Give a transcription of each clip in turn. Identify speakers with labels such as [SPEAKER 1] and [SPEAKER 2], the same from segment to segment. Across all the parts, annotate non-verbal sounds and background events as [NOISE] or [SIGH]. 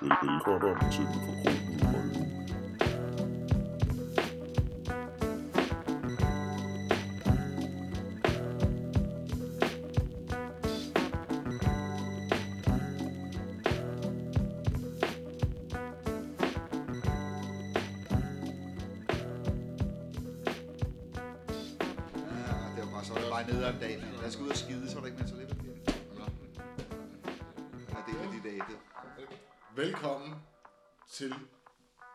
[SPEAKER 1] Baby cutter dem til for kronen i munden.
[SPEAKER 2] Ja, det var bare så var det bare ned om dagen. Lad os gå ud og skide, så var der ikke mere toiletpapir. Ja, det er dit date.
[SPEAKER 3] Velkommen til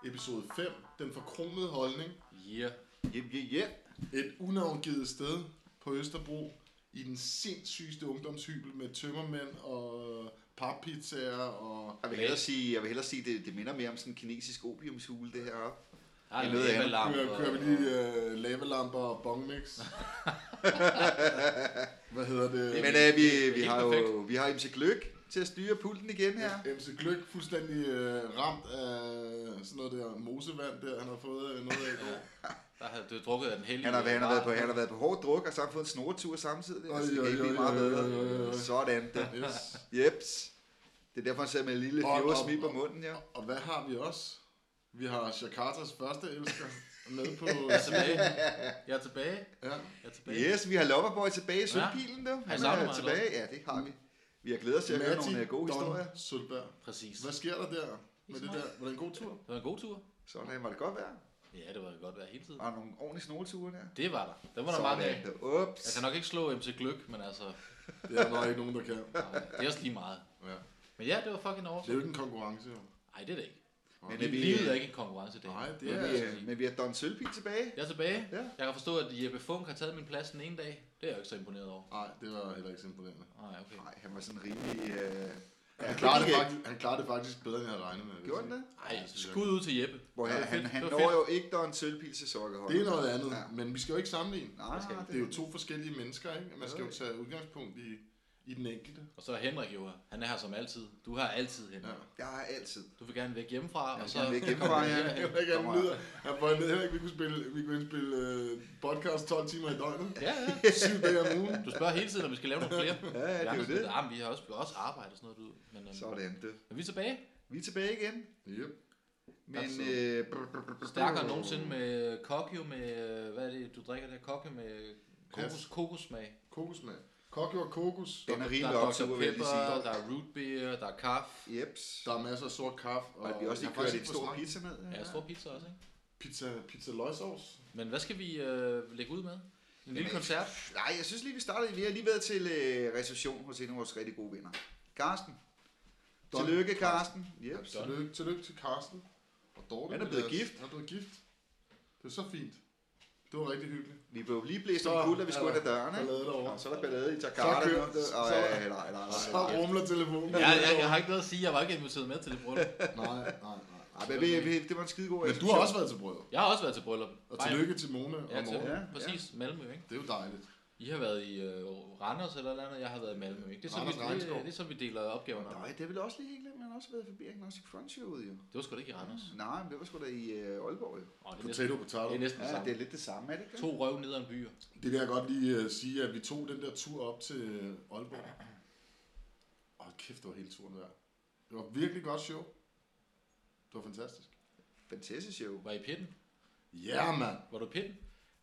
[SPEAKER 3] episode 5, Den forkromede holdning.
[SPEAKER 4] Yeah.
[SPEAKER 2] Jep, jep, jep.
[SPEAKER 3] Et unavngivet sted på Østerbro i den sindssygeste ungdomshybel med tømmermænd og pappizzaer og...
[SPEAKER 2] Jeg vil hellere sige, jeg vil hellere sige det, det minder mere om sådan en kinesisk opiumshule, det her op.
[SPEAKER 4] Der er
[SPEAKER 2] Jeg
[SPEAKER 4] en
[SPEAKER 2] ved, jeg
[SPEAKER 4] læbelamp
[SPEAKER 3] Kører,
[SPEAKER 4] og-
[SPEAKER 3] kører vi lige øh, lavalamper og [LAUGHS] bongmix. Hvad hedder det?
[SPEAKER 2] Men øh, vi, vi
[SPEAKER 4] Helt
[SPEAKER 2] har jo
[SPEAKER 4] perfekt.
[SPEAKER 2] vi har MC Gløk til at styre pulten igen her.
[SPEAKER 3] MC Gløk fuldstændig øh, ramt af sådan noget der mosevand der, han har fået øh, noget af i [LAUGHS] går.
[SPEAKER 4] Der har du drukket af den hellige.
[SPEAKER 2] Han har, han, har været på,
[SPEAKER 4] bar.
[SPEAKER 2] han har været på hård druk, og så har han fået en snoretur samtidig. Altså, det
[SPEAKER 3] Oj,
[SPEAKER 2] kan ikke
[SPEAKER 3] oj,
[SPEAKER 2] blive
[SPEAKER 3] oj,
[SPEAKER 2] meget
[SPEAKER 3] oj, oj, oj, oj.
[SPEAKER 2] bedre. Sådan der.
[SPEAKER 3] Yes.
[SPEAKER 2] Jeps. Det er derfor, han sidder med en lille
[SPEAKER 3] Og-
[SPEAKER 2] fjord
[SPEAKER 3] og-
[SPEAKER 2] smil på
[SPEAKER 3] og-
[SPEAKER 2] munden, ja.
[SPEAKER 3] Og hvad har vi også? Vi har Jakartas første elsker [LAUGHS] med på...
[SPEAKER 4] Jeg er tilbage. Jeg er tilbage.
[SPEAKER 3] Ja.
[SPEAKER 4] Jeg er tilbage.
[SPEAKER 2] Yes, vi har Loverboy tilbage i
[SPEAKER 4] Ja.
[SPEAKER 2] sølvpilen, der. Han
[SPEAKER 4] savner
[SPEAKER 2] er
[SPEAKER 4] mig,
[SPEAKER 2] tilbage. Ja, det har vi. Vi har glædet os til at høre nogle øh, gode
[SPEAKER 3] Don
[SPEAKER 2] historier.
[SPEAKER 3] Sølberg.
[SPEAKER 4] Præcis.
[SPEAKER 3] Hvad sker der der med det der? Var det en god tur?
[SPEAKER 4] Det var en god tur.
[SPEAKER 2] Sådan var det godt være.
[SPEAKER 4] Ja, det var godt være hele tiden.
[SPEAKER 2] Var der nogle ordentlige snoleture der?
[SPEAKER 4] Det var der. Det var der
[SPEAKER 2] Ah. Sådan
[SPEAKER 4] mange af. Altså,
[SPEAKER 2] der. Ups.
[SPEAKER 4] Jeg kan nok ikke slå MC Gløk, men altså,
[SPEAKER 3] Det er der nok ikke nogen, der kan.
[SPEAKER 4] nej, det er også lige meget.
[SPEAKER 3] Ja.
[SPEAKER 4] Men ja, det var fucking
[SPEAKER 3] Det er
[SPEAKER 4] overskud.
[SPEAKER 3] jo ikke en konkurrence, jo.
[SPEAKER 4] Nej, det er det ikke.
[SPEAKER 2] Men er vi,
[SPEAKER 4] Livet er ikke en konkurrence, det
[SPEAKER 3] Nej,
[SPEAKER 4] her.
[SPEAKER 3] det er...
[SPEAKER 2] men, vi, øh, men vi har Don Sølvpil tilbage.
[SPEAKER 4] Jeg er tilbage.
[SPEAKER 2] Ja.
[SPEAKER 4] Jeg kan forstå, at Jeppe Funk har taget min plads den ene dag. Det er jeg jo ikke så imponeret over.
[SPEAKER 3] Nej, det var heller ikke så imponerende.
[SPEAKER 4] Nej, okay.
[SPEAKER 2] Nej, han var sådan rimelig... Øh,
[SPEAKER 3] Han klarede, det faktisk, han klarede det faktisk bedre, end jeg havde regnet med. vil jeg
[SPEAKER 2] Gjorde han
[SPEAKER 3] sige.
[SPEAKER 2] det?
[SPEAKER 4] Nej, skud ud til Jeppe.
[SPEAKER 2] Hvor
[SPEAKER 4] Det
[SPEAKER 2] han,
[SPEAKER 4] var
[SPEAKER 2] han,
[SPEAKER 4] fedt.
[SPEAKER 2] han
[SPEAKER 4] Det var
[SPEAKER 2] når
[SPEAKER 4] fedt.
[SPEAKER 2] jo ikke Don Sølvpil til sokkerhold.
[SPEAKER 3] Det er noget andet,
[SPEAKER 2] Ja.
[SPEAKER 3] men vi skal jo ikke sammenligne.
[SPEAKER 2] Nej, det,
[SPEAKER 3] Det er jo to forskellige mennesker, ikke? Man skal jo tage udgangspunkt i, i den enkelte.
[SPEAKER 4] Og så er Henrik jo her. Han er her som altid. Du har altid, Henrik.
[SPEAKER 3] Ja.
[SPEAKER 2] Jeg har altid.
[SPEAKER 4] Du vil gerne væk hjemmefra, og så... [LAUGHS]
[SPEAKER 2] gerne væk hjemmefra, ja.
[SPEAKER 3] Jeg vil ikke
[SPEAKER 2] Kommer
[SPEAKER 3] have nyder. Han får ned heller ikke, vi kunne spille, vi kunne spille øh, podcast 12 timer i [LAUGHS] døgnet.
[SPEAKER 4] Ja, ja.
[SPEAKER 3] Syv dage om ugen.
[SPEAKER 4] Du spørger hele tiden, om vi skal lave nogle flere.
[SPEAKER 2] Ja, [LAUGHS] ja, det er jo det.
[SPEAKER 4] Ja, men vi har også, vi har også arbejde og sådan noget. Du, men, øhm,
[SPEAKER 2] Sådan det.
[SPEAKER 4] men vi er tilbage.
[SPEAKER 2] Vi er tilbage igen.
[SPEAKER 3] Yep.
[SPEAKER 2] Men...
[SPEAKER 4] Altså,
[SPEAKER 2] øh, brr, brr, brr, brr.
[SPEAKER 4] Stærkere end nogensinde med kokio med... øh, Hvad er det, du drikker der? Kokio med øh, kokos,
[SPEAKER 3] Pas.
[SPEAKER 4] kokossmag.
[SPEAKER 3] Kokos, mand. Kokjo og kokos.
[SPEAKER 2] Den er
[SPEAKER 4] Der
[SPEAKER 2] rimelig
[SPEAKER 4] er
[SPEAKER 2] op, så
[SPEAKER 4] Dr.
[SPEAKER 2] vil jeg lige
[SPEAKER 4] Pepper,
[SPEAKER 2] sige.
[SPEAKER 4] der er root beer, der er kaffe.
[SPEAKER 2] Jeps.
[SPEAKER 3] Der er masser af sort kaffe.
[SPEAKER 2] Og vi har også
[SPEAKER 3] jeg
[SPEAKER 2] lige kørt
[SPEAKER 3] har faktisk
[SPEAKER 2] en
[SPEAKER 3] ikke
[SPEAKER 2] stor
[SPEAKER 3] fået smagt
[SPEAKER 2] pizza med.
[SPEAKER 4] Ja, stor pizza også, ikke?
[SPEAKER 3] Pizza, pizza løgsovs.
[SPEAKER 4] Men hvad skal vi øh, lægge ud med? En lille
[SPEAKER 2] Jamen, [LAUGHS]
[SPEAKER 4] koncert?
[SPEAKER 2] Nej, jeg synes lige, vi startede. Vi har lige været til øh, recession hos en af vores rigtig gode venner. Karsten.
[SPEAKER 3] Don.
[SPEAKER 2] Tillykke, Karsten. Yep.
[SPEAKER 3] Tillykke, tillykke til Carsten og Dorte.
[SPEAKER 2] Han er
[SPEAKER 3] med
[SPEAKER 2] blevet
[SPEAKER 3] deres-
[SPEAKER 2] gift.
[SPEAKER 3] Han er blevet gift. Det er så fint. Det var rigtig hyggeligt.
[SPEAKER 2] Vi blev lige blæst
[SPEAKER 3] Så
[SPEAKER 2] om kul, da vi
[SPEAKER 3] er
[SPEAKER 2] skulle
[SPEAKER 3] der
[SPEAKER 2] ind ad døren. ikke?
[SPEAKER 3] ballade derovre.
[SPEAKER 2] Og så er der ballade i Jakarta.
[SPEAKER 3] Så kører-
[SPEAKER 2] og noget der.
[SPEAKER 3] så-
[SPEAKER 2] Ej, nej, nej, nej.
[SPEAKER 3] Så rumler telefonen.
[SPEAKER 4] Ja, jeg, jeg, har ikke noget at sige. Jeg var ikke inviteret med til det bryllup.
[SPEAKER 3] Nej, nej, nej.
[SPEAKER 2] Ej, men vi, vi, det var en skide god
[SPEAKER 3] Men du har også været til brød.
[SPEAKER 4] Jeg har også været til bryllup.
[SPEAKER 3] Og
[SPEAKER 4] Bare-
[SPEAKER 3] tillykke til Mona
[SPEAKER 4] Ja,
[SPEAKER 3] og Morten.
[SPEAKER 4] til,
[SPEAKER 2] Ja,
[SPEAKER 4] ja,
[SPEAKER 2] ja.
[SPEAKER 4] præcis. Malmø, ikke?
[SPEAKER 3] Det er jo dejligt.
[SPEAKER 4] I har været i øh, Randers eller noget andet, jeg har været i Malmø, ikke? Det er sådan, vi,
[SPEAKER 3] Randers
[SPEAKER 4] det,
[SPEAKER 3] Regnskov.
[SPEAKER 4] det er sådan, vi deler opgaverne op.
[SPEAKER 2] Nej, det ville jeg også lige helt glemt. Han har også været forbi Agnostic Front Showet, jo.
[SPEAKER 4] Det var sgu da ikke i Randers.
[SPEAKER 2] Nej, men det var sgu da i øh, Aalborg, jo.
[SPEAKER 4] Oh, det, er næsten,
[SPEAKER 3] Potato, potato.
[SPEAKER 4] det er næsten
[SPEAKER 2] Ja,
[SPEAKER 4] det
[SPEAKER 2] det
[SPEAKER 4] samme.
[SPEAKER 2] er lidt det samme, er det ikke? det?
[SPEAKER 4] To røv ned ad en by.
[SPEAKER 3] Det vil jeg godt lige uh, sige, at vi tog den der tur op til øh, Aalborg. Og kæft, det var hele turen værd. Det var virkelig godt show. Det var fantastisk.
[SPEAKER 2] Fantastisk show.
[SPEAKER 4] Var I i pitten?
[SPEAKER 3] Ja, yeah, mand.
[SPEAKER 4] Var du i
[SPEAKER 2] [LAUGHS]
[SPEAKER 4] pitten?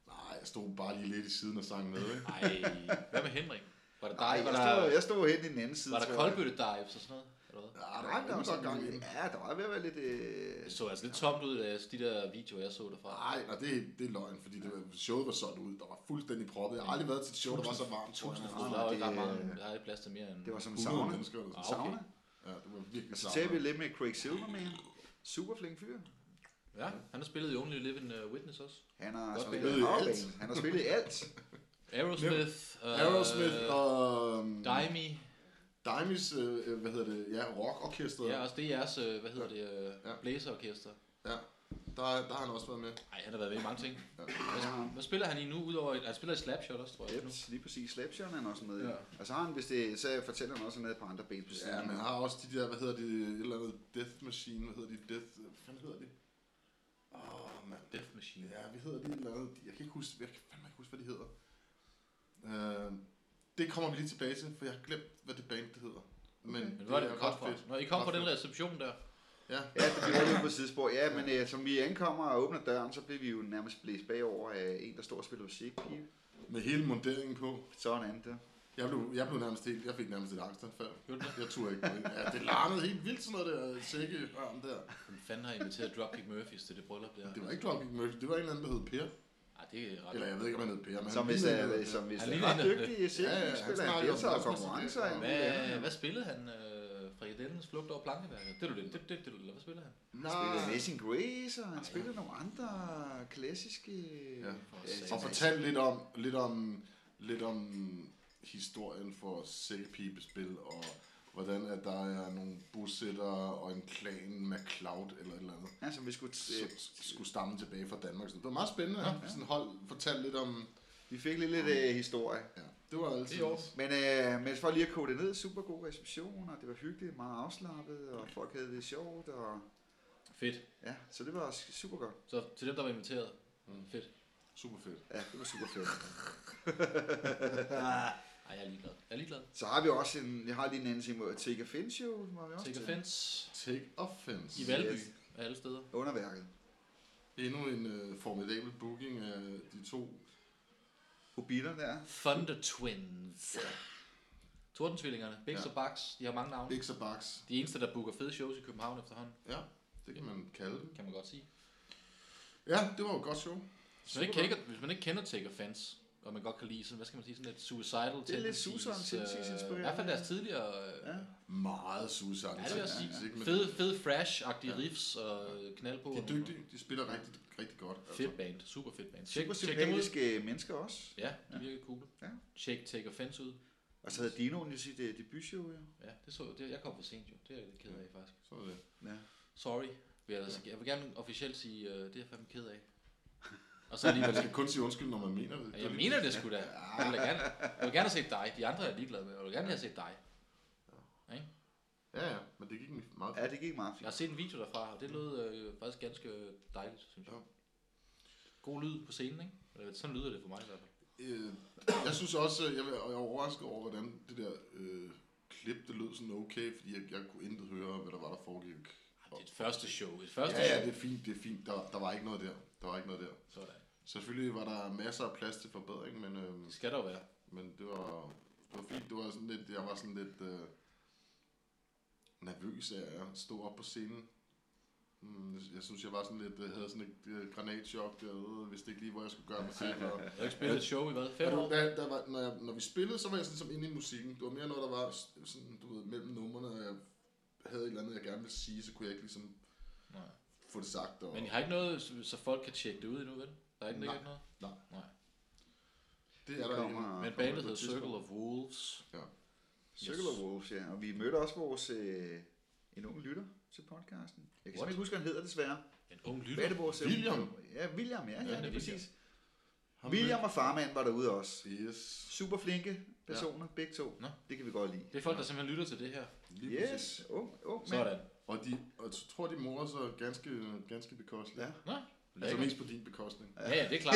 [SPEAKER 3] Nej, jeg stod bare lige lidt i siden og sang med, ikke?
[SPEAKER 4] Nej. Hvad med Henrik? Var der
[SPEAKER 2] Nej,
[SPEAKER 4] dive? Var
[SPEAKER 2] jeg
[SPEAKER 4] der,
[SPEAKER 2] stod, jeg stod hen i den anden side,
[SPEAKER 4] var der
[SPEAKER 2] tror jeg.
[SPEAKER 4] koldbøtte dives og sådan noget? Eller hvad?
[SPEAKER 3] Ja,
[SPEAKER 2] Nej, der var
[SPEAKER 3] godt gang i
[SPEAKER 2] sådan,
[SPEAKER 3] den.
[SPEAKER 2] ja, der var ved at være lidt... Øh,
[SPEAKER 4] Det så altså lidt tomt ud af de der videoer, jeg så derfra.
[SPEAKER 3] Nej, nej, det, det er løgn, fordi det var, showet var solgt ud. Der var fuldstændig proppet. Jeg har aldrig været til et show, der var så varmt. tror jeg.
[SPEAKER 4] Tusind
[SPEAKER 3] Der
[SPEAKER 4] fod,
[SPEAKER 3] var
[SPEAKER 4] der er jo ikke ret
[SPEAKER 2] det-
[SPEAKER 4] meget, der er ikke plads til mere end...
[SPEAKER 2] det var som
[SPEAKER 3] 100
[SPEAKER 2] sauna.
[SPEAKER 3] mennesker. Eller
[SPEAKER 4] Ah,
[SPEAKER 3] sådan.
[SPEAKER 4] okay.
[SPEAKER 2] Sauna.
[SPEAKER 3] Ja, det var virkelig
[SPEAKER 2] Og så tager vi
[SPEAKER 3] savnet.
[SPEAKER 2] Altså, lidt med Craig Silver med. Super flink fyr.
[SPEAKER 4] Ja, han har spillet i Only Living uh, Witness også.
[SPEAKER 2] Han har
[SPEAKER 4] Godt
[SPEAKER 2] spillet
[SPEAKER 3] spillet i
[SPEAKER 2] i
[SPEAKER 3] alt.
[SPEAKER 2] alt. Han har spillet i alt.
[SPEAKER 4] Aerosmith. øh,
[SPEAKER 3] Aerosmith og
[SPEAKER 4] Dimey.
[SPEAKER 3] Dimes, øh, hvad hedder det, ja, rockorkestret.
[SPEAKER 4] Ja, også det er jeres, øh, hvad hedder det,
[SPEAKER 3] Ja.
[SPEAKER 4] øh, blæseorkester.
[SPEAKER 3] Ja, der, der har han også været med.
[SPEAKER 4] Nej, han har været ved i mange ting.
[SPEAKER 2] Ja.
[SPEAKER 4] Hvad spiller han i nu, udover... Han spiller i Slapshot også, tror jeg. nu.
[SPEAKER 2] Jeps, lige præcis. Slapshot er han også med.
[SPEAKER 3] Ja.
[SPEAKER 2] Ja. Og så har han, hvis det, så fortæller han også noget på andre bands på siden.
[SPEAKER 3] Ja, men han har også de der, hvad hedder det, et eller andet Death Machine, hvad hedder de, Death, hvad fanden hedder de? Åh, oh, mand.
[SPEAKER 4] Death Machine.
[SPEAKER 3] Ja, vi hedder de et eller andet, jeg kan ikke huske, jeg kan fandme ikke huske, hvad de hedder. Øh, det kommer vi lige tilbage til, for jeg har glemt, hvad det band det hedder. Men,
[SPEAKER 4] Men hvor er det,
[SPEAKER 3] er
[SPEAKER 4] det kom
[SPEAKER 3] ret
[SPEAKER 4] fra?
[SPEAKER 3] fedt.
[SPEAKER 4] Når I kom
[SPEAKER 3] Ret
[SPEAKER 4] fra den
[SPEAKER 3] fedt.
[SPEAKER 4] reception der,
[SPEAKER 3] Ja.
[SPEAKER 2] Ja, det bliver lidt på et sidespor. Ja, men øh, som vi ankommer og åbner døren, så bliver vi jo nærmest blæst bagover af en, der står og spiller musikpive.
[SPEAKER 3] Med hele munderingen på.
[SPEAKER 2] Sådan der.
[SPEAKER 3] Jeg blev, jeg blev nærmest helt, jeg fik nærmest et angstanfald.
[SPEAKER 4] Gjorde du det?
[SPEAKER 3] Jeg turde ikke gå ind. Ja, det larmede helt vildt sådan noget der sækkehørn der.
[SPEAKER 4] Hvem fanden har inviteret Dropkick Murphys til det bryllup der?
[SPEAKER 3] Det var ikke Dropkick Murphy, det var en eller anden, der hed Per.
[SPEAKER 4] Ej, det er ret
[SPEAKER 3] Eller jeg ved ikke, om han hed Per, men
[SPEAKER 2] Som
[SPEAKER 3] han
[SPEAKER 2] hvis
[SPEAKER 3] lignede
[SPEAKER 2] er,
[SPEAKER 3] en, der
[SPEAKER 2] øh,
[SPEAKER 3] hed
[SPEAKER 2] som hvis
[SPEAKER 4] Han
[SPEAKER 2] er
[SPEAKER 4] ligner
[SPEAKER 2] ret
[SPEAKER 4] en, der-
[SPEAKER 2] dygtig i
[SPEAKER 3] Ja, ja,
[SPEAKER 2] serien,
[SPEAKER 3] han
[SPEAKER 2] spiller
[SPEAKER 3] snakker
[SPEAKER 2] han
[SPEAKER 3] jo om
[SPEAKER 2] deltager og
[SPEAKER 3] også med
[SPEAKER 2] konkurrencer.
[SPEAKER 3] sådan
[SPEAKER 2] og alt
[SPEAKER 3] lidt.
[SPEAKER 2] muligt andet.
[SPEAKER 4] Hvad, hvad spillede han? Øh, Frikadellens flugt over plankeværket? Det er det, det, det, det, eller hvad spillede han?
[SPEAKER 3] Per.
[SPEAKER 2] Han spillede
[SPEAKER 3] Nej.
[SPEAKER 2] Amazing Grace, og han
[SPEAKER 4] Ej, ja.
[SPEAKER 2] spillede nogle andre klassiske... øh,
[SPEAKER 3] Ja.
[SPEAKER 4] For
[SPEAKER 2] Ja,
[SPEAKER 3] Og fortæl lidt om, lidt om, lidt om historien for sækkepibespil, og hvordan at der er nogle bosættere og en klan med Cloud eller et eller andet,
[SPEAKER 2] Ja, som vi skulle...
[SPEAKER 3] som
[SPEAKER 2] øh,
[SPEAKER 3] skulle stamme tilbage fra Danmark. Så det var meget spændende. Ja. Sådan hold, fortæl lidt om...
[SPEAKER 2] Vi fik lige lidt øh, historie.
[SPEAKER 3] Ja, det var altid.
[SPEAKER 4] Det er også.
[SPEAKER 2] Men, øh, men for lige at kode det ned, super god reception, og det var hyggeligt, meget afslappet, og folk havde det sjovt, og
[SPEAKER 4] Fedt.
[SPEAKER 2] ja, så det var super godt.
[SPEAKER 4] Så til dem, der var inviteret. Mm.
[SPEAKER 3] [LAUGHS]
[SPEAKER 4] Fedt.
[SPEAKER 3] Super fedt.
[SPEAKER 2] Ja, det var super fedt.
[SPEAKER 4] Ej, jeg er ligeglad. Jeg er ligeglad.
[SPEAKER 2] [LAUGHS] Så har vi også en, jeg har lige en anden ting mod Take Offense jo, var vi også
[SPEAKER 4] Take
[SPEAKER 2] til.
[SPEAKER 4] offense.
[SPEAKER 3] Take offense.
[SPEAKER 4] I Valby
[SPEAKER 2] Yes.
[SPEAKER 4] af alle steder.
[SPEAKER 2] Underværket.
[SPEAKER 3] Endnu en øh, formidabel booking af de to.
[SPEAKER 2] Hobitter der.
[SPEAKER 4] Thunder Twins. Tordentvillingerne. Bix
[SPEAKER 3] Ja.
[SPEAKER 4] og Bax. De har mange navne.
[SPEAKER 3] Bix og Bucks.
[SPEAKER 4] De eneste, der booker fede shows i København efterhånden,
[SPEAKER 3] Ja, det kan man kalde dem.
[SPEAKER 4] kan man godt sige.
[SPEAKER 3] Ja, det var jo et godt show.
[SPEAKER 4] Hvis man ikke kender, hvis man ikke kender Take Offense, og man godt kan lide sådan, hvad skal man sige, sådan lidt suicidal
[SPEAKER 2] Det er lidt Susan
[SPEAKER 4] tendencies,
[SPEAKER 2] Tendencies
[SPEAKER 4] øh, I
[SPEAKER 2] inspireret,
[SPEAKER 4] hvert fald deres
[SPEAKER 2] ja.
[SPEAKER 4] tidligere øh,
[SPEAKER 2] Ja.
[SPEAKER 3] Meget Susan.
[SPEAKER 4] Ja, det vil jeg sige.
[SPEAKER 3] Altså, Ikke, men
[SPEAKER 4] Fede, fede fresh-agtige ja. riffs og knald på. øh,
[SPEAKER 3] De er dygtige. De spiller rigtig, rigtig godt. altså.
[SPEAKER 4] Fedt band. Super fedt band. Tjek,
[SPEAKER 2] Super
[SPEAKER 4] tjek dem ud.
[SPEAKER 2] sympatiske mennesker også.
[SPEAKER 4] Ja, de virker cool.
[SPEAKER 2] Ja.
[SPEAKER 4] Tjek Take Offense ud.
[SPEAKER 2] Og så havde Dino jo sit øh, debutshow, ja.
[SPEAKER 4] Ja, det så det, jeg kom for sent jo. Det er jeg lidt ked af faktisk.
[SPEAKER 3] Så øh, er det.
[SPEAKER 2] ja.
[SPEAKER 4] Sorry. Vil jeg, altså, jeg vil gerne officielt sige, øh, det er jeg fandme ked af. Og så
[SPEAKER 3] Man
[SPEAKER 4] alligevel.
[SPEAKER 3] skal altså, kun sige undskyld, når man mener det.
[SPEAKER 4] Ja, Jeg mener det sgu da. Jeg vil, da gerne, jeg vil gerne have set dig. De andre er ligeglade med. Jeg vil gerne have set dig.
[SPEAKER 3] Ja, ja, men det gik en meget
[SPEAKER 2] ja, det gik meget
[SPEAKER 4] Jeg har
[SPEAKER 2] fint.
[SPEAKER 4] set en video derfra, og det lød øh, faktisk ganske dejligt, synes jeg.
[SPEAKER 3] Ja.
[SPEAKER 4] God lyd på scenen, ikke? Øh, Sådan lyder det for mig i hvert fald.
[SPEAKER 3] Øh, jeg synes også, øh, jeg, var- jeg er overrasket over, hvordan det der øh, klip, det lød sådan okay, fordi jeg, jeg kunne intet høre, hvad der var, der foregik.
[SPEAKER 4] Ah, Det er et første show. Et første
[SPEAKER 3] Ja, ja,
[SPEAKER 4] show.
[SPEAKER 3] det er fint, det er fint. Der, der var ikke noget der. Der var ikke noget der.
[SPEAKER 4] Sådan.
[SPEAKER 3] Selvfølgelig var der masser af plads til forbedring, men, øh,
[SPEAKER 4] Det skal der jo være.
[SPEAKER 3] men det, var, det var fint. Det var sådan lidt, jeg var sådan lidt øh, nervøs af at stå op på scenen. Mm, jeg- Jeg synes, jeg var sådan lidt, jeg havde sådan et øh, granatchok derude, og vidste ikke lige, hvor jeg skulle gøre mig selv. Og,
[SPEAKER 4] Jeg har ikke spillet et show i hvad?
[SPEAKER 3] Ja,
[SPEAKER 4] Fem
[SPEAKER 3] det var,
[SPEAKER 4] år?
[SPEAKER 3] der, der var, når, jeg, når vi spillede, så var jeg sådan som inde i musikken. Det var mere noget, der var s- sådan, du ved, mellem numrene, og jeg havde et eller andet, jeg gerne ville sige, så kunne jeg ikke ligesom
[SPEAKER 4] Nej.
[SPEAKER 3] få det sagt. Og,
[SPEAKER 4] Men I har ikke noget, så så folk kan tjekke det ud endnu, vel? Der er ikke
[SPEAKER 3] Nej.
[SPEAKER 4] ligger ikke noget?
[SPEAKER 3] Nej.
[SPEAKER 4] Nej.
[SPEAKER 3] det er der ikke.
[SPEAKER 2] Kommer-
[SPEAKER 4] Men
[SPEAKER 3] kommer på
[SPEAKER 4] bandet
[SPEAKER 3] et
[SPEAKER 4] hedder
[SPEAKER 3] tidspunkt.
[SPEAKER 4] Circle of Wolves.
[SPEAKER 3] Ja.
[SPEAKER 2] Circle of Wolves, ja. Og vi mødte også vores, øh, en ung lytter til podcasten. Jeg kan simpelthen ikke huske, hvad han hedder desværre.
[SPEAKER 4] En ung
[SPEAKER 2] Hvad er
[SPEAKER 4] lytter.
[SPEAKER 2] det vores... øh,
[SPEAKER 3] William.
[SPEAKER 2] Ja, William, ja,
[SPEAKER 4] det er
[SPEAKER 2] ja, ja
[SPEAKER 4] William.
[SPEAKER 2] præcis.
[SPEAKER 3] Ham
[SPEAKER 2] William og farmand var derude også.
[SPEAKER 3] mødte- Yes.
[SPEAKER 2] Super flinke personer, ja. begge to.
[SPEAKER 4] Nå.
[SPEAKER 2] Det kan vi godt lide.
[SPEAKER 4] Det er folk, der simpelthen lytter til det her.
[SPEAKER 3] Lige præcis.
[SPEAKER 2] Yes, ung, ung mand.
[SPEAKER 4] Sådan.
[SPEAKER 3] Og, de, og jeg tror, de morer sig ganske, ganske bekosteligt.
[SPEAKER 2] Ja.
[SPEAKER 4] Nå.
[SPEAKER 3] Altså mest på din bekostning.
[SPEAKER 4] Ja, ja, det er klart.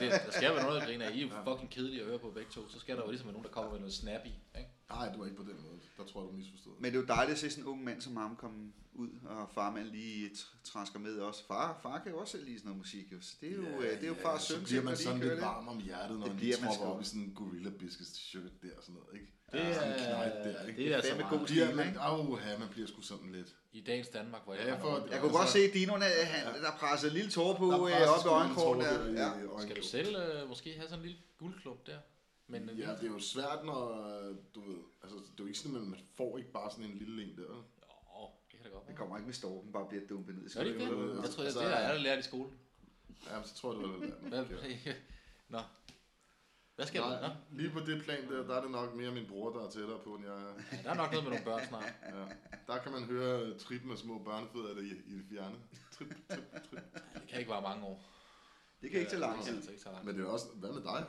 [SPEAKER 4] Det, der skal være noget, der griner af. I er jo fucking kedelige at høre på begge to. Så skal der jo ligesom være nogen, der kommer med noget snappy. Ikke?
[SPEAKER 3] Nej, det var ikke på den måde. Der tror jeg, du misforstod.
[SPEAKER 2] Men det er jo dejligt at se sådan en ung mand som ham komme ud, og farmand lige tr- trasker med også. Far, far kan jo også selv lide sådan noget musik, jo. så det er jo, øh, det er jo far og søn,
[SPEAKER 3] Så bliver
[SPEAKER 2] ting,
[SPEAKER 3] man
[SPEAKER 2] der
[SPEAKER 3] sådan
[SPEAKER 2] lige kører
[SPEAKER 3] lidt
[SPEAKER 2] det.
[SPEAKER 3] varm om hjertet, når
[SPEAKER 2] Det
[SPEAKER 3] man lige
[SPEAKER 2] bliver man
[SPEAKER 3] tropper
[SPEAKER 2] sgu.
[SPEAKER 3] op i sådan en Gorilla Biscuits shirt der og sådan noget, ikke?
[SPEAKER 4] Det
[SPEAKER 3] Sådan en
[SPEAKER 4] er-
[SPEAKER 3] knejt der, ikke?
[SPEAKER 4] Det er altså
[SPEAKER 2] Fandme
[SPEAKER 4] meget.
[SPEAKER 2] god
[SPEAKER 3] De er,
[SPEAKER 2] stil,
[SPEAKER 3] man,
[SPEAKER 2] ikke?
[SPEAKER 3] auha, man bliver sgu sådan lidt.
[SPEAKER 4] I dagens Danmark, hvor jeg
[SPEAKER 3] Ja,
[SPEAKER 4] render
[SPEAKER 3] for-
[SPEAKER 4] rundt.
[SPEAKER 2] Jeg kunne
[SPEAKER 3] Altså,
[SPEAKER 2] godt se Dinone, han, der pressede en lille tår på øh, op i øjenkrogen. der. Ja.
[SPEAKER 4] Skal du selv øh, måske have sådan en lille guldklub der? Men øh,
[SPEAKER 3] Ja, det er jo svært, når øh, du ved, altså det er jo ikke sådan, at man får ikke bare sådan en lille en der.
[SPEAKER 4] Åh, det kan da godt
[SPEAKER 2] Det
[SPEAKER 4] være.
[SPEAKER 2] kommer ikke med storken, bare bliver dumpet ned i
[SPEAKER 4] Gør det ikke
[SPEAKER 2] skuddet.
[SPEAKER 4] det? Jeg tror, det
[SPEAKER 3] Altså,
[SPEAKER 4] er det, jeg har lært i skolen.
[SPEAKER 3] Ja, men så tror jeg, det var lidt
[SPEAKER 4] Hvad?
[SPEAKER 3] værd. Ja.
[SPEAKER 4] [LAUGHS] Nå. Hvad skal der? Nå.
[SPEAKER 3] Nej, lige på det plan der, der er det nok mere min bror, der er tættere på, end jeg er.
[SPEAKER 4] Ja, der er nok noget med nogle børn snart.
[SPEAKER 3] Ja. Der kan man høre øh, trip med små børnefødder der i, i det fjerne. Trip, trip, trip.
[SPEAKER 4] Det kan ikke være mange år.
[SPEAKER 2] Det kan ikke tage lang
[SPEAKER 4] Det
[SPEAKER 2] tid.
[SPEAKER 4] kan altså ikke tage lang tid.
[SPEAKER 3] Men det er også, hvad med dig?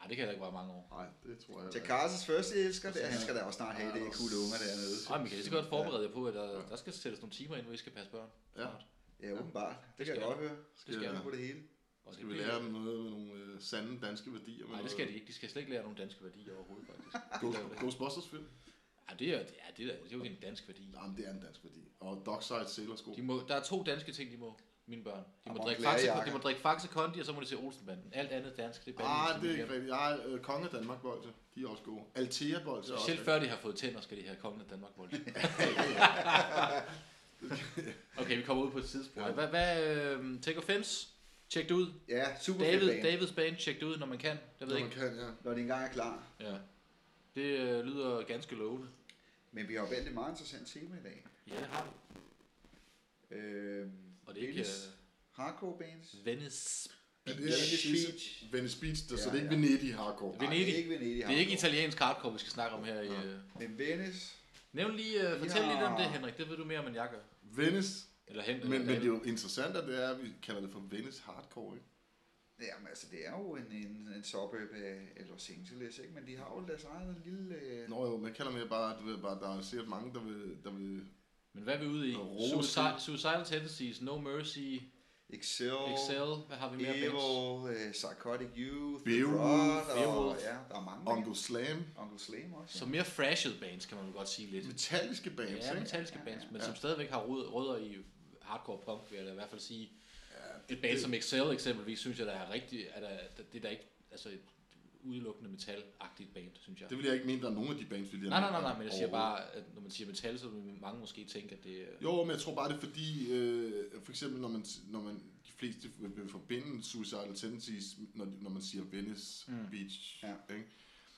[SPEAKER 4] Ej, det kan heller ikke være mange år.
[SPEAKER 3] Nej, det tror jeg.
[SPEAKER 2] Jakartas første elsker, det, han skal da også snart have det kulde unger dernede.
[SPEAKER 4] Ej, men kan lige så godt forberede jer på, at der, der skal sættes nogle timer ind, hvor I skal passe børn.
[SPEAKER 3] Ja.
[SPEAKER 2] Ja, åbenbart. Det kan
[SPEAKER 4] skal
[SPEAKER 2] jeg godt høre.
[SPEAKER 4] Det skal
[SPEAKER 3] Ja.
[SPEAKER 4] ja.
[SPEAKER 2] På det hele.
[SPEAKER 4] Og
[SPEAKER 3] Skal vi lære dem noget med nogle øh, sande danske værdier? [LAUGHS]
[SPEAKER 4] Nej, det skal de ikke. De skal slet ikke lære nogle danske værdier overhovedet, faktisk.
[SPEAKER 3] Ghost, Ghostbusters film?
[SPEAKER 4] Ja, det er, ja, det er, det er jo en dansk værdi.
[SPEAKER 3] Jamen, det er en dansk værdi. Og Dockside Sailorsko.
[SPEAKER 4] De må, der er to danske ting, de må, mine børn. De må,
[SPEAKER 2] Og
[SPEAKER 4] drikke
[SPEAKER 2] Montclair-jakker.
[SPEAKER 4] Faxe, de må drikke Faxe Kondi, og så må de se Olsenbanden. Alt andet dansk, det er bandens
[SPEAKER 3] Ah, det er
[SPEAKER 4] familie.
[SPEAKER 3] ikke rigtigt. Jeg er øh, konge af Danmark bolde. De er også gode. Altea bolde er også
[SPEAKER 4] Specielt
[SPEAKER 3] rigtig-
[SPEAKER 4] før de har fået tænder, skal de have kongen af Danmark
[SPEAKER 3] [LAUGHS]
[SPEAKER 4] bold. [LAUGHS] okay, vi kommer ud på et sidespor. Hvad, hvad øh, take offense? Tjek det ud.
[SPEAKER 2] Ja, super
[SPEAKER 4] David,
[SPEAKER 2] fedt band,
[SPEAKER 4] Davids band, tjek det ud, når man kan. Jeg ved
[SPEAKER 3] Når man
[SPEAKER 4] ikke.
[SPEAKER 3] kan, ja.
[SPEAKER 2] når det engang er klar.
[SPEAKER 4] Ja. Det øh, lyder ganske lovende.
[SPEAKER 2] Men vi har jo valgt et meget interessant tema i dag.
[SPEAKER 4] Ja, det har vi.
[SPEAKER 2] Øh,
[SPEAKER 4] Og det er ikke
[SPEAKER 2] Hardcore bands.
[SPEAKER 4] øh, Venice.
[SPEAKER 3] Er det
[SPEAKER 2] Venice
[SPEAKER 3] Venice Beach.
[SPEAKER 2] Beach.
[SPEAKER 3] Venice Beach, der, så
[SPEAKER 2] Ja,
[SPEAKER 3] det er ikke
[SPEAKER 2] ja.
[SPEAKER 3] Venedig hardcore.
[SPEAKER 4] Venedig.
[SPEAKER 2] Nej, det er ikke Venedig.
[SPEAKER 4] Det er ikke
[SPEAKER 2] hardcore.
[SPEAKER 4] italiensk hardcore, vi skal snakke om her. I,
[SPEAKER 3] Nå.
[SPEAKER 4] øh.
[SPEAKER 2] Men Venice.
[SPEAKER 4] Nævn lige, øh, fortæl
[SPEAKER 2] Ja.
[SPEAKER 4] lidt om det, Henrik. Det ved du mere om, end jeg gør.
[SPEAKER 3] Venice.
[SPEAKER 4] Eller hen,
[SPEAKER 3] Men,
[SPEAKER 4] eller
[SPEAKER 3] men det
[SPEAKER 4] David.
[SPEAKER 3] er jo interessant, at det er, at vi kalder det for Venice hardcore, ikke?
[SPEAKER 2] Jamen altså, det er jo en, en, en suburb af af Los Angeles, ikke? Men de har jo deres egen lille... Øh,
[SPEAKER 3] Nå jo, man kalder mere bare, du ved, bare, der er sikkert mange, der vil, der vil
[SPEAKER 4] men hvad er vi ude i?
[SPEAKER 3] Rose.
[SPEAKER 4] Suicide, suicidal Tendencies, No Mercy,
[SPEAKER 2] Excel,
[SPEAKER 4] Excel, hvad har vi mere
[SPEAKER 2] Evil,
[SPEAKER 4] bands?
[SPEAKER 2] øh, Psychotic Youth,
[SPEAKER 3] Beowulf.
[SPEAKER 2] Rod, og,
[SPEAKER 4] Beowulf.
[SPEAKER 2] ja, der er mange.
[SPEAKER 3] Uncle Slam.
[SPEAKER 2] Uncle Slam også.
[SPEAKER 4] Så mere thrashed bands, kan man vel godt sige lidt.
[SPEAKER 3] Metalliske bands,
[SPEAKER 4] Ja,
[SPEAKER 3] ikke?
[SPEAKER 4] metalliske
[SPEAKER 2] Ja,
[SPEAKER 4] bands,
[SPEAKER 2] ja,
[SPEAKER 4] men
[SPEAKER 3] Mm. ja.
[SPEAKER 4] som stadigvæk har rød- rødder i hardcore punk, vil jeg da i hvert fald sige. Et band som Excel eksempelvis, synes jeg, der er rigtig, at der, det er der ikke altså et udelukkende metal-agtigt band, synes jeg.
[SPEAKER 3] Det vil jeg ikke mene, der er nogen af de bands, vi lige har
[SPEAKER 4] Nej, nej, nej,
[SPEAKER 3] nævnt
[SPEAKER 4] nej,
[SPEAKER 3] her
[SPEAKER 4] men jeg siger
[SPEAKER 3] overhovedet.
[SPEAKER 4] bare, at når man siger metal, så vil mange måske tænke, at det er...
[SPEAKER 3] Jo, men jeg tror bare, det er fordi, øh, for eksempel, når man, når man de fleste vil, vil forbinde Suicidal Tendencies, når, når man siger Venice mm. Beach,
[SPEAKER 2] Ja.
[SPEAKER 3] ikke?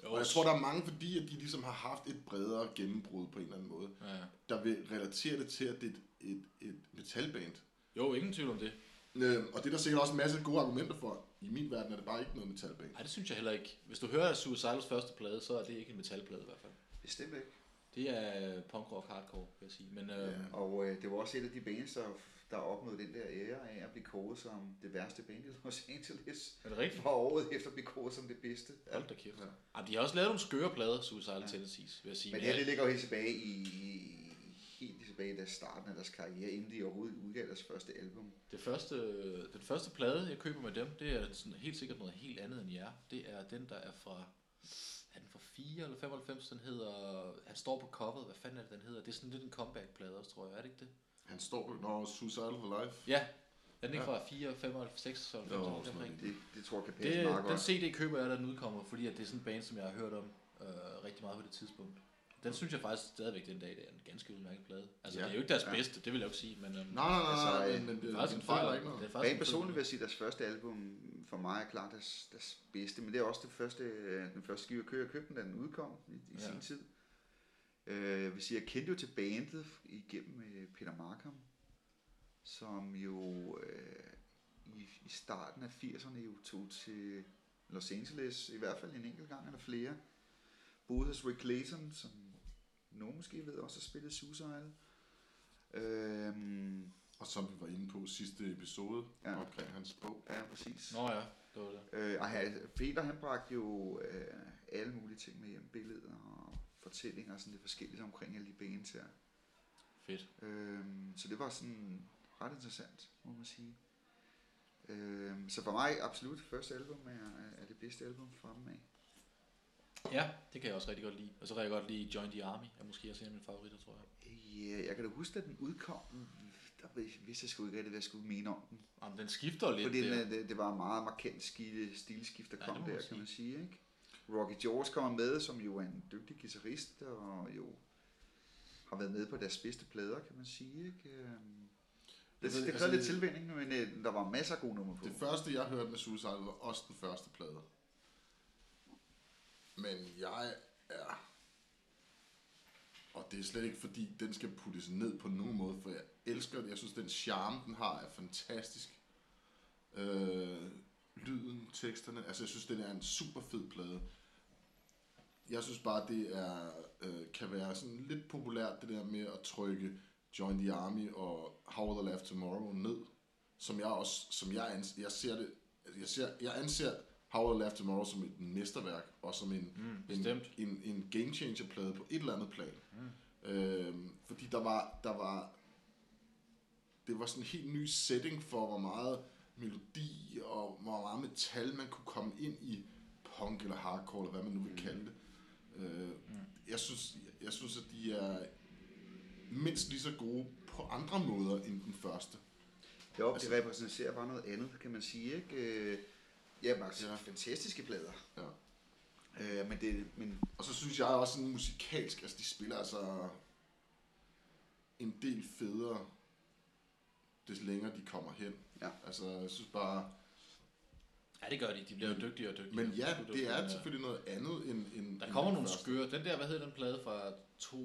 [SPEAKER 3] Og jeg tror, der er mange, fordi at de ligesom har haft et bredere gennembrud på en eller anden måde,
[SPEAKER 4] Ja.
[SPEAKER 3] der vil relatere det til, at det er et, et, et metalband.
[SPEAKER 4] Jo, ingen tvivl om det.
[SPEAKER 3] Øh, og det er der sikkert også en masse gode argumenter for. I min verden er det bare ikke noget metalband.
[SPEAKER 4] Nej, det synes jeg heller ikke. Hvis du hører Suicidals første plade, så er det ikke en metalplade i hvert fald.
[SPEAKER 2] Bestemt ikke.
[SPEAKER 4] Det er punk rock hardcore, vil jeg sige. Men øh,
[SPEAKER 3] Ja.
[SPEAKER 2] Og øh, det var også et af de bands, der, der opnåede den der ære af at blive kåret som det værste band i Los [LAUGHS] Angeles.
[SPEAKER 4] er det rigtigt?
[SPEAKER 2] For året efter blev kåret som det bedste. Ja.
[SPEAKER 4] Hold da kæft. Ja. Jamen, de har også lavet nogle skøre plader, Suicidal ja. Tendencies, vil jeg sige.
[SPEAKER 2] Men det her, det ligger jo helt tilbage i, i- helt tilbage i deres starten af deres karriere, inden de overhovedet udgav deres første album.
[SPEAKER 4] det første, den første plade, jeg køber med dem, det er sådan helt sikkert noget helt andet end jer. Det er den, der er fra... Er den fra 4 eller 95? Den hedder... Han står på coveret. Hvad fanden er det, den hedder? Det er sådan lidt en comeback-plade også, tror jeg. Er det ikke det?
[SPEAKER 3] Han står, når Suicidal for Life.
[SPEAKER 4] Ja. Er den ikke fra 4, 95, 96?
[SPEAKER 3] Jo,
[SPEAKER 4] Det er
[SPEAKER 3] sådan
[SPEAKER 4] rigtigt.
[SPEAKER 2] Det,
[SPEAKER 3] noget.
[SPEAKER 2] det tror jeg kan passe
[SPEAKER 4] Det,
[SPEAKER 2] meget
[SPEAKER 4] den
[SPEAKER 2] godt.
[SPEAKER 4] CD køber jeg, der den udkommer, fordi at det er sådan en band, som jeg har hørt om øh, rigtig meget på det tidspunkt. Den synes jeg faktisk stadigvæk den dag, det er en ganske udmærket plade. Altså,
[SPEAKER 3] Ja.
[SPEAKER 4] det er jo ikke deres bedste, det vil jeg jo ikke sige, men... Øhm,
[SPEAKER 3] Nej, nej, nej, nej,
[SPEAKER 2] Altså,
[SPEAKER 3] men, men
[SPEAKER 4] det
[SPEAKER 3] det,
[SPEAKER 4] er
[SPEAKER 3] det,
[SPEAKER 4] faktisk en
[SPEAKER 3] fejler
[SPEAKER 4] fejl.
[SPEAKER 3] ikke noget.
[SPEAKER 4] Det er faktisk
[SPEAKER 2] Rent
[SPEAKER 4] en
[SPEAKER 2] personligt vil
[SPEAKER 4] fed-
[SPEAKER 2] jeg sige, at deres første album for mig er klart deres, deres bedste, men det er også det første, øh, den første skive, jeg købte, jeg købte, den, da den udkom i, i
[SPEAKER 4] Ja.
[SPEAKER 2] ja. sin tid. Øh, jeg vil sige, jeg kendte jo til bandet igennem øh, Peter Markham, som jo øh, i, i starten af 80'erne jo tog til Los Angeles, i hvert fald en enkelt gang eller flere. Boede hos Rick Clayton, som nogen måske ved også har spillet Suicide. Øhm,
[SPEAKER 3] Og som vi var inde på sidste episode ja.
[SPEAKER 2] Ja.
[SPEAKER 3] omkring hans bog.
[SPEAKER 2] ja, præcis.
[SPEAKER 4] Nå ja, det var det.
[SPEAKER 2] Øh, og han- Peter han bragte jo øh, alle mulige ting med hjem, billeder og fortællinger og sådan lidt forskelligt omkring alle de bands her.
[SPEAKER 4] Fedt.
[SPEAKER 2] Øh, så det var sådan ret interessant, må man sige. Øh, så for mig absolut første album er, er det bedste album fra dem af.
[SPEAKER 4] Ja, det kan jeg også rigtig godt lide. Og så kan jeg godt lide Join the Army, er måske også en af mine favoritter, tror jeg.
[SPEAKER 2] Ja, jeg kan da huske, at den udkom, der vid- vidste jeg sgu ikke rigtig, hvad jeg skulle mene om den.
[SPEAKER 4] Jamen, den skifter lidt.
[SPEAKER 2] Fordi
[SPEAKER 4] der.
[SPEAKER 2] den, øh, det, det var en meget markant skil- stilskift, der
[SPEAKER 4] Ja,
[SPEAKER 2] kom
[SPEAKER 4] det må
[SPEAKER 2] der,
[SPEAKER 4] man
[SPEAKER 2] kan man sige. Ikke? Rocky George kommer med, som jo er en dygtig guitarist, og jo har været med på deres bedste plader, kan man sige. Ikke? Øhm, Det,
[SPEAKER 3] ved-
[SPEAKER 2] det
[SPEAKER 3] altså,
[SPEAKER 2] krævede lidt
[SPEAKER 3] det-
[SPEAKER 2] tilvænning, men øh, der var masser af gode numre på.
[SPEAKER 3] Det første, jeg hørte med Suicidal, var også den første plade. Men jeg er... Og det er slet ikke, fordi den skal puttes ned på nogen måde, for jeg elsker det. Jeg synes, den charme, den har, er fantastisk. Øh, lyden, teksterne... Altså, jeg synes, den er en super fed plade. Jeg synes bare, det er, øh, kan være sådan lidt populært, det der med at trykke Join the Army og How Will I Laugh Tomorrow ned som jeg også, som jeg, ans, jeg ser det, jeg, ser, jeg anser How I Laugh Tomorrow som et mesterværk, og som en, mm, en,
[SPEAKER 4] bestemt.
[SPEAKER 3] en, en game changer plade på et eller andet plan. Mm. Øhm, fordi der var, der var, det var sådan en helt ny setting for, hvor meget melodi
[SPEAKER 4] Mm.
[SPEAKER 3] og hvor meget metal man kunne komme ind i punk eller hardcore, eller hvad man nu vil kalde det. Øh, jeg, synes, jeg synes, at de er mindst lige så gode på andre måder end den første.
[SPEAKER 2] Jo, altså, det repræsenterer bare noget andet, kan man sige, ikke? Øh, jamen, altså,
[SPEAKER 3] Ja.
[SPEAKER 2] ja. fantastiske plader.
[SPEAKER 3] Ja.
[SPEAKER 2] Øh, men det, men
[SPEAKER 3] Og så synes jeg også sådan musikalsk, altså de spiller altså en del federe, des længere de kommer hen.
[SPEAKER 2] Ja.
[SPEAKER 3] Altså jeg synes bare,
[SPEAKER 4] Ja, det gør de. De bliver jo dygtigere og dygtigere.
[SPEAKER 3] Mm. men ja,
[SPEAKER 4] Dygtigere og
[SPEAKER 3] det er
[SPEAKER 4] dygtigere.
[SPEAKER 3] selvfølgelig noget andet end... end
[SPEAKER 4] Der
[SPEAKER 3] end
[SPEAKER 4] kommer
[SPEAKER 3] den
[SPEAKER 4] nogle
[SPEAKER 3] første.
[SPEAKER 4] skøre. Den der, hvad hedder den plade fra To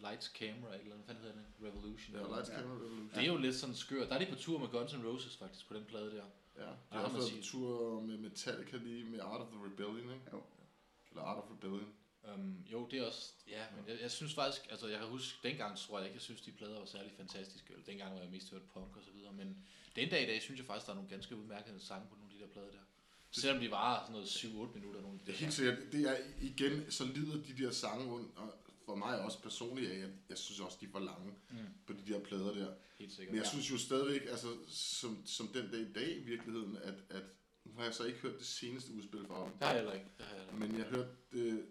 [SPEAKER 4] Lights Camera, eller hvad fanden hedder den? Revolution.
[SPEAKER 3] Ja,
[SPEAKER 4] eller-
[SPEAKER 3] Lights Camera Revolution.
[SPEAKER 4] Det er jo lidt sådan skør. Der er de på tur med Guns N' Roses faktisk, på den plade der.
[SPEAKER 3] Ja, de
[SPEAKER 4] må
[SPEAKER 3] har også været
[SPEAKER 4] sige.
[SPEAKER 3] på tur med Metallica lige med Art of the Rebellion, ikke?
[SPEAKER 2] Jo.
[SPEAKER 3] Eller Art of Rebellion.
[SPEAKER 4] Um, jo, det er også... Ja, men jeg, jeg synes faktisk... Altså, jeg kan huske, dengang tror jeg ikke, jeg synes, de plader var særlig fantastiske. Eller dengang var jeg mest hørt punk og så videre. Men den dag i dag, synes jeg faktisk, der er nogle ganske udmærkede sange på nogle af de der plader der. Selvom de varer sådan noget 7-8 minutter. Nogle
[SPEAKER 3] Det
[SPEAKER 4] af de der
[SPEAKER 3] er helt sikkert, det er igen, så lider de der sange rundt, og for mig også personligt, at jeg, jeg synes også, de er for lange mm. på de der plader der.
[SPEAKER 4] sange. helt sikkert.
[SPEAKER 3] Men jeg synes jo stadigvæk, altså, som, som den dag i dag i virkeligheden, at, at nu har jeg så ikke hørt det seneste udspil fra dem,
[SPEAKER 4] Det har jeg heller ikke. Det har jeg heller ikke.
[SPEAKER 3] men jeg hørte det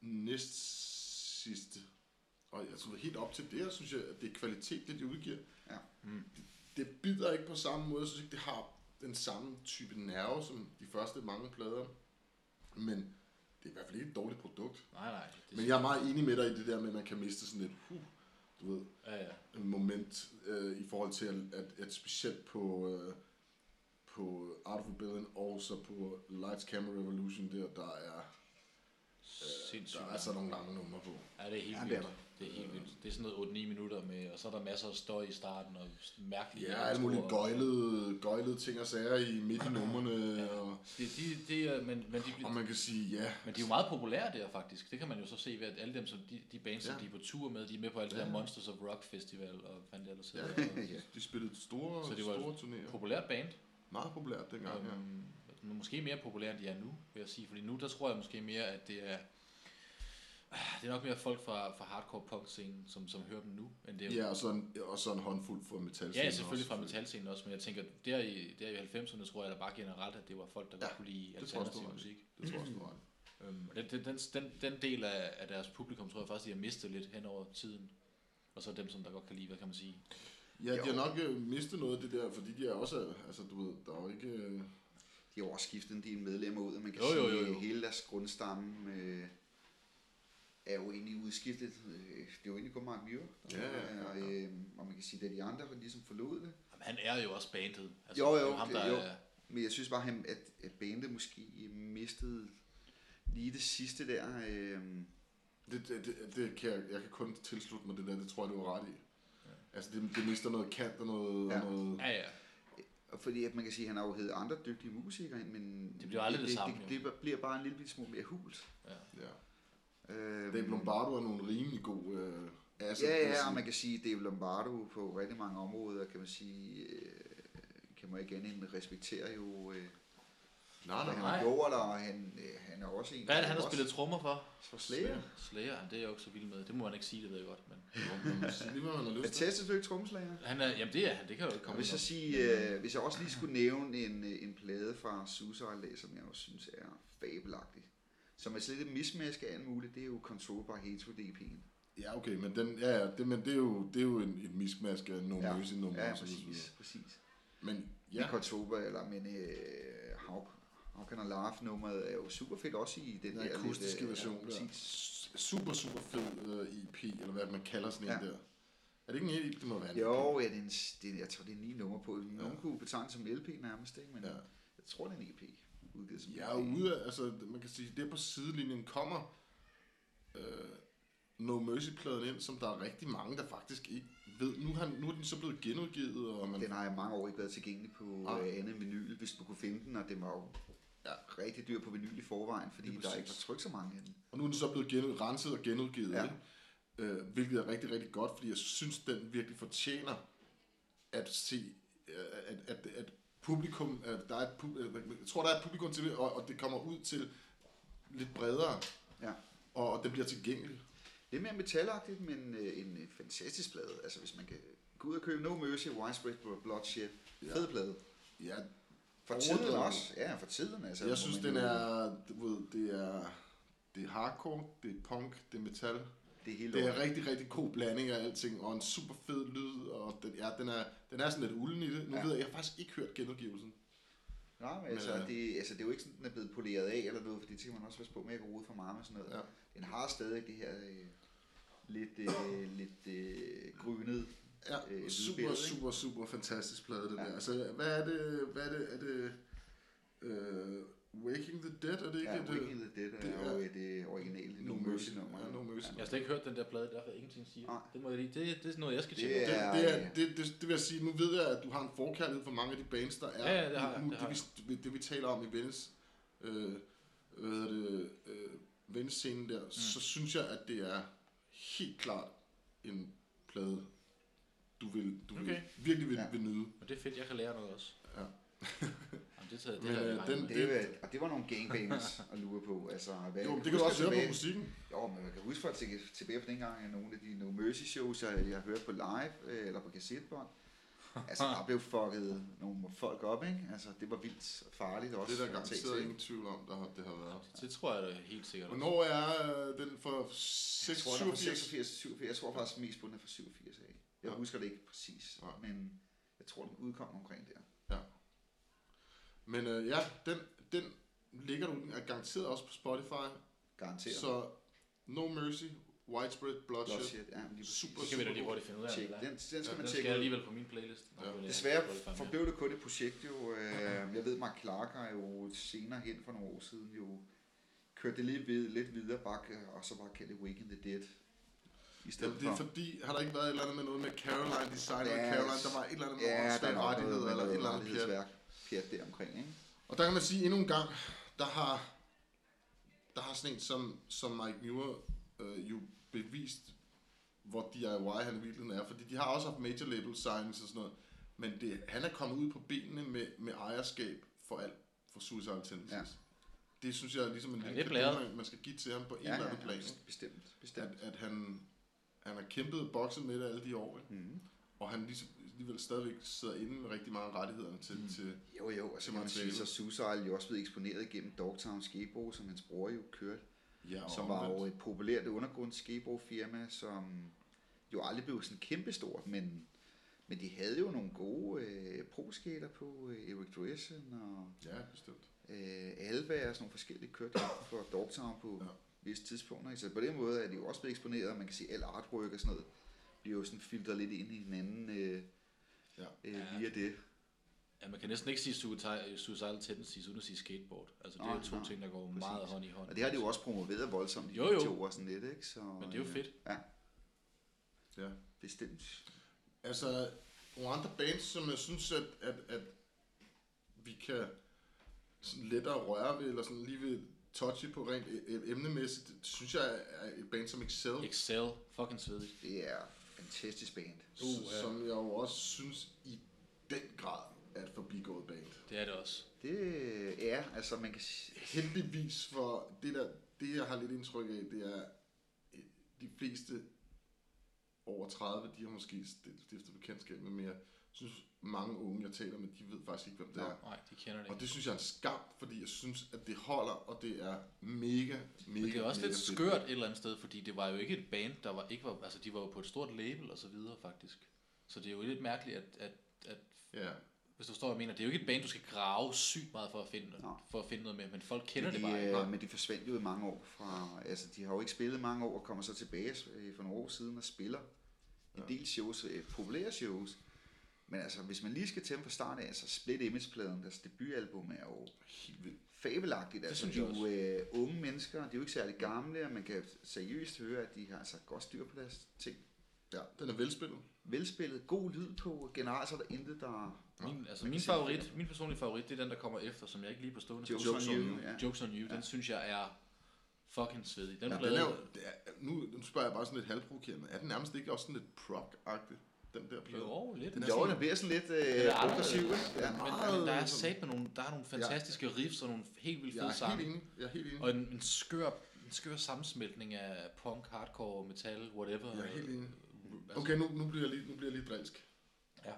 [SPEAKER 3] næst sidste. Og jeg synes, helt op til det, jeg synes jeg, at det er kvalitet, det de udgiver.
[SPEAKER 2] Ja.
[SPEAKER 4] Mm.
[SPEAKER 3] Det, det bider ikke på samme måde. Jeg synes ikke, det har den samme type nerve som de første mange plader. Men det er i hvert fald ikke et dårligt produkt.
[SPEAKER 4] Nej, nej. Det,
[SPEAKER 3] Men jeg er meget enig med dig i det der med, at man kan miste sådan lidt, huh, du ved,
[SPEAKER 4] ja, ja.
[SPEAKER 3] moment øh, i forhold til, at, at specielt på, øh, på Art of Rebellion og så på Lights Camera Revolution der, der er,
[SPEAKER 4] Sindssygt.
[SPEAKER 3] der er så nogle lange numre på.
[SPEAKER 4] Ja, det er helt
[SPEAKER 2] Ja, det er
[SPEAKER 4] vildt. Det er helt vildt. Det er sådan noget 8-9 minutter med, og så er der masser af støj i starten, og mærkelige...
[SPEAKER 3] Ja, alle mulige
[SPEAKER 4] intro, og-
[SPEAKER 3] gøjlede, gøjlede ting og sager i midt i numrene, og,
[SPEAKER 4] Det, de, det er, men, men, de,
[SPEAKER 3] og
[SPEAKER 4] bliver-
[SPEAKER 3] man kan sige, ja,
[SPEAKER 4] men de er jo meget populære der faktisk. Det kan man jo så se ved, at alle dem, som de, de bands, som
[SPEAKER 3] Ja.
[SPEAKER 4] de er på tur med, de er med på alt det
[SPEAKER 3] Ja.
[SPEAKER 4] der Monsters of Rock Festival og fandt det ellers
[SPEAKER 3] Ja. [LAUGHS]
[SPEAKER 4] hedder.
[SPEAKER 2] ja.
[SPEAKER 3] de spillede store,
[SPEAKER 4] Så
[SPEAKER 3] så
[SPEAKER 4] det
[SPEAKER 3] det
[SPEAKER 4] var
[SPEAKER 3] store turnéer.
[SPEAKER 4] Populært band.
[SPEAKER 3] Meget populært dengang, ja.
[SPEAKER 4] Øhm, Måske mere populære, end de er nu, vil jeg sige. Fordi nu, der tror jeg måske mere, at det er... Ah, Det er nok mere folk fra, fra hardcore punk scenen, som, som hører dem nu, end det er
[SPEAKER 3] Ja, og så en, og så en håndfuld fra metal.
[SPEAKER 4] Ja, selvfølgelig fra metalscenen også, men jeg tænker, der i, der i 90'erne tror jeg da bare generelt, at det var folk, der
[SPEAKER 3] Ja,
[SPEAKER 4] godt kunne lide
[SPEAKER 3] det tror jeg også,
[SPEAKER 4] alternativ
[SPEAKER 3] du har ret i.
[SPEAKER 4] musik.
[SPEAKER 3] Det tror jeg også, du har ret i.
[SPEAKER 4] Øhm, og den, den, den, den, den del af, af deres publikum tror jeg faktisk, de har mistet lidt hen over tiden. Og så dem, som der godt kan lide, hvad kan man sige?
[SPEAKER 3] Ja, de
[SPEAKER 2] Jo.
[SPEAKER 3] har nok øh, mistet noget af det der, fordi de er også, altså du ved, der er jo ikke... øh,
[SPEAKER 2] de har jo også skiftet en del medlemmer ud, og man kan
[SPEAKER 4] Jo,
[SPEAKER 2] sige,
[SPEAKER 4] jo, jo, jo.
[SPEAKER 2] hele deres grundstamme øh, er jo egentlig udskiftet. Øh, Det er jo egentlig kun Mark Muir, der
[SPEAKER 3] Ja, ja, ja,
[SPEAKER 2] er, øh, og man kan sige, at de andre der ligesom forlod det.
[SPEAKER 4] Jamen, han er jo også bandet. Altså,
[SPEAKER 2] Jo, jo,
[SPEAKER 4] det er ham,
[SPEAKER 2] det-
[SPEAKER 4] der
[SPEAKER 2] jo.
[SPEAKER 4] Er,
[SPEAKER 2] Men jeg synes bare, han- at, at bandet måske mistede lige det sidste der. Øh,
[SPEAKER 3] Det, det, det, det kan jeg, jeg kan kun tilslutte mig det der, det tror jeg, du har ret i. Altså det, det mister noget kant og noget...
[SPEAKER 2] Ja.
[SPEAKER 3] Og noget
[SPEAKER 4] ja, ja.
[SPEAKER 2] Og fordi at man kan sige, at han har jo heddet andre dygtige musikere ind, men...
[SPEAKER 4] Det bliver aldrig det samme,
[SPEAKER 2] Det,
[SPEAKER 4] jo.
[SPEAKER 2] det, det bliver bare en lille bitte smule mere hult.
[SPEAKER 3] ja.
[SPEAKER 2] Øh,
[SPEAKER 3] Dave Lombardo er nogle rimelig gode øh, asset.
[SPEAKER 2] Ja,
[SPEAKER 3] vil jeg
[SPEAKER 2] ja, og
[SPEAKER 3] sige.
[SPEAKER 2] man kan sige, at Dave Lombardo på rigtig mange områder, kan man sige, øh, kan man ikke andet end respektere jo, øh,
[SPEAKER 3] Nej,
[SPEAKER 2] hvad
[SPEAKER 3] nej,
[SPEAKER 2] han
[SPEAKER 3] nej.
[SPEAKER 2] har gjort, og han, øh, han er også en...
[SPEAKER 4] Hvad er det, han
[SPEAKER 2] der
[SPEAKER 4] har spillet
[SPEAKER 2] også-
[SPEAKER 4] trommer for?
[SPEAKER 2] for Slayer?
[SPEAKER 4] Slayer, jamen, det er jeg jo ikke så vild med. Det må han ikke sige, det ved jeg godt. Men
[SPEAKER 3] Jo, man må sige Lige hvad man har lyst til.
[SPEAKER 2] Fantastisk dygtig trommeslager.
[SPEAKER 4] han er, jamen det er han, det kan jeg jo
[SPEAKER 2] Og
[SPEAKER 4] ikke komme
[SPEAKER 2] hvis jeg,
[SPEAKER 4] udenom.
[SPEAKER 2] sige, øh, hvis jeg også lige skulle nævne en, øh, en plade fra Suicide Lay, som jeg også synes er fabelagtig, som er slet et mismask af alt muligt, det er jo Control by Hatred EP'en.
[SPEAKER 3] Ja, okay, men, den, ja, ja, det, men det, er jo, det er jo en, et miskmask af nogle ja. nummer.
[SPEAKER 2] ja,
[SPEAKER 3] og så videre.
[SPEAKER 2] præcis, præcis.
[SPEAKER 3] Men
[SPEAKER 2] Ja.
[SPEAKER 3] ja,
[SPEAKER 2] Cortoba, eller men øh, How, How Can I Laugh nummeret er jo super fedt også i den,
[SPEAKER 3] den
[SPEAKER 2] der
[SPEAKER 3] akustiske
[SPEAKER 2] lidt, øh,
[SPEAKER 3] version
[SPEAKER 2] Ja,
[SPEAKER 3] der.
[SPEAKER 2] præcis.
[SPEAKER 3] Super, super fed øh, EP, eller hvad man kalder sådan en
[SPEAKER 2] Ja.
[SPEAKER 3] der. Er det ikke en EP, det må være en E EP?
[SPEAKER 2] Jo, ja, det er en, det, er- jeg tror, det er ni nummer på. Nogen ja. kunne betegne som LP nærmest, ikke? men ja.
[SPEAKER 3] Ja.
[SPEAKER 2] jeg tror, det er en EP. Udgivet som
[SPEAKER 3] Jeg er
[SPEAKER 2] EP.
[SPEAKER 3] ude af, altså man kan sige, der på sidelinjen kommer øh, No Mercy-pladen ind, som der er rigtig mange, der faktisk ikke ved. Nu, har, nu er den så blevet genudgivet, og man,
[SPEAKER 2] Den har jeg mange år ikke været tilgængelig på
[SPEAKER 3] Ah.
[SPEAKER 2] ah. øh, andet vinyl, hvis du kunne finde den, og det var jo
[SPEAKER 3] Ja.
[SPEAKER 2] ja. rigtig dyr på vinyl i forvejen, fordi
[SPEAKER 3] Det er
[SPEAKER 2] der ikke var
[SPEAKER 3] præcis.
[SPEAKER 2] trykt så mange af den.
[SPEAKER 3] og nu er den så blevet genud, renset og genudgivet.
[SPEAKER 2] Ja.
[SPEAKER 3] Ja. Øh, hvilket er rigtig, rigtig godt, fordi jeg synes, den virkelig fortjener at se, øh, at, at, at publikum, at der er et, pub- øh, jeg tror, der er et publikum til det, og, og det kommer ud til lidt bredere,
[SPEAKER 2] Ja.
[SPEAKER 3] og, og det bliver tilgængeligt.
[SPEAKER 2] Lidt mere metalagtigt, men øh, en øh, fantastisk plade. Altså hvis man kan gå ud og købe No Mercy, Widespread Bloodshed,
[SPEAKER 3] Ja.
[SPEAKER 2] fed plade.
[SPEAKER 3] Ja,
[SPEAKER 2] For
[SPEAKER 3] Overdraget.
[SPEAKER 2] tiden også. Ja, for tiden. Altså,
[SPEAKER 3] Jeg synes,
[SPEAKER 2] hvor man
[SPEAKER 3] den
[SPEAKER 2] jo-
[SPEAKER 3] er, du ved, det er, Det er hardcore, det er punk, det er metal.
[SPEAKER 2] Det er helt
[SPEAKER 3] Det er
[SPEAKER 2] lort.
[SPEAKER 3] en rigtig, rigtig god blanding af alting, og en super fed lyd, og den, ja, den, er, den er sådan lidt ulden i det.
[SPEAKER 2] Ja.
[SPEAKER 3] Nu ja. ved jeg, jeg har faktisk ikke hørt genudgivelsen.
[SPEAKER 2] Nej, men altså,
[SPEAKER 3] Men, øh,
[SPEAKER 2] det, altså, det er jo ikke sådan, den er blevet poleret af eller noget, for det tænker man også passe på med at gå ud for meget med sådan noget.
[SPEAKER 3] Ja.
[SPEAKER 2] Den har stadig det her øh, lidt, øh, lidt øh, grynet.
[SPEAKER 3] Ja,
[SPEAKER 2] Øh, lydbillede,
[SPEAKER 3] super,
[SPEAKER 2] ikke?
[SPEAKER 3] super, super fantastisk plade, det
[SPEAKER 2] Ja.
[SPEAKER 3] ja. der. Altså, hvad er det, hvad er det, er det øh, Waking the Dead, er det ikke?
[SPEAKER 2] Ja,
[SPEAKER 3] et, øh,
[SPEAKER 2] Wicked the Dead
[SPEAKER 3] det
[SPEAKER 2] er
[SPEAKER 3] er-
[SPEAKER 2] jo et øh, originalt
[SPEAKER 3] No
[SPEAKER 2] No
[SPEAKER 3] Mercy
[SPEAKER 2] Mercy
[SPEAKER 3] Ja, No
[SPEAKER 2] nummer.
[SPEAKER 3] Mercy.
[SPEAKER 4] Jeg har slet ikke hørt den der plade, derfor jeg ingenting siger.
[SPEAKER 2] Nej.
[SPEAKER 4] Det, må jeg lige, det, det er noget, jeg skal tjekke.
[SPEAKER 2] Det
[SPEAKER 4] ud.
[SPEAKER 3] Det,
[SPEAKER 2] Ja,
[SPEAKER 3] det,
[SPEAKER 2] ja.
[SPEAKER 3] er, det, det, det vil jeg sige, nu ved jeg, at du har en forkærlighed for mange af de bands, der er
[SPEAKER 4] Ja, ja, det har jeg,
[SPEAKER 3] nu,
[SPEAKER 4] det har
[SPEAKER 3] det, vi, det, vi taler om i Venice, øh, hvad hedder det, øh, Venice-scenen der, mm. så synes jeg, at det er helt klart en plade, du vil, du okay.
[SPEAKER 4] Okay.
[SPEAKER 3] vil virkelig vil,
[SPEAKER 2] Ja.
[SPEAKER 3] ja. vil nyde.
[SPEAKER 4] Men det er fedt, jeg kan lære noget også.
[SPEAKER 3] Ja.
[SPEAKER 4] Jamen, det tager, det
[SPEAKER 3] Men,
[SPEAKER 4] tager jeg
[SPEAKER 3] øh,
[SPEAKER 4] regn
[SPEAKER 3] den-
[SPEAKER 4] med.
[SPEAKER 2] Det, er jo- og det var nogle gangbangers at lure på. Altså, hvad,
[SPEAKER 3] Jo, men det kan
[SPEAKER 2] husker
[SPEAKER 3] du også høre
[SPEAKER 2] tilbage-
[SPEAKER 3] på musikken.
[SPEAKER 2] Jo, men man kan huske for at tænke tilbage på dengang, at nogle af de No Mercy shows, jeg, jeg hørte på live øh, eller på
[SPEAKER 3] [LAUGHS]
[SPEAKER 2] kassettebånd, altså der blev fucket nogle folk op, ikke? Altså det var vildt og farligt også.
[SPEAKER 3] Det er der
[SPEAKER 2] at tage
[SPEAKER 3] garanteret
[SPEAKER 2] til.
[SPEAKER 3] ingen tvivl om, der har, det har været.
[SPEAKER 4] Det- Det tror jeg da helt sikkert. også.
[SPEAKER 3] Hvornår er øh, den for
[SPEAKER 2] Jeg
[SPEAKER 3] 6,
[SPEAKER 2] tror, den er fra
[SPEAKER 3] 87?
[SPEAKER 2] 86, 87. Jeg tror faktisk mest på, den er fra 87 af. Jeg
[SPEAKER 3] Ja.
[SPEAKER 2] husker det ikke præcis,
[SPEAKER 3] Nej.
[SPEAKER 2] men jeg tror, den udkom omkring der.
[SPEAKER 3] Men øh, ja, den, den ligger du er garanteret også på Spotify.
[SPEAKER 2] Garanteret.
[SPEAKER 3] Så No Mercy, Widespread
[SPEAKER 2] Bloodshed,
[SPEAKER 3] Bloodshed. Bloodshed.
[SPEAKER 2] ja, lige præcis.
[SPEAKER 3] Super,
[SPEAKER 4] Det kan vi da lige
[SPEAKER 3] super
[SPEAKER 4] hurtigt finde ud af. om
[SPEAKER 2] Tjek.
[SPEAKER 4] det er.
[SPEAKER 2] Den, den skal
[SPEAKER 3] Ja,
[SPEAKER 2] man
[SPEAKER 4] Den skal
[SPEAKER 2] tjekke
[SPEAKER 4] jeg
[SPEAKER 2] ud.
[SPEAKER 4] alligevel på min playlist. Nå,
[SPEAKER 3] Ja.
[SPEAKER 4] det er-
[SPEAKER 2] Desværre
[SPEAKER 4] det er- det er-
[SPEAKER 2] forblev det kun et projekt jo. Øh, jeg ved, Mark Clark har jo senere hen for nogle år siden jo kørt det lidt, vid- lidt videre bak, øh, og så bare kaldt det Weekend the Dead. I stedet
[SPEAKER 3] Jamen, det er
[SPEAKER 2] for.
[SPEAKER 3] fordi, har der ikke været et eller andet med noget med Caroline Design og
[SPEAKER 2] Ja,
[SPEAKER 3] Caroline, der var et eller andet med
[SPEAKER 2] Ja, der er
[SPEAKER 3] åndssvage
[SPEAKER 2] nok noget
[SPEAKER 3] rettigheder
[SPEAKER 2] med
[SPEAKER 3] eller et
[SPEAKER 2] noget
[SPEAKER 3] eller andet pjat.
[SPEAKER 2] rettighedsværk. Pjat der omkring, ikke?
[SPEAKER 3] Og der kan man sige endnu en gang, der har, der har sådan en som, som Mike Muir øh, jo bevist, hvor DIY han i virkeligheden er. Fordi de har også haft major label signings og sådan noget. Men det, han er kommet ud på benene med, med ejerskab for alt for Suicide Tendencies.
[SPEAKER 2] Ja.
[SPEAKER 3] Ja. Det synes jeg er ligesom en
[SPEAKER 4] Ja,
[SPEAKER 3] lille
[SPEAKER 4] det er blæret.
[SPEAKER 3] cadeau, man- man skal give til ham på en eller anden plan. ikke?
[SPEAKER 2] bestemt. bestemt.
[SPEAKER 3] at, at han, han har kæmpet og bokset med det alle de år, ikke?
[SPEAKER 2] Mm.
[SPEAKER 3] og han ligesom, alligevel stadigvæk sidder inde med rigtig mange af rettighederne til,
[SPEAKER 2] Mhm.
[SPEAKER 3] mm. til
[SPEAKER 2] Jo, jo, altså
[SPEAKER 3] Til
[SPEAKER 2] kan man sige, så
[SPEAKER 3] materialet.
[SPEAKER 2] Suicide jo også blevet eksponeret gennem Dogtown Skebo, som hans bror jo kørte,
[SPEAKER 3] ja, og
[SPEAKER 2] som var jo
[SPEAKER 3] omvendt.
[SPEAKER 2] et populært undergrundsskebo-firma, som jo aldrig blev sådan kæmpestort, men, men de havde jo nogle gode øh, pro-skater på, øh, Eric Dressen og
[SPEAKER 3] Ja, bestemt.
[SPEAKER 2] øh, Alva og sådan nogle forskellige kørte
[SPEAKER 4] [COUGHS]
[SPEAKER 2] for Dogtown på ja.
[SPEAKER 3] Ja.
[SPEAKER 2] visse tidspunkter. ikke? Så på den måde er de jo også blevet eksponeret, og man kan sige, at al artwork og sådan noget bliver jo sådan filtret lidt ind i hinanden øh,
[SPEAKER 3] Ja.
[SPEAKER 2] ja. øh,
[SPEAKER 4] Ja.
[SPEAKER 2] via det.
[SPEAKER 4] Ja, man kan næsten ikke sige suicide- suicidal tendencies, uden at sige skateboard. Altså, det
[SPEAKER 2] Nej,
[SPEAKER 4] er to
[SPEAKER 2] nej,
[SPEAKER 4] ting, der går
[SPEAKER 2] præcis.
[SPEAKER 4] meget hånd i hånd.
[SPEAKER 2] Og det har de jo også promoveret voldsomt i
[SPEAKER 4] Jo,
[SPEAKER 2] de
[SPEAKER 4] jo.
[SPEAKER 2] to år sådan lidt, ikke? Så,
[SPEAKER 4] Men det er jo
[SPEAKER 2] øh,
[SPEAKER 4] fedt.
[SPEAKER 2] Ja,
[SPEAKER 3] Ja.
[SPEAKER 2] bestemt.
[SPEAKER 3] Altså, nogle andre bands, som jeg synes, at, at, at vi kan sådan lettere røre ved, eller sådan lige ved touche på rent e- e- emnemæssigt, det synes jeg er et band som Excel,
[SPEAKER 4] Excel. Fucking svedigt.
[SPEAKER 2] Det er fantastisk band.
[SPEAKER 4] Uh, ja.
[SPEAKER 3] som jeg jo også synes i den grad er et forbigået band.
[SPEAKER 4] Det er det også.
[SPEAKER 2] Det er, altså man kan sige,
[SPEAKER 3] heldigvis for det der, det jeg har lidt indtryk af, det er øh, de fleste over 30, de har måske stil- stiftet bekendtskab med mere. Jeg synes, mange unge, jeg taler med, de ved faktisk ikke, hvem det er.
[SPEAKER 4] Nej, de kender det
[SPEAKER 3] Og
[SPEAKER 4] ikke.
[SPEAKER 3] det synes jeg er en skam, fordi jeg synes, at det holder, og det er mega, mega,
[SPEAKER 4] Men det er også
[SPEAKER 3] mega
[SPEAKER 4] lidt
[SPEAKER 3] fedt.
[SPEAKER 4] skørt et eller andet sted, fordi det var jo ikke et band, der var, ikke var, altså de var jo på et stort label og så videre faktisk. Så det er jo lidt mærkeligt, at, at, at
[SPEAKER 3] Ja.
[SPEAKER 4] hvis du forstår, hvad jeg mener, det er jo ikke et band, du skal grave sygt meget for at finde,
[SPEAKER 2] Nå.
[SPEAKER 4] for at finde noget med, men folk kender
[SPEAKER 2] men
[SPEAKER 4] det
[SPEAKER 2] de,
[SPEAKER 4] bare ikke.
[SPEAKER 2] øh, men de forsvandt jo i mange år fra, altså de har jo ikke spillet mange år, og kommer så tilbage øh, for nogle år siden og spiller en del shows, øh, populære shows. Men altså, hvis man lige skal til dem fra start af, så Split Image-pladen, deres debutalbum, er jo
[SPEAKER 3] Helt vildt.
[SPEAKER 2] fabelagtigt. Det altså,
[SPEAKER 4] synes
[SPEAKER 2] de er
[SPEAKER 4] jeg
[SPEAKER 2] jo øh, unge mennesker, de er jo ikke særlig gamle, og man kan seriøst høre, at de har altså godt styr på deres ting.
[SPEAKER 3] Ja, den er velspillet.
[SPEAKER 2] velspillet, god lyd på, og generelt så er der intet, der...
[SPEAKER 4] Min, altså
[SPEAKER 2] man kan se
[SPEAKER 4] min
[SPEAKER 2] det.
[SPEAKER 4] favorit, min personlige favorit, det er den, der kommer efter, som jeg ikke lige på stående
[SPEAKER 2] Jokes
[SPEAKER 4] skal
[SPEAKER 2] on
[SPEAKER 4] huske.
[SPEAKER 2] You, ja.
[SPEAKER 4] Jokes on You, den synes jeg er fucking svedig. Den
[SPEAKER 3] Ja,
[SPEAKER 4] ja,
[SPEAKER 3] den er
[SPEAKER 4] plade,
[SPEAKER 3] jo, det er, nu, nu spørger jeg bare sådan lidt halvprovokerende. Er den nærmest ikke også sådan lidt prog-agtig, den der plade?
[SPEAKER 4] jo, lidt.
[SPEAKER 3] Den er
[SPEAKER 2] Jo,
[SPEAKER 3] sådan-
[SPEAKER 2] den bliver sådan lidt øh,
[SPEAKER 4] Den er
[SPEAKER 2] progressiv,
[SPEAKER 4] anderledes.
[SPEAKER 2] ikke? Ja.
[SPEAKER 4] Men,
[SPEAKER 3] meget
[SPEAKER 4] men der er
[SPEAKER 3] sådan-
[SPEAKER 4] sat med nogle, der er nogle fantastiske riffs og nogle helt vildt
[SPEAKER 3] Jeg
[SPEAKER 4] fede
[SPEAKER 3] er helt
[SPEAKER 4] sange.
[SPEAKER 3] enig. Jeg er helt enig.
[SPEAKER 4] Og en, en, skør, en skør sammensmeltning af punk, hardcore, metal, whatever.
[SPEAKER 3] Jeg er helt enig.
[SPEAKER 4] Altså-
[SPEAKER 3] Okay, nu, nu, bliver jeg lige, nu bliver jeg lige drilsk.
[SPEAKER 4] Ja.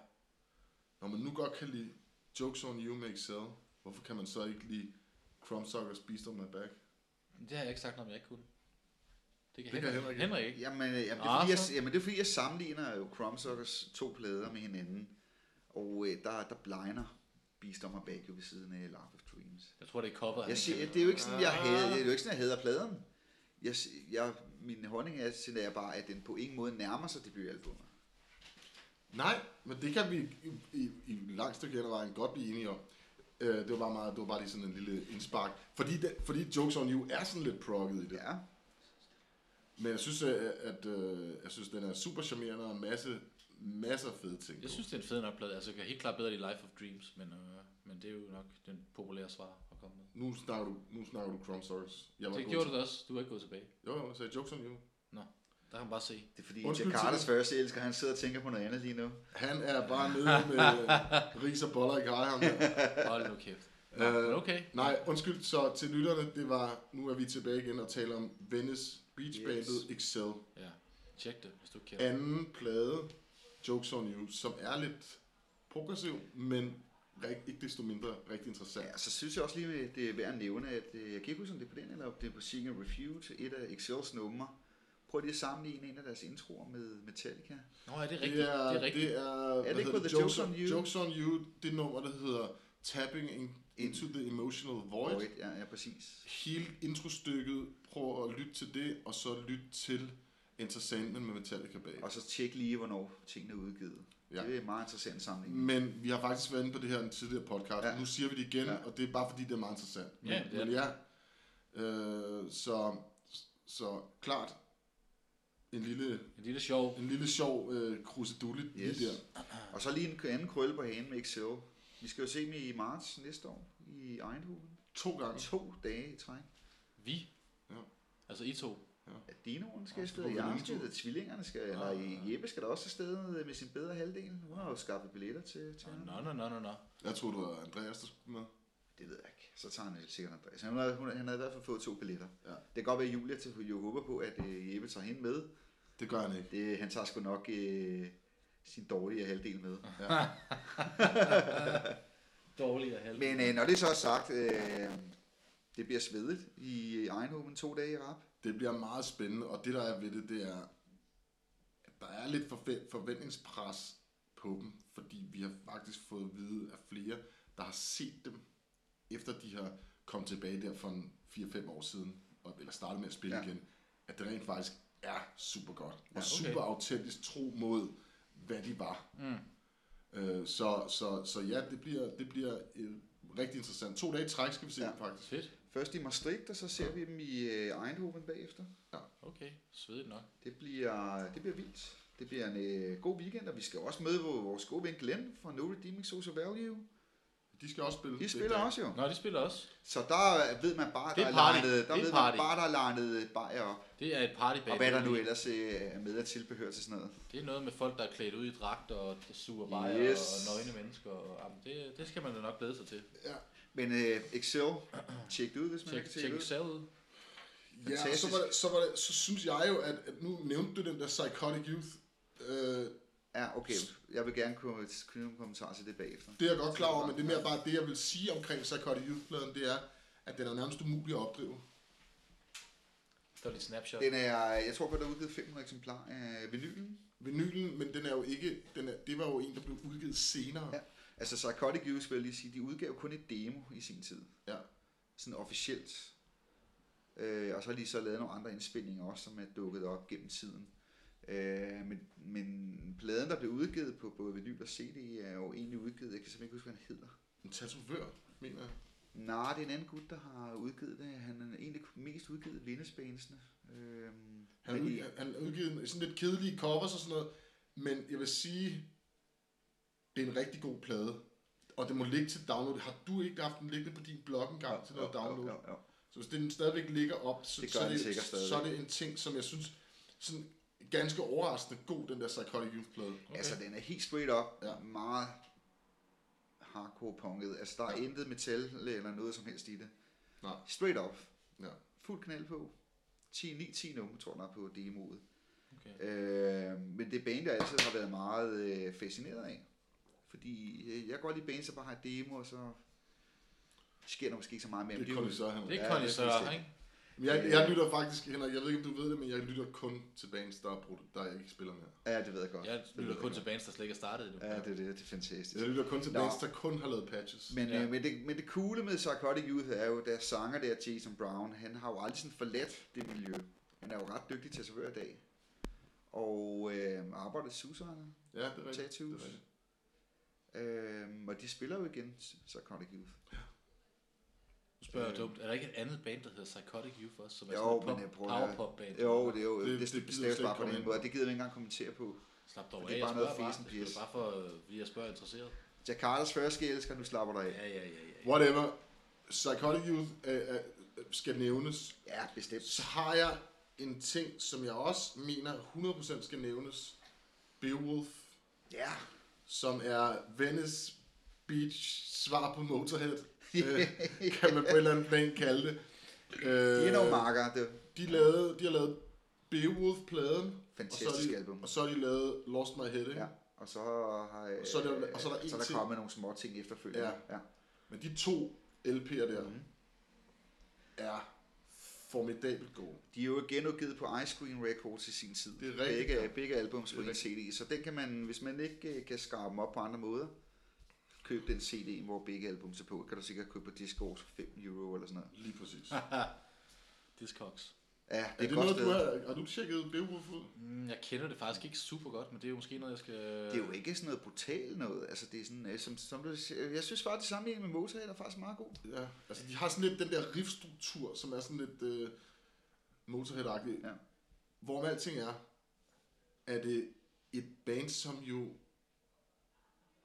[SPEAKER 3] Når man nu godt kan lide Jokes on You med Excel, hvorfor kan man så ikke lide Crumbsuckers Beast on My Back?
[SPEAKER 4] Det har jeg ikke sagt noget om, jeg ikke kunne. Det kan,
[SPEAKER 3] Det
[SPEAKER 4] Henrik,
[SPEAKER 3] kan
[SPEAKER 4] Henrik,
[SPEAKER 3] Henrik ikke.
[SPEAKER 4] ikke.
[SPEAKER 2] Jamen, øh, jamen, det er,
[SPEAKER 4] Ah,
[SPEAKER 2] fordi, jeg,
[SPEAKER 4] så.
[SPEAKER 2] jamen, det er fordi, jeg sammenligner jo Crumbsuckers to plader med hinanden. Og øh, der, der blegner Beast on My Back jo ved siden af Life of Dreams.
[SPEAKER 4] Jeg tror, det er cover.
[SPEAKER 2] Jeg siger, det er jo ikke sådan, jeg hader, det er jo ikke sådan, jeg hader pladen. Jeg, s- jeg, min holdning er, sådan, at jeg bare, at den på ingen måde nærmer sig debutalbumet.
[SPEAKER 3] Nej, men det kan vi i, i, i langt stykke hen ad vejen godt blive enige om. Øh, det, var bare meget, det var bare lige sådan en lille indspark. Fordi, det, fordi Jokes on You er sådan lidt progget i det.
[SPEAKER 2] Ja.
[SPEAKER 3] Men jeg synes, at, at øh, jeg synes, den er super charmerende og en masse, masser af fede ting
[SPEAKER 4] Jeg
[SPEAKER 3] på.
[SPEAKER 4] synes, det er en fed nok plade. Altså, jeg kan helt klart bedre lide Life of Dreams, men, øh, men det er jo nok den populære svar at komme med.
[SPEAKER 3] Nu snakker du, nu snakker du Crumb Stories. Jeg
[SPEAKER 4] Det
[SPEAKER 3] god
[SPEAKER 4] gjorde
[SPEAKER 3] til-
[SPEAKER 4] du da også. Du er ikke gået tilbage.
[SPEAKER 3] Jo, jo, jeg sagde Jokes on You.
[SPEAKER 4] Nå, der kan man bare se.
[SPEAKER 2] Det er fordi,
[SPEAKER 3] Undskyld,
[SPEAKER 2] Jakartas
[SPEAKER 3] Tim.
[SPEAKER 2] første elsker, han sidder og tænker på noget andet lige nu.
[SPEAKER 3] Han er bare nede med
[SPEAKER 2] [LAUGHS]
[SPEAKER 3] ris og boller i kaj, ham der.
[SPEAKER 4] [LAUGHS] Hold nu kæft.
[SPEAKER 3] Øh,
[SPEAKER 4] Men okay.
[SPEAKER 3] Nej, undskyld, så til lytterne, det var, nu er vi tilbage igen og taler om Venice Beach Bandet Excel.
[SPEAKER 4] Ja. Tjek det, hvis du ikke kender.
[SPEAKER 3] Anden plade, Jokes on You, som er lidt progressiv, men rigt, ikke desto mindre rigtig interessant.
[SPEAKER 2] Ja, så synes jeg også lige, det er værd at nævne, at øh, jeg kan ikke huske, om det er på den, eller om det er på Seeking a Refuge, et af Excels numre. Prøv lige at sammenligne en af deres introer med Metallica.
[SPEAKER 4] Nå, er det rigtigt? Det
[SPEAKER 3] er,
[SPEAKER 4] er, det er rigtigt.
[SPEAKER 3] Det er, hvad
[SPEAKER 2] ikke
[SPEAKER 3] hedder
[SPEAKER 2] på The Jokes on You?
[SPEAKER 3] Jokes on You, det nummer, der hedder Tapping in, Into the Emotional Void.
[SPEAKER 2] Void, ja, ja, præcis.
[SPEAKER 3] Hele introstykket, prøv at lytte til det, og så lyt til Entertainment med Metallica bag.
[SPEAKER 2] Og så tjek lige, hvornår tingene er udgivet.
[SPEAKER 3] Ja. Mm.
[SPEAKER 2] Ja. Det er en meget interessant sammenligning.
[SPEAKER 3] Men vi har faktisk været inde på det her i en tidligere podcast. Ja.
[SPEAKER 2] Ja.
[SPEAKER 3] Nu siger vi det igen, ja.
[SPEAKER 2] Ja.
[SPEAKER 3] og det er bare fordi, det er meget interessant. Men,
[SPEAKER 4] Ja, det er
[SPEAKER 3] men ja. Øh, så, så klart en lille,
[SPEAKER 4] En lille sjov.
[SPEAKER 3] en lille sjov øh, krusedulle yes.
[SPEAKER 2] Yes.
[SPEAKER 3] lige der.
[SPEAKER 2] Og så lige en k- anden krølle på hagen med Excel. Vi skal jo se dem i marts næste år i Eindhoven.
[SPEAKER 3] To gange.
[SPEAKER 2] To dage i træk.
[SPEAKER 4] Vi.
[SPEAKER 3] Ja.
[SPEAKER 4] Altså I to.
[SPEAKER 2] At dinoen skal afsted,
[SPEAKER 3] det må vi
[SPEAKER 2] jeg
[SPEAKER 3] lige Ah.
[SPEAKER 2] skal,
[SPEAKER 3] tro.
[SPEAKER 2] og tvillingerne skal, eller Jeppe skal da også afsted med sin bedre halvdel. Hun har jo skaffet billetter til,
[SPEAKER 3] Ah,
[SPEAKER 2] til ham.
[SPEAKER 4] Nå, nå, nå, nå, nå.
[SPEAKER 3] Jeg tror, du var Andreas, der skulle med.
[SPEAKER 2] Det ved jeg ikke. Så tager han sikkert Andreas. Han, havde, hun, han havde i hvert fald fået to billetter.
[SPEAKER 3] Ja.
[SPEAKER 2] Det kan godt være, at Julia til, jo håber på, at øh, Jeppe tager hende med.
[SPEAKER 3] Det gør han ikke.
[SPEAKER 2] Det, han tager sgu nok øh, sin dårlige halvdel med.
[SPEAKER 4] Dårligere halv.
[SPEAKER 2] Men øh, når det så er sagt, øh, det bliver svedigt i øh, Eindhoven to dage i rap.
[SPEAKER 3] Det bliver meget spændende, og det der er ved det, det er, at der er lidt forve- forventningspres på dem, fordi vi har faktisk fået at vide af flere, der har set dem, efter de har kommet tilbage der for en 4-5 år siden, og, eller startet med at spille ja.
[SPEAKER 2] Ja.
[SPEAKER 3] igen, at det rent faktisk er super godt, og
[SPEAKER 2] okay.
[SPEAKER 3] super autentisk tro mod, hvad de var. Mm. Øh, så, så, så ja, det bliver, det bliver øh, rigtig interessant. To dage i træk skal vi se ja.
[SPEAKER 2] Ja.
[SPEAKER 3] faktisk.
[SPEAKER 4] Fedt.
[SPEAKER 2] Først i Maastricht, og så ser vi dem i øh, Eindhoven bagefter.
[SPEAKER 4] Okay. Svedigt nok.
[SPEAKER 2] Det bliver, det bliver vildt. Det bliver en øh, god weekend, og vi skal også møde vores gode ven Glenn fra No Redeeming Social Value.
[SPEAKER 3] De skal også spille.
[SPEAKER 2] De
[SPEAKER 3] Det er
[SPEAKER 2] spiller
[SPEAKER 3] klart.
[SPEAKER 2] også jo.
[SPEAKER 4] Nå, de spiller også.
[SPEAKER 2] Så der ved man bare,
[SPEAKER 4] Det
[SPEAKER 2] der
[SPEAKER 4] er
[SPEAKER 2] er
[SPEAKER 4] party.
[SPEAKER 2] larnet,
[SPEAKER 4] Det er
[SPEAKER 2] der ved
[SPEAKER 4] party.
[SPEAKER 2] man bare, der er larnet bajer op.
[SPEAKER 4] Det er et partyband.
[SPEAKER 2] Og hvad der nu ellers øh, er med at tilbehør til sådan noget.
[SPEAKER 4] Det er noget med folk, der er klædt ud i dragt og der suger bajer
[SPEAKER 2] Yes.
[SPEAKER 4] og nøgne mennesker. Og, jamen, det, det skal man da nok glæde sig til.
[SPEAKER 2] Men øh, Excel, tjek det ud, hvis man
[SPEAKER 4] Tjek,
[SPEAKER 2] ikke kan tjekke
[SPEAKER 4] tjek
[SPEAKER 2] det ud.
[SPEAKER 4] selv ud.
[SPEAKER 3] Ja, og så,
[SPEAKER 2] Fantastisk.
[SPEAKER 3] var det, så, var det, så synes jeg jo, at, at nu nævnte du den der Psychotic Youth. Øh,
[SPEAKER 2] Ja, okay. Jeg vil gerne kunne knytte en kommentar til det bagefter.
[SPEAKER 3] det er jeg godt klar over, men det er mere bare det, jeg vil sige omkring Psychotic Youth-pladen, det er, at den er nærmest umulig at opdrive.
[SPEAKER 4] Der er lidt snapshot.
[SPEAKER 2] Den er, jeg tror godt, der er udgivet 500 eksemplarer af vinylen.
[SPEAKER 3] Vinylen, men den er jo ikke, den er, det var jo en, der blev udgivet senere.
[SPEAKER 2] Ja. Altså Psychotic Youth, vil jeg lige sige, de udgav kun et demo i sin tid.
[SPEAKER 3] Ja.
[SPEAKER 2] Sådan officielt. Øh, og så har de så lavet nogle andre indspilninger også, som er dukket op gennem tiden. Øh, men, men pladen, der blev udgivet på både vinyl og CD, er jo egentlig udgivet, jeg kan simpelthen ikke huske, hvad han hedder.
[SPEAKER 3] En tatovør, mener jeg.
[SPEAKER 2] Nej, det er en anden gut, der har udgivet det. Han er egentlig mest udgivet Vindesbanesene. Øhm,
[SPEAKER 3] Han,
[SPEAKER 2] men
[SPEAKER 3] ud,
[SPEAKER 2] i-
[SPEAKER 3] han har udgivet en- sådan lidt kedelige covers og sådan noget, men jeg vil sige, det er en rigtig god plade. Og det må ligge til download. Har du ikke haft den liggende på din blog engang til noget download?
[SPEAKER 2] Jo, jo, jo.
[SPEAKER 3] Så hvis den stadigvæk ligger op, så,
[SPEAKER 2] Det gør
[SPEAKER 3] så, er
[SPEAKER 2] den
[SPEAKER 3] det,
[SPEAKER 2] sikkert stadigvæk.
[SPEAKER 3] så er det en ting, som jeg synes sådan ganske overraskende god, den der Psychotic Youth-plade.
[SPEAKER 4] Okay.
[SPEAKER 2] Altså, den er helt straight up.
[SPEAKER 3] Ja.
[SPEAKER 2] Ja. Meget hardcore punket. Altså, der er
[SPEAKER 3] Ja.
[SPEAKER 2] ja. intet metal eller noget som helst i det.
[SPEAKER 3] Nej.
[SPEAKER 2] Straight up.
[SPEAKER 3] Ja.
[SPEAKER 2] Fuld knald på. 10-9-10 nummer, tror jeg, der er på demoet.
[SPEAKER 4] Okay.
[SPEAKER 2] Øh, men det er band, jeg altid har været meget øh, fascineret af. Fordi øh, jeg kan godt lide bands, der bare har et demo, og så sker der måske ikke så meget mere. Men
[SPEAKER 3] Det
[SPEAKER 2] er jo-
[SPEAKER 3] kom så han.
[SPEAKER 4] Det
[SPEAKER 3] Ja.
[SPEAKER 4] er
[SPEAKER 2] Ja,
[SPEAKER 4] Conny
[SPEAKER 2] det er
[SPEAKER 4] Sørre,
[SPEAKER 2] fuldstændig.
[SPEAKER 4] ikke?
[SPEAKER 3] Jeg, jeg lytter faktisk, Henrik, jeg ved ikke, om du ved det, men jeg lytter kun til bands, der, er produ- der ikke spiller mere.
[SPEAKER 2] Ja, det ved jeg godt.
[SPEAKER 4] Jeg
[SPEAKER 2] Det ved
[SPEAKER 4] lytter kun
[SPEAKER 2] godt.
[SPEAKER 4] til bands, der slet ikke er startet endnu.
[SPEAKER 2] Ja, det, er det, det er fantastisk.
[SPEAKER 3] Jeg lytter kun til
[SPEAKER 2] Nå.
[SPEAKER 3] bands, der kun har lavet patches.
[SPEAKER 2] Men,
[SPEAKER 4] Ja.
[SPEAKER 2] ja. øh, men, det, men det coole med Psychotic Youth er jo, deres sanger der, Jason Brown, han har jo aldrig sådan forladt det miljø. Han er jo ret dygtig til at i dag. Og øh, arbejder Susanne.
[SPEAKER 3] ja, det er rigtigt. Det
[SPEAKER 2] Tattoos.
[SPEAKER 3] er rigtigt.
[SPEAKER 2] Øh, og de spiller jo igen Psychotic Youth.
[SPEAKER 4] Nu spørger jeg
[SPEAKER 2] Øh.
[SPEAKER 4] dumt. Er der ikke et andet band, der hedder Psychotic Youth også, som er
[SPEAKER 2] Jo,
[SPEAKER 4] sådan et
[SPEAKER 2] men øh,
[SPEAKER 4] pop,
[SPEAKER 2] jeg prøver-
[SPEAKER 4] powerpop-band?
[SPEAKER 2] Jo, det er jo
[SPEAKER 3] Det-
[SPEAKER 2] det, det, det
[SPEAKER 3] det gider vi slet
[SPEAKER 2] bestemt
[SPEAKER 3] ikke
[SPEAKER 2] bare på
[SPEAKER 3] komme
[SPEAKER 2] den
[SPEAKER 3] ind
[SPEAKER 2] måde,
[SPEAKER 3] på.
[SPEAKER 2] og det gider vi ikke engang kommentere på.
[SPEAKER 4] Slap dog
[SPEAKER 2] Men det
[SPEAKER 4] af,
[SPEAKER 2] er
[SPEAKER 4] jeg
[SPEAKER 2] bare noget
[SPEAKER 4] spørger bare.
[SPEAKER 2] fesen
[SPEAKER 4] Det er
[SPEAKER 2] pis.
[SPEAKER 4] bare for, øh, fordi jeg spørger interesseret.
[SPEAKER 2] Jakartas første elsker, nu slapper du af.
[SPEAKER 4] Ja, ja, ja, ja.
[SPEAKER 3] Whatever. Psychotic Youth øh, øh, skal nævnes.
[SPEAKER 2] Ja, bestemt.
[SPEAKER 3] Så har jeg en ting, som jeg også mener 100% skal nævnes. Beowulf,
[SPEAKER 2] Ja,
[SPEAKER 3] som er Venice Beach svar på Motorhead. øh, kan man på et eller andet plan kalde det. Øh,
[SPEAKER 2] det er nogle marker, det
[SPEAKER 3] de, lavede, de har lavet Beowulf-pladen. og så
[SPEAKER 2] Fantastisk
[SPEAKER 3] har de,
[SPEAKER 2] album.
[SPEAKER 3] Og så har de lavet Lost My Head, ikke?
[SPEAKER 2] Ja, og så har øh,
[SPEAKER 3] Og så er der- og så er der en
[SPEAKER 2] så er der
[SPEAKER 3] ting.
[SPEAKER 2] kommet nogle små ting efterfølgende.
[SPEAKER 3] Ja.
[SPEAKER 2] ja.
[SPEAKER 3] Men de to LP'er der
[SPEAKER 2] Mhm.
[SPEAKER 3] mm-hmm. er formidabelt gode.
[SPEAKER 2] De er jo genudgivet på Ice Cream Records i sin tid.
[SPEAKER 3] Det er rigtigt,
[SPEAKER 2] Begge,
[SPEAKER 3] ja.
[SPEAKER 2] begge albums på
[SPEAKER 3] Det er
[SPEAKER 2] en CD. Så den kan man, hvis man ikke øh, kan skrabe dem op på andre måder, køb den CD, hvor begge albums er på. Kan du sikkert købe på Discogs for 5 euro eller sådan noget.
[SPEAKER 3] Lige præcis.
[SPEAKER 4] Discogs.
[SPEAKER 2] Ja, det er,
[SPEAKER 3] er det
[SPEAKER 2] godt
[SPEAKER 3] noget,
[SPEAKER 2] sted.
[SPEAKER 3] du har, har du tjekket Beowulf ud?
[SPEAKER 4] Mm, jeg kender det faktisk ikke super godt, men det er jo måske noget, jeg skal...
[SPEAKER 2] Det er jo ikke sådan noget brutalt noget. Altså, det er sådan, øh, som, som du, siger- jeg synes faktisk, at sammenligningen med Motorhead er faktisk meget god.
[SPEAKER 3] Ja. Altså, de har sådan lidt den der riffstruktur, som er sådan lidt øh, motorhead
[SPEAKER 2] Ja.
[SPEAKER 3] Hvor med alting er, er det et band, som jo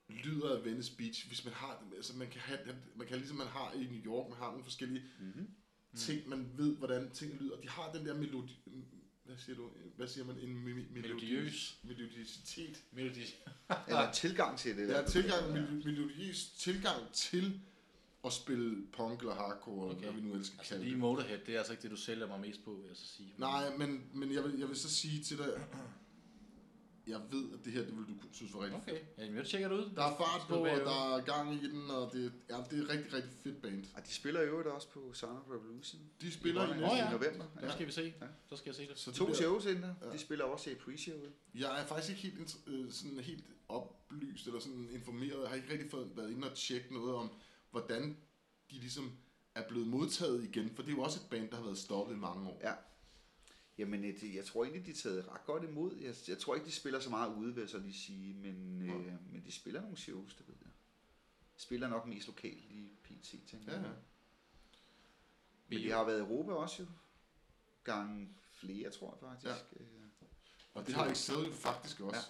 [SPEAKER 3] lyder af Venice Beach, hvis man har det. Altså, man kan, have, man kan ligesom man har i New York, man har nogle forskellige
[SPEAKER 2] Mm-hmm.
[SPEAKER 3] ting, man ved, hvordan ting lyder. De har den der melodi... Hvad siger du? Hvad siger man? En me- me-
[SPEAKER 4] Melodiøs.
[SPEAKER 3] Melodiøsitet.
[SPEAKER 4] Melodi.
[SPEAKER 2] Eller tilgang til det. i
[SPEAKER 3] Ah. Ja,
[SPEAKER 2] hvert fald.
[SPEAKER 3] tilgang,
[SPEAKER 2] Ja.
[SPEAKER 3] mel- melodiøs tilgang til at spille punk eller hardcore, okay.
[SPEAKER 4] Okay.
[SPEAKER 3] hvad vi nu elsker
[SPEAKER 4] Altså
[SPEAKER 3] kalde
[SPEAKER 4] lige
[SPEAKER 3] det.
[SPEAKER 4] Motorhead, det er altså ikke det, du sælger mig mest på, vil jeg så sige.
[SPEAKER 3] Nej, men, men jeg, vil, jeg vil så sige til dig, jeg ved, at det her, det vil du kunne synes var rigtig okay.
[SPEAKER 4] Okay,
[SPEAKER 3] fedt.
[SPEAKER 4] ja, jamen, jeg tjekker det ud.
[SPEAKER 3] Der er fart på,
[SPEAKER 4] Skal
[SPEAKER 3] og
[SPEAKER 4] være-
[SPEAKER 3] der er gang i den, og det, ja, det er et rigtig, rigtig fedt band.
[SPEAKER 2] Og Ah, de spiller i øvrigt også på Sound of Revolution.
[SPEAKER 3] De spiller i
[SPEAKER 2] Nå,
[SPEAKER 3] næste.
[SPEAKER 4] ja.
[SPEAKER 2] i november.
[SPEAKER 4] Nu skal vi se.
[SPEAKER 2] Ja.
[SPEAKER 4] Så skal jeg se det.
[SPEAKER 3] Så det
[SPEAKER 2] To
[SPEAKER 3] bliver-
[SPEAKER 2] shows inden.
[SPEAKER 3] Ja.
[SPEAKER 2] De spiller også i pre-showet.
[SPEAKER 3] Jeg er faktisk ikke helt, int- øh, sådan helt oplyst eller sådan informeret. Jeg har ikke rigtig fået, været inde og tjekke noget om, hvordan de ligesom er blevet modtaget igen. For det er jo også et band, der har været stoppet i mange år.
[SPEAKER 2] Ja. Jamen, øh, det- jeg tror egentlig, de er taget ret godt imod. Jeg, jeg tror ikke, de spiller så meget ude, vil jeg så lige sige. Men,
[SPEAKER 3] Nej.
[SPEAKER 2] øh, men de spiller nogle shows, det ved jeg. Spiller nok mest lokalt lige pt, tænker
[SPEAKER 3] Ja,
[SPEAKER 2] jeg.
[SPEAKER 3] ja.
[SPEAKER 2] Men de har været i Europa også jo. Gange flere, tror jeg faktisk. Ja,
[SPEAKER 3] Og det har Excel faktisk også.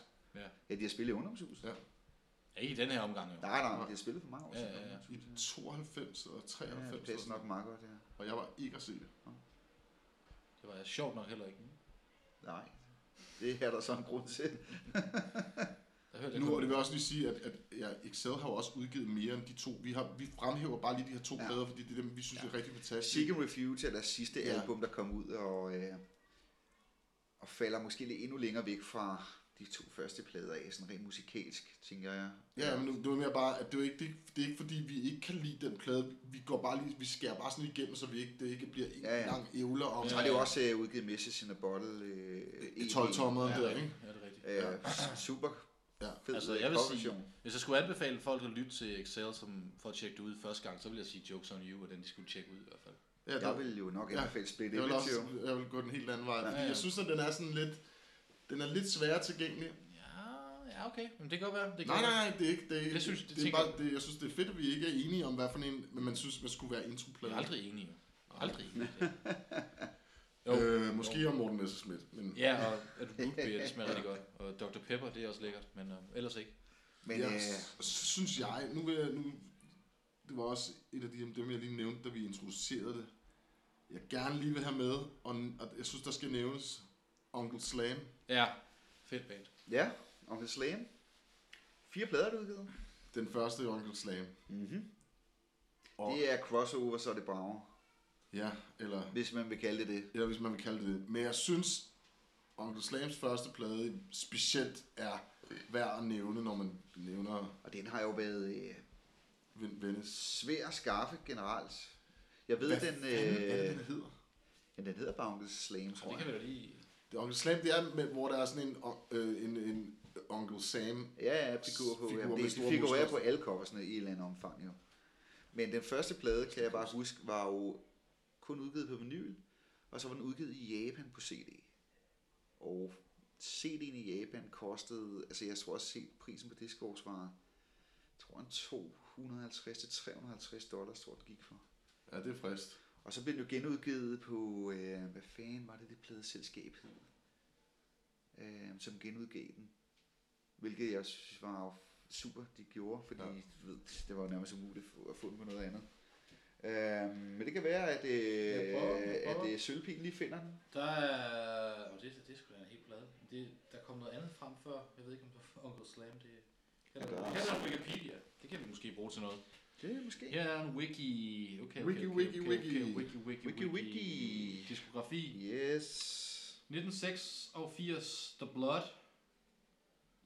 [SPEAKER 2] ja de har spillet i ungdomshuset.
[SPEAKER 3] Ja.
[SPEAKER 4] Ikke i den her omgang, jo.
[SPEAKER 2] Nej, nej,
[SPEAKER 3] Nej.
[SPEAKER 2] de har spillet for mange år
[SPEAKER 4] Ja,
[SPEAKER 2] siden.
[SPEAKER 4] ja, ja.
[SPEAKER 3] I 92 og
[SPEAKER 2] Ja, det
[SPEAKER 3] 93,
[SPEAKER 2] passer
[SPEAKER 3] ja,
[SPEAKER 2] nok meget godt, ja.
[SPEAKER 3] og jeg var ikke at se det.
[SPEAKER 4] Det var jeg sjovt nok heller ikke.
[SPEAKER 2] Nej, det er der så en grund til.
[SPEAKER 4] Jeg hørte,
[SPEAKER 3] Nu, og det vil jeg også lige sige, at, at ja, Excel har jo også udgivet mere end de to. Vi, har, vi fremhæver bare lige de her to
[SPEAKER 2] Ja.
[SPEAKER 3] ja. plader, fordi det er dem, vi synes ja. er rigtig fantastiske.
[SPEAKER 2] Seek and Refuge er deres sidste
[SPEAKER 3] Ja.
[SPEAKER 2] ja. album, der kom ud, og, øh, og falder måske lidt endnu længere væk fra de to første plader af, sådan rent musikalsk, tænker jeg.
[SPEAKER 3] Ja, men nu, det var mere bare, at det er, ikke, det, er ikke- det er ikke fordi, vi ikke kan lide den plade. Vi går bare lige, vi skærer bare sådan igennem, så vi ikke, det ikke bliver en
[SPEAKER 2] Ja,
[SPEAKER 3] ja,
[SPEAKER 2] ja.
[SPEAKER 3] ja. lang ævler om
[SPEAKER 2] Så har det jo også øh, udgivet Message in a Bottle. Øh,
[SPEAKER 3] i 12 tommer
[SPEAKER 4] ja,
[SPEAKER 3] ja, der,
[SPEAKER 4] ja,
[SPEAKER 3] ikke?
[SPEAKER 4] ja, det er rigtigt.
[SPEAKER 2] Øh, super
[SPEAKER 3] Ja.
[SPEAKER 2] fed øh,
[SPEAKER 4] Altså, jeg vil
[SPEAKER 2] coverversion.
[SPEAKER 4] sige, hvis jeg skulle anbefale folk at lytte til Excel som, for at tjekke det ud første gang, så ville jeg sige Jokes on You, og den de skulle tjekke ud i hvert fald.
[SPEAKER 3] Ja, der,
[SPEAKER 2] Jeg vil jo nok
[SPEAKER 3] Ja.
[SPEAKER 2] anbefale Split
[SPEAKER 3] jeg, vil
[SPEAKER 2] Image,
[SPEAKER 3] også,
[SPEAKER 2] jo.
[SPEAKER 3] jeg vil gå den helt anden vej. Ja,
[SPEAKER 4] ja.
[SPEAKER 3] Jeg synes, at den er sådan lidt, den er lidt sværere tilgængelig.
[SPEAKER 4] Ja, ja okay. Men det kan godt være. Det kan
[SPEAKER 3] Nej,
[SPEAKER 4] godt
[SPEAKER 3] nej, nej, det er ikke. Det, er-
[SPEAKER 4] Jeg synes, det
[SPEAKER 3] det, er
[SPEAKER 4] tænker-
[SPEAKER 3] bare, det, jeg synes, det er fedt, at vi ikke er enige om, hvad for en, men man synes, man skulle være
[SPEAKER 4] være.
[SPEAKER 3] introplade.
[SPEAKER 4] Jeg er aldrig enig. jo. Aldrig enig.
[SPEAKER 2] [LAUGHS]
[SPEAKER 4] Jo.
[SPEAKER 3] Øh, måske om Morten Messerschmidt. Men
[SPEAKER 4] Ja, og at rootbeer, det smager rigtig godt. Og Dr. Pepper, det er også lækkert, men øh, ellers ikke.
[SPEAKER 2] Men
[SPEAKER 3] jeg,
[SPEAKER 2] øh,
[SPEAKER 3] s- synes jeg, nu vil jeg, nu, det var også et af de, dem, jeg lige nævnte, da vi introducerede det. Jeg gerne lige vil have med, og, og jeg synes, der skal nævnes Uncle Slam.
[SPEAKER 4] Ja, fedt band.
[SPEAKER 2] øh, ja, om det slam. Fire plader, er det udgivet.
[SPEAKER 3] Den første Uncle Slam.
[SPEAKER 2] Mm-hmm.
[SPEAKER 3] Og,
[SPEAKER 2] Det er crossover, så er det brager.
[SPEAKER 3] Ja, eller,
[SPEAKER 2] Hvis man vil kalde det det.
[SPEAKER 3] eller hvis man vil kalde det det. Men jeg synes, Uncle Slams første plade specielt er værd at nævne, når man nævner
[SPEAKER 2] Og den har jo været... Øh,
[SPEAKER 3] Ven- Venice.
[SPEAKER 2] svær at skaffe generelt. Jeg ved,
[SPEAKER 3] Hvad
[SPEAKER 2] den,
[SPEAKER 3] fanden er
[SPEAKER 2] øh,
[SPEAKER 3] det, den hedder?
[SPEAKER 2] Men den hedder bare Onkel Slam,
[SPEAKER 4] Så det
[SPEAKER 2] tror
[SPEAKER 4] kan
[SPEAKER 2] jeg.
[SPEAKER 4] vi da lige...
[SPEAKER 3] Det er Onkel Slam, det er, med, hvor der er sådan en, øh, en, en Onkel Sam.
[SPEAKER 2] Ja, ja, figur på.
[SPEAKER 3] Figur
[SPEAKER 2] Jamen,
[SPEAKER 3] med
[SPEAKER 2] det,
[SPEAKER 3] store
[SPEAKER 2] de figurerer på
[SPEAKER 3] muskler.
[SPEAKER 2] alle coversne i et eller andet omfang, jo. Men den første plade, kan jeg bare huske, var jo kun udgivet på vinyl, og så var den udgivet i Japan på CD. Og CD'en i Japan kostede, altså jeg tror også set prisen på Discogs var, jeg tror en 250 til 350 dollars, tror jeg, den gik for.
[SPEAKER 3] Ja, det er frist.
[SPEAKER 2] Og så blev den jo genudgivet på, øh, hvad fanden var det, det pladeselskab hed, øh, som genudgav den. Hvilket jeg synes var super, de gjorde, fordi
[SPEAKER 3] Ja.
[SPEAKER 2] ja. ved, det var nærmest umuligt at få- at få den på noget andet. Øh, men det kan være, at, øh,
[SPEAKER 4] Jeg prøver, jeg prøver.
[SPEAKER 2] at øh, Sølvpilen lige finder den.
[SPEAKER 4] Der er... Og det, det er sgu da en helt plade. Det, der kom noget andet frem før. Jeg ved ikke, om der var Uncle Slam. Det kan
[SPEAKER 2] Ja,
[SPEAKER 4] der,
[SPEAKER 2] der er
[SPEAKER 4] kan der Wikipedia. Det kan vi måske bruge til noget.
[SPEAKER 2] Det er måske.
[SPEAKER 4] Her er en wiki. Okay, okay,
[SPEAKER 3] Wiki,
[SPEAKER 4] okay,
[SPEAKER 3] wiki,
[SPEAKER 4] okay,
[SPEAKER 3] wiki.
[SPEAKER 4] okay, wiki, wiki,
[SPEAKER 2] Wiki,
[SPEAKER 4] wiki,
[SPEAKER 2] wiki.
[SPEAKER 4] Diskografi.
[SPEAKER 2] Yes.
[SPEAKER 4] 1986, The Blood.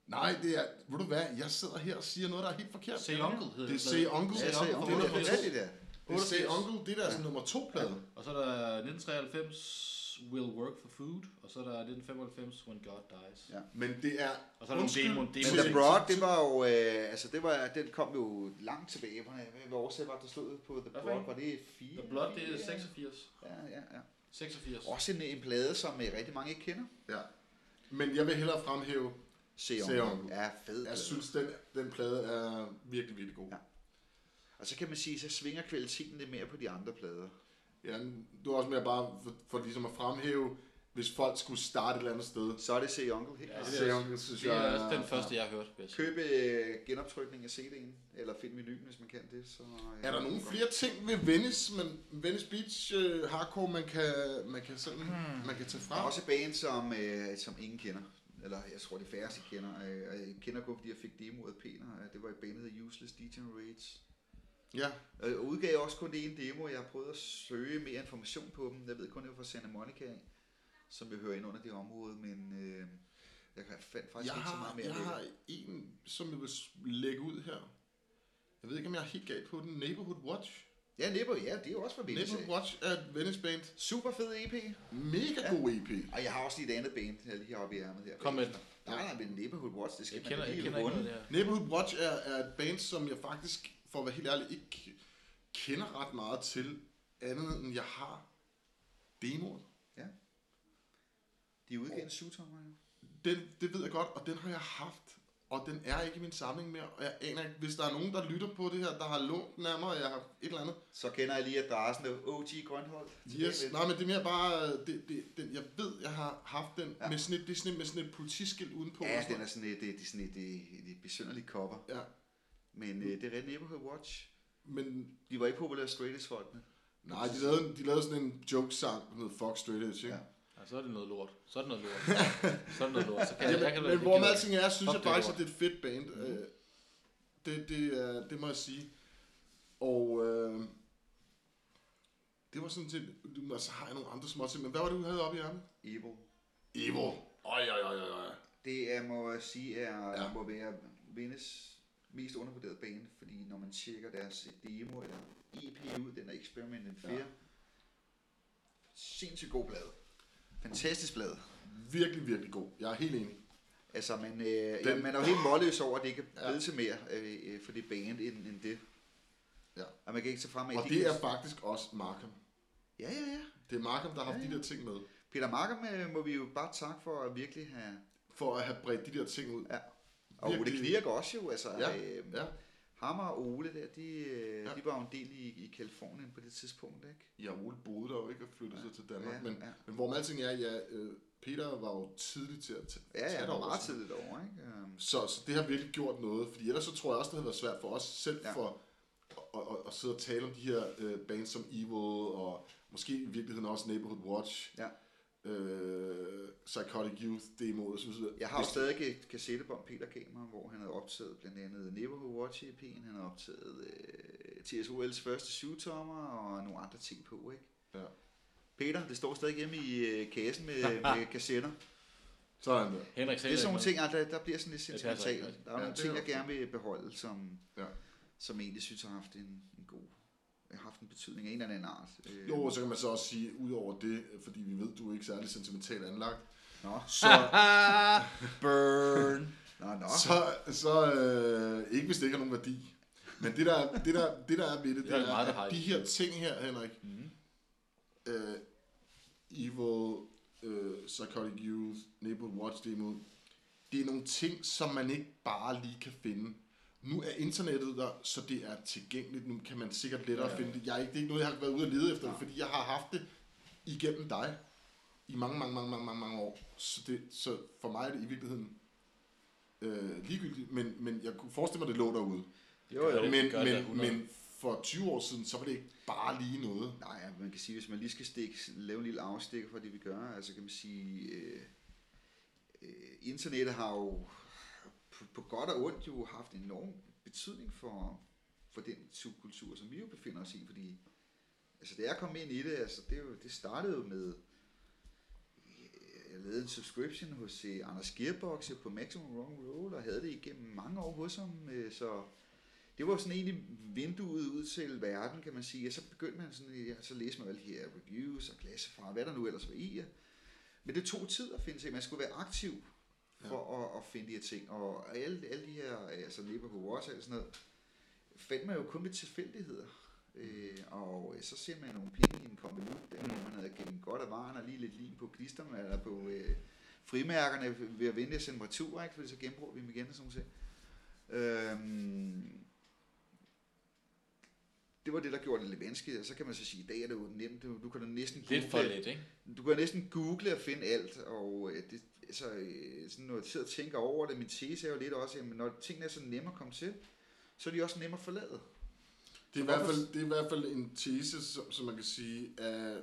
[SPEAKER 3] Nej, det er... Ved du hvad? Jeg sidder her og siger noget, der er helt forkert.
[SPEAKER 4] Say Uncle hedder
[SPEAKER 3] Det er
[SPEAKER 4] pladen.
[SPEAKER 3] Say Uncle.
[SPEAKER 2] Ja,
[SPEAKER 4] Say
[SPEAKER 2] så
[SPEAKER 4] Uncle.
[SPEAKER 2] om
[SPEAKER 4] fra
[SPEAKER 2] det der, det
[SPEAKER 4] 88.
[SPEAKER 2] er det der.
[SPEAKER 3] Det er Say
[SPEAKER 4] 88.
[SPEAKER 3] Uncle. Det der er sådan nummer to plade.
[SPEAKER 4] Og så er der 1993, Will Work for Food. Og så er der 1995, When God Dies.
[SPEAKER 2] Ja.
[SPEAKER 3] Men det er...
[SPEAKER 4] Og så er der nogle
[SPEAKER 3] Undskyld,
[SPEAKER 4] demo, demo.
[SPEAKER 2] Men
[SPEAKER 3] må-
[SPEAKER 2] The Broad, det var jo, øh, altså det var, den kom jo langt tilbage. Hvad hvad årsag var det, der stod på The
[SPEAKER 4] Hvad for
[SPEAKER 2] Broad?
[SPEAKER 4] en?
[SPEAKER 2] Var det 4?
[SPEAKER 4] The Blood, det er 86.
[SPEAKER 2] Ja, ja, ja.
[SPEAKER 4] 86.
[SPEAKER 2] Også en, en plade, som øh, rigtig mange ikke kender.
[SPEAKER 3] Ja. Men jeg vil hellere fremhæve...
[SPEAKER 2] Seon.
[SPEAKER 3] Seon.
[SPEAKER 2] Ja, fed plade.
[SPEAKER 3] Jeg synes, den, den plade er virkelig, virkelig god.
[SPEAKER 2] Ja. Og så kan man sige, så svinger kvaliteten lidt mere på de andre plader.
[SPEAKER 3] Ja, du er også med bare for, for ligesom at fremhæve, hvis folk skulle starte et eller andet sted.
[SPEAKER 2] Så er det Se Onkel helt
[SPEAKER 4] Ja,
[SPEAKER 2] klart.
[SPEAKER 4] det
[SPEAKER 3] Say Uncle, synes
[SPEAKER 4] Det er
[SPEAKER 3] jeg
[SPEAKER 4] også den første, jeg har hørt. vil jeg sige.
[SPEAKER 2] Køb øh, genoptrykning af CD'en, eller find menuen, hvis man kan det. Så, øh,
[SPEAKER 3] Er der nogle flere ting ved Venice, men Venice Beach øh, hardcore, man kan, man kan, sådan,
[SPEAKER 2] Hmm.
[SPEAKER 3] man kan tage
[SPEAKER 2] Der er
[SPEAKER 3] fra?
[SPEAKER 2] også bands, som, øh, som ingen kender. Eller jeg tror, det færreste kender. Øh, og jeg kender kun, fordi jeg fik demoet af Peter. Øh, Det var et band, der hed Useless Degenerates.
[SPEAKER 3] Ja,
[SPEAKER 2] Øh, Og udgav også kun det ene demo. Jeg har prøvet at søge mere information på dem. Jeg ved kun, det var fra Santa Monica, af, som vi hører ind under det område, men øh, jeg kan- fandt faktisk
[SPEAKER 3] jeg
[SPEAKER 2] ikke så meget
[SPEAKER 3] har,
[SPEAKER 2] mere.
[SPEAKER 3] jeg
[SPEAKER 2] ved det.
[SPEAKER 3] har en, som jeg vil s- lægge ud her. Jeg ved ikke, om jeg er helt gal på den. Neighborhood Watch.
[SPEAKER 2] Ja, Nippo, ja, det er jo også fra Venice.
[SPEAKER 3] Neighborhood Watch er et Venice band.
[SPEAKER 2] Super fed EP.
[SPEAKER 3] Mega god E EP.
[SPEAKER 2] Og jeg har også lige et andet band, jeg lige har oppe i ærmet her.
[SPEAKER 4] Kom med den.
[SPEAKER 2] Nej, nej, men Neighborhood Watch, det skal
[SPEAKER 4] Jeg kender,
[SPEAKER 2] man da lige
[SPEAKER 4] jeg kender ikke noget
[SPEAKER 2] runde.
[SPEAKER 4] af det her.
[SPEAKER 3] Neighborhood Watch er, er et band, som jeg faktisk, for at være helt ærlig, ikke kender ret meget til, andet end jeg har demoer.
[SPEAKER 2] Ja. De udgav en syvtommer, ja.
[SPEAKER 3] Den, det ved jeg godt, og den har jeg haft, og den er ikke i min samling mere, og jeg aner ikke, hvis der er nogen, der lytter på det her, der har lånt den af mig, og jeg har et eller andet.
[SPEAKER 2] Så kender jeg lige adressen af OG Grønholdt.
[SPEAKER 3] Yes, nej, men det er mere bare, øh, det, det, den, jeg ved, jeg har haft den,
[SPEAKER 2] Ja.
[SPEAKER 3] ja. med sådan et, det er sådan et, med sådan et politiskilt udenpå. og
[SPEAKER 2] Ja,
[SPEAKER 3] sådan
[SPEAKER 2] den er sådan et, det, det er sådan et, et, et besynderligt cover.
[SPEAKER 3] noget. ja,
[SPEAKER 2] Men øh, det er rigtig Neighborhood Watch.
[SPEAKER 3] men
[SPEAKER 2] De var ikke populære straightest folkene.
[SPEAKER 3] nej, de lavede, de lavede sådan en joke-sang, der hedder Fuck Straight Edge, ikke?
[SPEAKER 2] Ja.
[SPEAKER 4] Ja, så er det noget lort. Så er det noget lort. så er det noget lort. Så kan jeg, jeg
[SPEAKER 3] Ja,
[SPEAKER 4] kan
[SPEAKER 3] men, men hvor med alting er, synes
[SPEAKER 4] Fuck,
[SPEAKER 3] jeg
[SPEAKER 4] det er
[SPEAKER 3] faktisk, at
[SPEAKER 4] lort.
[SPEAKER 3] det er et fedt band. Øh, Det, det, er, det må jeg sige. Og øh, det var sådan set, du- og så har jeg nogle andre små ting, men hvad var det, du havde oppe i hjernen?
[SPEAKER 2] Evil.
[SPEAKER 3] Evo. Oj, oj, oj, oj, oj.
[SPEAKER 2] Det er, må jeg sige, er,
[SPEAKER 3] Ja.
[SPEAKER 2] ja. må være Vendes mest undervurderede bane, fordi når man tjekker deres demo eller EP ud, den er Experiment in Fear,
[SPEAKER 3] Ja.
[SPEAKER 2] ja. sindssygt god blad. Fantastisk blad.
[SPEAKER 3] Virkelig, virkelig god. Jeg er helt enig.
[SPEAKER 2] Altså, man, øh, ja,
[SPEAKER 3] Den-
[SPEAKER 2] man er jo helt målløs over, at det ikke er
[SPEAKER 3] Ja.
[SPEAKER 2] blevet til mere øh, øh, for det band end, end det.
[SPEAKER 3] Ja.
[SPEAKER 2] Og man kan ikke se frem af,
[SPEAKER 3] Og
[SPEAKER 2] at de
[SPEAKER 3] det
[SPEAKER 2] kan-
[SPEAKER 3] er faktisk også Markham.
[SPEAKER 2] Ja, ja, ja.
[SPEAKER 3] Det er Markham, der har haft
[SPEAKER 2] Ja,
[SPEAKER 3] de
[SPEAKER 2] ja.
[SPEAKER 3] der ting med.
[SPEAKER 2] Peter Markham øh, må vi jo bare takke for at virkelig have...
[SPEAKER 3] For at have bredt de der ting ud.
[SPEAKER 2] Ja. Og Ole
[SPEAKER 3] Virkelig.
[SPEAKER 2] Knirk også jo, altså...
[SPEAKER 3] Ja,
[SPEAKER 2] øh,
[SPEAKER 3] ja.
[SPEAKER 2] Ham og Ole der, de, ja.
[SPEAKER 3] Ja.
[SPEAKER 2] de var jo en del i, i Kalifornien på det tidspunkt, ikke?
[SPEAKER 3] Ja, Ole boede der jo ikke og flyttede sig til Danmark.
[SPEAKER 2] Ja,
[SPEAKER 3] men,
[SPEAKER 2] ja.
[SPEAKER 3] men hvor med alting er, ja, øh, Peter var jo tidlig til at t-
[SPEAKER 2] Ja, ja,
[SPEAKER 3] tage
[SPEAKER 2] det var
[SPEAKER 3] derover,
[SPEAKER 2] meget
[SPEAKER 3] så-
[SPEAKER 2] tidligt over, ikke? Øhm,
[SPEAKER 3] Så, så det har virkelig gjort noget, fordi ellers så tror jeg også, det havde været svært for os selv ja.
[SPEAKER 2] Ja.
[SPEAKER 3] for at, at, at, at sidde og tale om de her øh, bands som Evil, og måske i virkeligheden også Neighborhood Watch,
[SPEAKER 2] Ja.
[SPEAKER 3] øh, Psychotic Youth demoet, så videre.
[SPEAKER 2] Jeg har jo
[SPEAKER 3] Hvis-
[SPEAKER 2] stadig et kassettebånd, Peter gav mig, hvor han havde optaget blandt andet Neighborhood Watch EP'en, han havde optaget øh, TSOL's første syvtommer og nogle andre ting på, ikke?
[SPEAKER 3] Ja.
[SPEAKER 2] Peter, det står stadig hjemme i øh, kassen med, med kassetter.
[SPEAKER 3] Sådan der.
[SPEAKER 4] Henrik
[SPEAKER 2] Det
[SPEAKER 4] sagde
[SPEAKER 2] er sådan
[SPEAKER 4] ikke
[SPEAKER 2] nogle
[SPEAKER 4] noget.
[SPEAKER 2] ting, ah, der, der bliver sådan lidt
[SPEAKER 4] Det passer
[SPEAKER 2] sentimentalt.
[SPEAKER 4] ikke rigtig.
[SPEAKER 2] Der er
[SPEAKER 3] Ja,
[SPEAKER 2] nogle
[SPEAKER 3] det er
[SPEAKER 2] ting, jeg
[SPEAKER 3] også
[SPEAKER 2] gerne vil beholde, som,
[SPEAKER 3] Ja.
[SPEAKER 2] som jeg egentlig synes har haft en, en god haft en betydning af en eller anden art. Øh,
[SPEAKER 3] Jo, og så kan man så også sige, udover det, øh, fordi vi ved, du er ikke særlig sentimentalt anlagt,
[SPEAKER 2] Nå,
[SPEAKER 3] så,
[SPEAKER 4] [LAUGHS] Burn.
[SPEAKER 2] nå, nå.
[SPEAKER 3] så, så øh, ikke hvis det ikke har nogen værdi. Men det der, er- det der, det der er ved det, det,
[SPEAKER 4] der er
[SPEAKER 3] det er,
[SPEAKER 4] meget, der
[SPEAKER 3] at
[SPEAKER 4] har Mhm.
[SPEAKER 3] de
[SPEAKER 4] et-
[SPEAKER 3] her ting her, Henrik,
[SPEAKER 2] Mm.
[SPEAKER 3] øh, Evil, øh, Psychotic Youth, Neighborhood Watch Demo, det er nogle ting, som man ikke bare lige kan finde. Nu er internettet der, så det er tilgængeligt. Nu kan man sikkert lettere
[SPEAKER 4] Ja.
[SPEAKER 3] finde det. Jeg, er ikke- det er ikke noget, jeg har været ude at lede efter, fordi jeg har haft det igennem dig i mange, mange, mange, mange, mange, mange år. Så, det, så for mig er det i virkeligheden øh, ligegyldigt, men, men jeg kunne forestille mig, det lå derude.
[SPEAKER 2] Jo, jo.
[SPEAKER 4] Det
[SPEAKER 3] Men,
[SPEAKER 4] gør det,
[SPEAKER 3] men,
[SPEAKER 4] hundrede.
[SPEAKER 3] men for 20 år siden, så var det ikke bare lige noget.
[SPEAKER 2] Nej, ja, man kan sige, hvis man lige skal stikke, lave en lille afstikker fra det, vi gør, altså kan man sige, øh, øh, internettet har jo på, på godt og ondt jo haft en enorm betydning for, for den subkultur, som vi jo befinder os i, fordi altså, da jeg kom ind i det, altså, det, er jo, det startede jo med, øh, jeg lavede en subscription hos øh, Anders Gearboxe på Maximum Wrong Roll, og havde det igennem mange år hos ham, øh, så det var sådan egentlig vinduet ud til verden, kan man sige. Og så begyndte man sådan, ja, så læste man alle de her reviews og klassefar, hvad der nu ellers var i. ja. Men det tog tid at finde ting. Man skulle være aktiv for at, at finde de her ting. Og alle, alle de her, altså Neighborhood Watch og alt sådan noget, fandt man jo kun ved tilfældigheder. Øh, og øh, så ser man nogle penge i en konvolut, der hvor man havde gennem godt af varen, og lige lidt lim på klisterne, eller på øh, frimærkerne ved at vente og sende mig tur, ikke? fordi så genbruger vi dem igen og sådan noget. Øhm, det var det, der gjorde det lidt vanskeligt, og så kan man så sige, i dag er det jo nemt, du, du kan da næsten
[SPEAKER 4] Lidt for
[SPEAKER 3] øh,
[SPEAKER 2] google-
[SPEAKER 4] lidt, ikke?
[SPEAKER 2] du kan næsten google og finde alt, og øh, det, altså, øh, sådan, når jeg sidder og tænker over det, min tese er jo lidt også, at når tingene er så nemme at komme til, så er de også nemme at forlade.
[SPEAKER 3] Det er, i
[SPEAKER 2] Så
[SPEAKER 3] hvert
[SPEAKER 2] hvorfor-
[SPEAKER 3] fald, det er i hvert fald en tese, som, som man kan sige, er,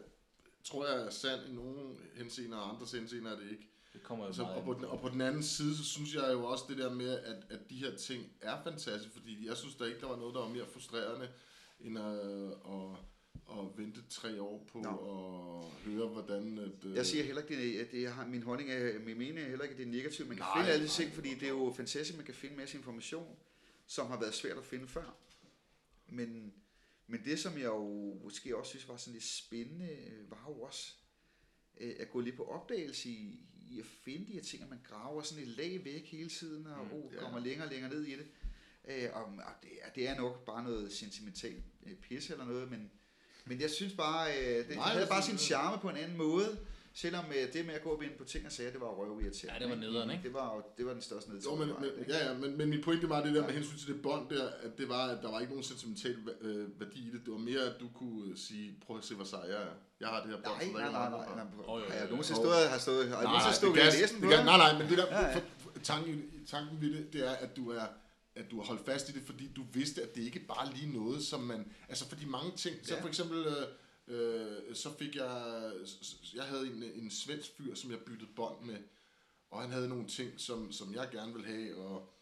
[SPEAKER 3] tror jeg er sand i nogle henseender, og andre henseender er det ikke.
[SPEAKER 4] Det kommer jo
[SPEAKER 3] Så, og, på
[SPEAKER 4] meget.
[SPEAKER 3] den, og på den anden side, så synes jeg jo også det der med, at, at de her ting er fantastiske, fordi jeg synes der ikke, der var noget, der var mere frustrerende, end at, at, at vente tre år på
[SPEAKER 2] Nå.
[SPEAKER 3] at høre, hvordan... At, øh,
[SPEAKER 2] Jeg siger heller ikke, det er- at det, jeg har, min holdning er, min mening er heller ikke, at det er negativt. Man kan
[SPEAKER 3] Nej,
[SPEAKER 2] nej, finde alle de
[SPEAKER 3] nej,
[SPEAKER 2] ting, fordi det er jo fantastisk, man kan finde en masse information, som har været svært at finde før. Men, men det, som jeg jo måske også synes var sådan lidt spændende, øh, var jo også øh, at gå lidt på opdagelse i, i at finde de her ting, at man graver sådan et lag væk hele tiden, og
[SPEAKER 4] Mm,
[SPEAKER 2] mm, oh,
[SPEAKER 3] ja.
[SPEAKER 2] kommer længere og længere ned i det. Øh, og, og det, er, det er nok bare noget sentimentalt øh, pisse eller noget, men, men jeg synes bare, øh, det,
[SPEAKER 3] Nej,
[SPEAKER 2] Nej, havde
[SPEAKER 3] jeg
[SPEAKER 2] bare sin
[SPEAKER 3] synes, det-
[SPEAKER 2] charme på en anden måde, selvom øh, det med at gå op ind på ting og sager, det var røvirriterende.
[SPEAKER 4] Ja, det var
[SPEAKER 2] ikke?
[SPEAKER 4] nederen, ikke?
[SPEAKER 2] Det var, jo- det var den største nedtur.
[SPEAKER 3] Jo, men,
[SPEAKER 2] jeg har haft,
[SPEAKER 3] men,
[SPEAKER 2] ikke?
[SPEAKER 3] ja, ja, men, men min pointe var det der med
[SPEAKER 2] Ja.
[SPEAKER 3] hensyn til det bånd der, at det var, at der var ikke nogen sentimental øh, værdi i det. Det var mere, at du kunne øh, sige, prøv at se, hvor sej jeg er. Jeg har det her bånd. så der er
[SPEAKER 2] Nej, nej,
[SPEAKER 3] ikke
[SPEAKER 2] nej,
[SPEAKER 3] nogen
[SPEAKER 2] nej, nej.
[SPEAKER 3] andre, der-
[SPEAKER 4] jo,
[SPEAKER 2] Har
[SPEAKER 4] jo,
[SPEAKER 2] jeg
[SPEAKER 4] jo.
[SPEAKER 2] nogensinde stået, har stået, har jeg nogensinde stået ved
[SPEAKER 3] det
[SPEAKER 2] at
[SPEAKER 3] kan-
[SPEAKER 2] læse
[SPEAKER 3] det
[SPEAKER 2] den
[SPEAKER 3] kan,
[SPEAKER 2] på?
[SPEAKER 3] nej, nej, men det der,
[SPEAKER 2] Ja, ja.
[SPEAKER 3] For, for, tanken, tanken ved det, det er, at du er at du har holdt fast i det, fordi du vidste, at det ikke bare lige noget, som man... Altså, fordi mange ting... Så
[SPEAKER 2] Ja.
[SPEAKER 3] for eksempel, øh, øh, så fik jeg... s- s- Jeg havde en, en svensk fyr, som jeg byttede bånd med, og han havde nogle ting, som, som jeg gerne ville have, og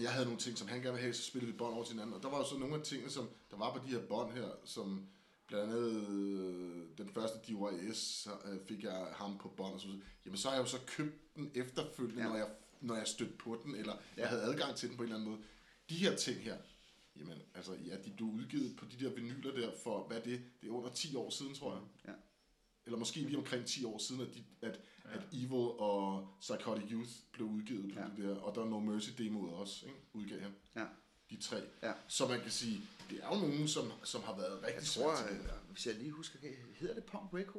[SPEAKER 3] jeg havde nogle ting, som han gerne ville have, så spillede vi bånd over til hinanden. Og der var jo så nogle af tingene, som der var på de her bånd her, som blandt andet øh, den første DYS, så øh, fik jeg ham på bånd og så videre. Jamen så har jeg jo så købt den efterfølgende, ja.
[SPEAKER 2] Ja.
[SPEAKER 3] når, jeg, når jeg stødte på den, eller jeg havde adgang til den på en eller anden måde. De her ting her, jamen altså, ja, de blev udgivet på de der vinyler der for, hvad er det, det er under 10 år siden, tror jeg.
[SPEAKER 2] Ja.
[SPEAKER 3] Eller måske lige omkring 10 år siden, at, de, at, ja. at Evil og Psychotic Youth blev udgivet på ja.
[SPEAKER 2] Ja.
[SPEAKER 3] det der, og der er No Mercy demoet også, ikke? udgav han.
[SPEAKER 2] Ja.
[SPEAKER 3] De tre.
[SPEAKER 2] Ja.
[SPEAKER 3] Så man kan sige, det er jo nogen, som, som har været rigtig
[SPEAKER 2] Jeg tror,
[SPEAKER 3] svært til det der.
[SPEAKER 2] øh, hvis jeg lige husker, kan- hedder det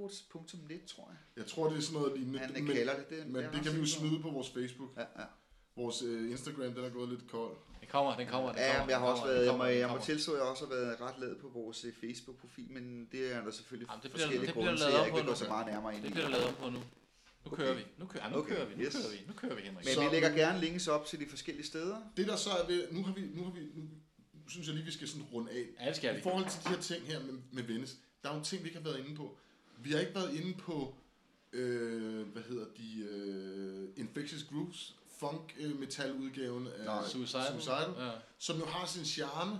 [SPEAKER 2] punkrecords.net, tror jeg.
[SPEAKER 3] Jeg tror, det er sådan noget lignende.
[SPEAKER 2] Han kalder det det.
[SPEAKER 3] men
[SPEAKER 2] er
[SPEAKER 3] det
[SPEAKER 2] ret
[SPEAKER 3] kan vi jo
[SPEAKER 2] sikker på.
[SPEAKER 3] smide på vores Facebook.
[SPEAKER 2] Ja, ja.
[SPEAKER 3] Vores øh, Instagram, den er gået lidt kold.
[SPEAKER 4] Den kommer, den kommer, den kommer.
[SPEAKER 2] Ja, men jeg har
[SPEAKER 4] den
[SPEAKER 2] også
[SPEAKER 4] kommer,
[SPEAKER 2] været,
[SPEAKER 4] den
[SPEAKER 2] jeg må,
[SPEAKER 4] kommer, den
[SPEAKER 2] jeg må
[SPEAKER 4] kommer.
[SPEAKER 2] tilstå, at jeg også har været ret led på vores øh, Facebook-profil, men det er der selvfølgelig
[SPEAKER 4] Jamen, det bliver-
[SPEAKER 2] forskellige
[SPEAKER 4] det bliver
[SPEAKER 2] grunde til, at
[SPEAKER 4] lavet
[SPEAKER 2] jeg
[SPEAKER 4] om
[SPEAKER 2] ikke vil
[SPEAKER 4] på
[SPEAKER 2] gå
[SPEAKER 4] nu.
[SPEAKER 2] så meget nærmere ind
[SPEAKER 4] Det
[SPEAKER 2] i.
[SPEAKER 4] bliver der lavet om på nu. Nu kører
[SPEAKER 2] Okay.
[SPEAKER 4] vi. Nu kører, jamen, nu
[SPEAKER 2] Okay,
[SPEAKER 4] kører vi. Nu
[SPEAKER 2] yes.
[SPEAKER 4] kører vi. Nu kører vi, Henrik.
[SPEAKER 2] Men
[SPEAKER 3] Så-
[SPEAKER 2] vi lægger gerne links op til de forskellige steder.
[SPEAKER 3] Det der så er ved, nu har vi, nu har vi, nu, nu synes jeg lige, vi skal sådan runde af.
[SPEAKER 4] Ja, det skal vi.
[SPEAKER 3] I forhold til de her ting her med, med Venice, der er jo ting, vi ikke har været inde på. Vi har ikke været inde på, øh, hvad hedder de, øh, Infectious Grooves, funk øh, metal udgaven af
[SPEAKER 2] Nej.
[SPEAKER 4] Suicidal.
[SPEAKER 3] Suicidal,
[SPEAKER 4] Ja.
[SPEAKER 3] som jo har sin charme,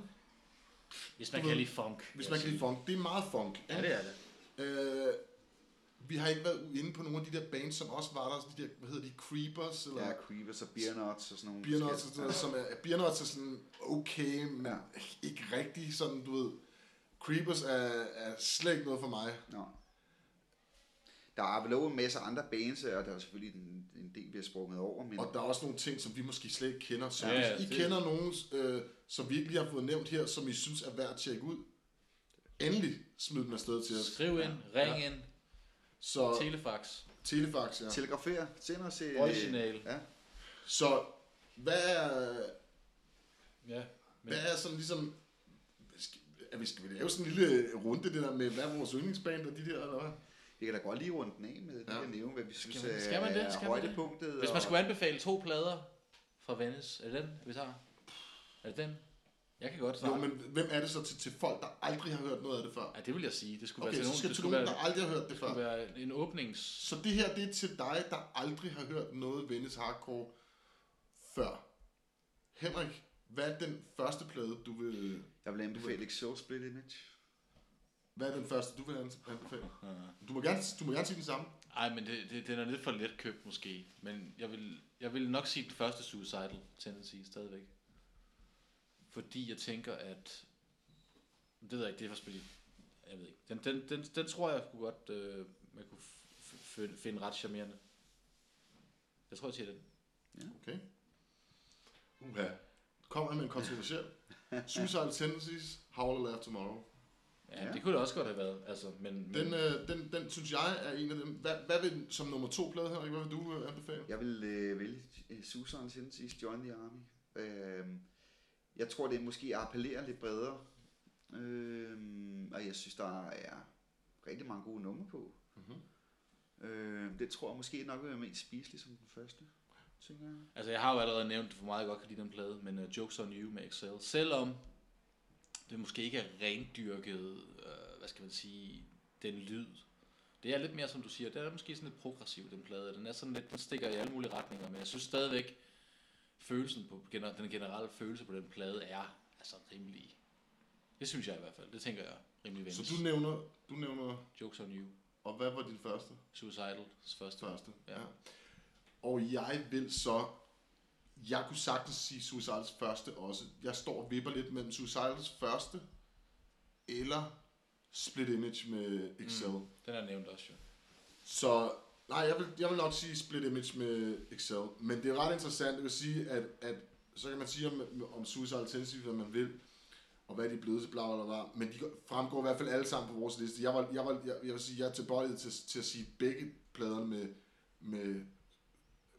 [SPEAKER 4] Hvis man
[SPEAKER 3] Du
[SPEAKER 4] kan
[SPEAKER 3] ved,
[SPEAKER 4] lide funk. vil
[SPEAKER 3] hvis
[SPEAKER 4] jeg
[SPEAKER 3] man kan lide
[SPEAKER 4] sige.
[SPEAKER 3] funk. Det er meget funk.
[SPEAKER 4] Ja, det er det.
[SPEAKER 3] Øh, vi har ikke været inde på nogle af de der bands, som også var der, de der, hvad hedder de, Creepers, eller
[SPEAKER 2] Ja, Creepers og Beer Nuts og sådan nogle.
[SPEAKER 3] Biernuts,
[SPEAKER 2] forskellige-
[SPEAKER 3] som er, Biernuts er sådan okay, men
[SPEAKER 2] Ja.
[SPEAKER 3] ikke rigtig sådan, du ved. Creepers er, er slet ikke noget for mig.
[SPEAKER 2] Nå. Der er vel en masse andre bands, og der er selvfølgelig en, en del, vi har sprunget over, men
[SPEAKER 3] Og der er også nogle ting, som vi måske slet ikke kender. Så
[SPEAKER 4] Ja,
[SPEAKER 3] ja,
[SPEAKER 4] ja,
[SPEAKER 3] hvis I
[SPEAKER 4] det-
[SPEAKER 3] kender nogen, øh, som vi ikke lige har fået nævnt her, som I synes er værd at tjekke ud, endelig smid dem afsted til os.
[SPEAKER 4] Skriv ind, ring ind,
[SPEAKER 3] Så
[SPEAKER 4] telefax.
[SPEAKER 3] Øh, telefax, ja.
[SPEAKER 2] telegrafer, send os... øh,
[SPEAKER 4] Original.
[SPEAKER 2] Ja.
[SPEAKER 3] Så hvad er,
[SPEAKER 4] Ja. Men,
[SPEAKER 3] hvad er sådan ligesom... skal- Er vi, skal vi lave sådan en lille runde, det der med, hvad er vores yndlingsband og de der, eller hvad?
[SPEAKER 2] Vi kan da godt lige runde den af med ja.
[SPEAKER 3] Ja.
[SPEAKER 2] det, at nævne, hvad vi synes
[SPEAKER 4] man- skal man det?
[SPEAKER 2] er
[SPEAKER 4] Skal man det?
[SPEAKER 2] højdepunktet.
[SPEAKER 4] hvis man
[SPEAKER 2] og-
[SPEAKER 4] skulle anbefale to plader fra Venice, er det den, vi tager? Er det den? Jeg kan godt
[SPEAKER 3] Jo,
[SPEAKER 4] svare.
[SPEAKER 3] men hvem er det så til, til folk, der aldrig har hørt noget af det før?
[SPEAKER 4] Ja, det vil jeg sige. Det skulle
[SPEAKER 3] Okay,
[SPEAKER 4] være til
[SPEAKER 3] så
[SPEAKER 4] nogen,
[SPEAKER 3] skal
[SPEAKER 4] det
[SPEAKER 3] til
[SPEAKER 4] skulle
[SPEAKER 3] nogen,
[SPEAKER 4] være,
[SPEAKER 3] der aldrig har hørt det
[SPEAKER 4] det skulle
[SPEAKER 3] før.
[SPEAKER 4] være en åbnings...
[SPEAKER 3] Så det her, det er til dig, der aldrig har hørt noget Venice Hardcore før. Henrik, hvad er den første plade, du vil...
[SPEAKER 2] Jeg vil anbefale Exo Split Image.
[SPEAKER 3] Hvad er den første, du vil anse- anbefale? Du må gerne, du må gerne sige den samme.
[SPEAKER 4] Ej, men det, det, den er lidt for let købt måske. Men jeg vil, jeg vil nok sige den første Suicidal Tendency stadigvæk. Fordi jeg tænker, at... Det ved jeg ikke, det er for spil. Jeg ved ikke. Den, den, den, den tror jeg kunne godt, øh, man kunne f- f- finde ret charmerende. Jeg tror, jeg siger den.
[SPEAKER 3] Okay. Uha. Kom her med en kontroversiel. Suicidal Tendencies, Howl or Laugh Tomorrow.
[SPEAKER 4] Ja,
[SPEAKER 2] Ja.
[SPEAKER 4] ja, det kunne det også godt have været. Altså, men, men
[SPEAKER 3] Den, øh, den, den synes jeg er en af dem. Hvad, hvad vil som nummer to plade, Henrik? Hvad vil du øh, anbefale?
[SPEAKER 2] Jeg vil øh, vælge øh, Susan Sinsis Join the Army. Øh, jeg tror, det måske appellerer lidt bredere. Øh, og jeg synes, der er rigtig mange gode numre på.
[SPEAKER 3] Mhm.
[SPEAKER 2] Øh, det tror jeg måske nok vil være mest spiselig som den første, tænker jeg.
[SPEAKER 4] Altså, jeg har jo allerede nævnt, hvor meget jeg godt kan lide den plade, men uh, Jokes on You med Excel. Selvom det måske ikke er rendyrket, uh, hvad skal man sige, den lyd. Det er lidt mere, som du siger, det er måske sådan lidt progressiv, den plade. Den er sådan lidt, den stikker i alle mulige retninger, men jeg synes stadigvæk, følelsen på, gener- den generelle følelse på den plade er altså rimelig. Det synes jeg i hvert fald. Det tænker jeg rimelig venlig.
[SPEAKER 3] Så du nævner, du nævner,
[SPEAKER 4] Jokes on You.
[SPEAKER 3] og hvad var din første?
[SPEAKER 4] Suicidals første.
[SPEAKER 3] Første.
[SPEAKER 4] Ja.
[SPEAKER 3] Ja. Og jeg vil så... Jeg kunne sagtens sige Suicidals første også. Jeg står og vipper lidt mellem Suicidals første eller Split Image med Excel. Mm.
[SPEAKER 4] Den er nævnt også, jo.
[SPEAKER 3] Så nej, jeg vil, jeg vil nok sige split image med Excel. Men det er ret interessant, det vil sige, at, at så kan man sige om, om Suicidal Tendencies, hvad man vil, og hvad de er blevet til, bla bla bla, men de fremgår i hvert fald alle sammen på vores liste. Jeg, var, jeg, var, jeg, jeg vil sige, jeg er tilbøjelig til, til at sige, at begge pladerne med, med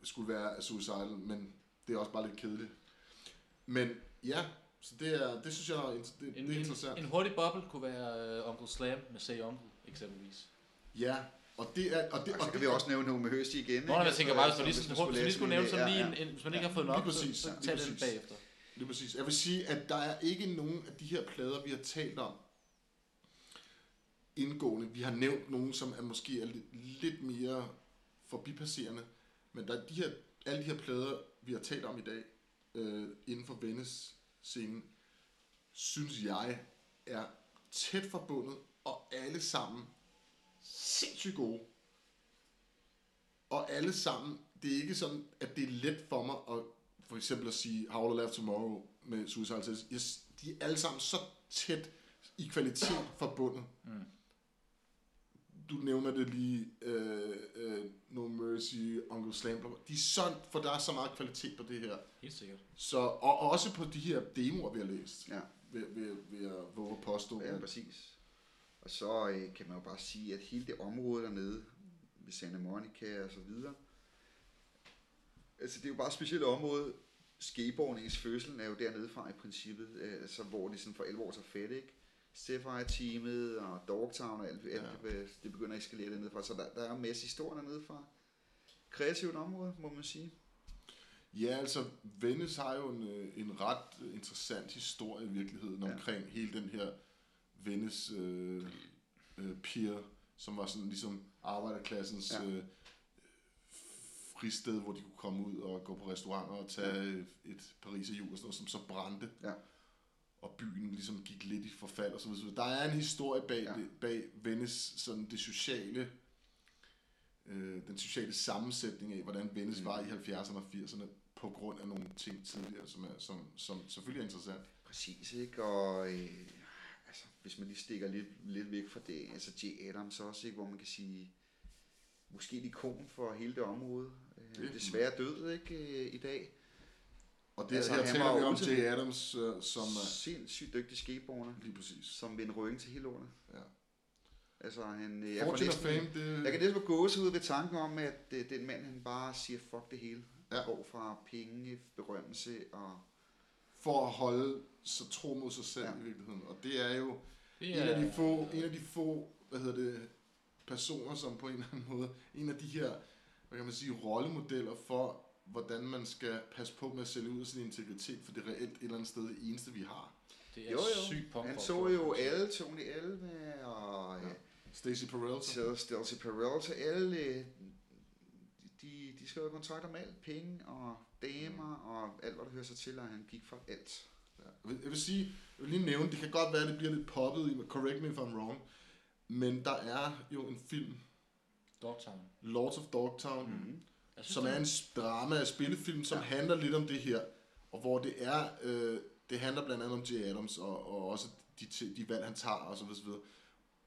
[SPEAKER 3] skulle være Suicidal, men det er også bare lidt kedeligt. Men ja, så det, er, det synes jeg er, inter- det,
[SPEAKER 4] En,
[SPEAKER 3] det er
[SPEAKER 4] en,
[SPEAKER 3] interessant.
[SPEAKER 4] en hurtig boble kunne være uh, Uncle Slam med Say Uncle, eksempelvis.
[SPEAKER 3] Ja, og det er... Og det,
[SPEAKER 2] Og så
[SPEAKER 3] og
[SPEAKER 2] kan
[SPEAKER 3] det,
[SPEAKER 2] vi også nævne nogle med høst igen. Altså,
[SPEAKER 4] Nå, jeg tænker bare, hvis man lige,
[SPEAKER 2] Så
[SPEAKER 4] sådan, hvis man lige skulle nævne sådan lige, en, en, hvis man ikke har fået nok,
[SPEAKER 3] Lige præcis,
[SPEAKER 4] så, så
[SPEAKER 3] ja,
[SPEAKER 4] tag
[SPEAKER 3] lige
[SPEAKER 4] den
[SPEAKER 3] præcis.
[SPEAKER 4] bagefter.
[SPEAKER 3] Lige præcis. Jeg vil sige, at der er ikke nogen af de her plader, vi har talt om, indgående. Vi har nævnt nogen, som er måske er lidt, lidt mere forbipasserende. Men der er de her, alle de her plader, vi har talt om i dag, øh, inden for Venice scenen, synes jeg er tæt forbundet, og alle sammen sindssygt gode. Og alle sammen, det er ikke sådan, at det er let for mig at for eksempel at sige How to Laugh Tomorrow med Suicide Tendencies. Jeg, s- de er alle sammen så tæt i kvalitet forbundet. Mm. Du nævner det lige, øh, øh, No Mercy, Uncle Slam, bla, bla. de er sådan, for der er så meget kvalitet på det her.
[SPEAKER 4] Helt sikkert.
[SPEAKER 3] Så, og, og også på de her demoer, vi har læst,
[SPEAKER 2] Ja,
[SPEAKER 3] vil, vil, vil jeg våge at påstå.
[SPEAKER 2] ja,
[SPEAKER 3] at-
[SPEAKER 2] præcis. Og så øh, kan man jo bare sige, at hele det område dernede, med Santa Monica og så videre, altså det er jo bare et specielt område. Skeborgernes fødsel er jo dernede fra i princippet, øh, altså, hvor det sådan for alvor tager fat, ikke? Sapphire-teamet og Dogtown og alt, alt
[SPEAKER 3] Ja.
[SPEAKER 2] ja. det begynder at eskalere dernede fra, så der, der er en masse historier dernede fra. Kreativt område, må man sige.
[SPEAKER 3] Ja, altså Venice har jo en, øh, en ret øh, interessant historie i virkeligheden
[SPEAKER 2] Ja.
[SPEAKER 3] omkring hele den her Venice øh, øh, pier, som var sådan ligesom arbejderklassens
[SPEAKER 2] Ja.
[SPEAKER 3] ja. øh, fristed, hvor de kunne komme ud og gå på restauranter og tage øh, et pariser jul og sådan noget, som så brændte.
[SPEAKER 2] Ja.
[SPEAKER 3] Og byen ligesom gik lidt i forfald og så videre. Der er en historie bag,
[SPEAKER 2] Ja.
[SPEAKER 3] ja. bag Venice, sådan det sociale øh, den sociale sammensætning af, hvordan Venice mm. var i 70'erne og 80'erne, på grund af nogle ting tidligere, som, er, som, som selvfølgelig er interessant.
[SPEAKER 2] Præcis, ikke? Og øh, altså, hvis man lige stikker lidt, lidt væk fra det, altså J. Adams også, ikke, hvor man kan sige, måske et ikon for hele det område.
[SPEAKER 3] Det er-
[SPEAKER 2] Øh, desværre død ikke, øh, i dag.
[SPEAKER 3] Og det altså,
[SPEAKER 2] Altså, han
[SPEAKER 3] her taler
[SPEAKER 2] var
[SPEAKER 3] vi om
[SPEAKER 2] ude til-
[SPEAKER 3] Jay Adams, øh, som
[SPEAKER 2] Som er
[SPEAKER 3] er...
[SPEAKER 2] sindssygt dygtig skateboarder,
[SPEAKER 3] Lige præcis.
[SPEAKER 2] som vender ryggen til hele året.
[SPEAKER 3] Ja.
[SPEAKER 2] Altså, han, øh, jeg, får
[SPEAKER 3] Fortune of
[SPEAKER 2] næsten,
[SPEAKER 3] Fame, det...
[SPEAKER 2] jeg kan næsten gå ud ved tanken om, at øh, den mand, han bare siger, fuck det hele.
[SPEAKER 3] Ja.
[SPEAKER 2] Ja. Går fra penge, berømmelse og
[SPEAKER 3] for at holde sig tro mod sig selv ja.
[SPEAKER 2] Ja.
[SPEAKER 3] i virkeligheden. Og det er jo
[SPEAKER 4] Det
[SPEAKER 3] ja. en, af de få, en af de få, hvad hedder det, personer, som på en eller anden måde, en af de her, hvad kan man sige, rollemodeller for, hvordan man skal passe på med at sælge ud af sin integritet, for det er reelt et eller andet sted det eneste, vi har.
[SPEAKER 4] det er
[SPEAKER 2] Jo, jo.
[SPEAKER 4] sygt punk
[SPEAKER 2] Han
[SPEAKER 4] for at
[SPEAKER 2] så
[SPEAKER 4] få-
[SPEAKER 2] jo alle Tony Alva og øh,
[SPEAKER 3] Ja.
[SPEAKER 2] ja.
[SPEAKER 3] Stacy Perel, så-
[SPEAKER 2] Stelzy Perel, så alle, øh, de, de skrev jo kontrakt om alt, penge og damer og alt, hvad der hører sig til, og han gik for alt.
[SPEAKER 3] Ja. Jeg vil- Jeg vil sige, jeg vil lige nævne, det kan godt være, at det bliver lidt poppet, i- correct me if I'm wrong, men der er jo en film,
[SPEAKER 4] Dogtown.
[SPEAKER 3] Lords of Dogtown, mm.
[SPEAKER 4] Jeg synes,
[SPEAKER 3] som er en s- drama af spillefilm, som ja. handler lidt om det her, og hvor det er, øh, det handler blandt andet om J. Adams, og, og også de, ti- de valg, han tager, og så videre, så videre.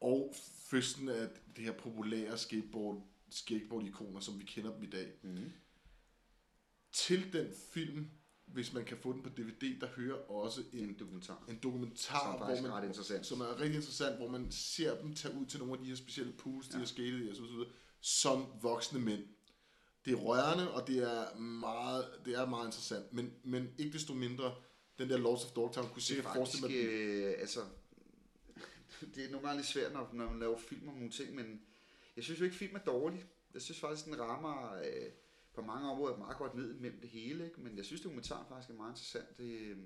[SPEAKER 3] Og fødslen af det her populære skateboard, skateboard-ikoner, som vi kender dem i dag.
[SPEAKER 2] Mm.
[SPEAKER 3] Til den film, hvis man kan få den på DVD, der hører også en
[SPEAKER 2] En dokumentar.
[SPEAKER 3] en dokumentar,
[SPEAKER 2] Som faktisk
[SPEAKER 3] hvor
[SPEAKER 2] er
[SPEAKER 3] man,
[SPEAKER 2] ret interessant.
[SPEAKER 3] som er rigtig interessant, hvor man ser dem tage ud til nogle af de her specielle pools, ja. de har skatet i og så videre, som voksne mænd. Det er rørende, og det er meget, det er meget interessant, men, men ikke desto mindre, den der Lords of Dogtown kunne
[SPEAKER 2] Det er
[SPEAKER 3] sikkert
[SPEAKER 2] faktisk,
[SPEAKER 3] forestille mig, at den-
[SPEAKER 2] øh, altså, [LAUGHS] det er nogle gange lidt svært, når, når man laver film om nogle ting, men jeg synes jo ikke, film er dårlig. Jeg synes faktisk, den rammer øh, på mange områder meget godt ned mellem det hele, ikke? men jeg synes, dokumentaren faktisk er meget interessant. Øh,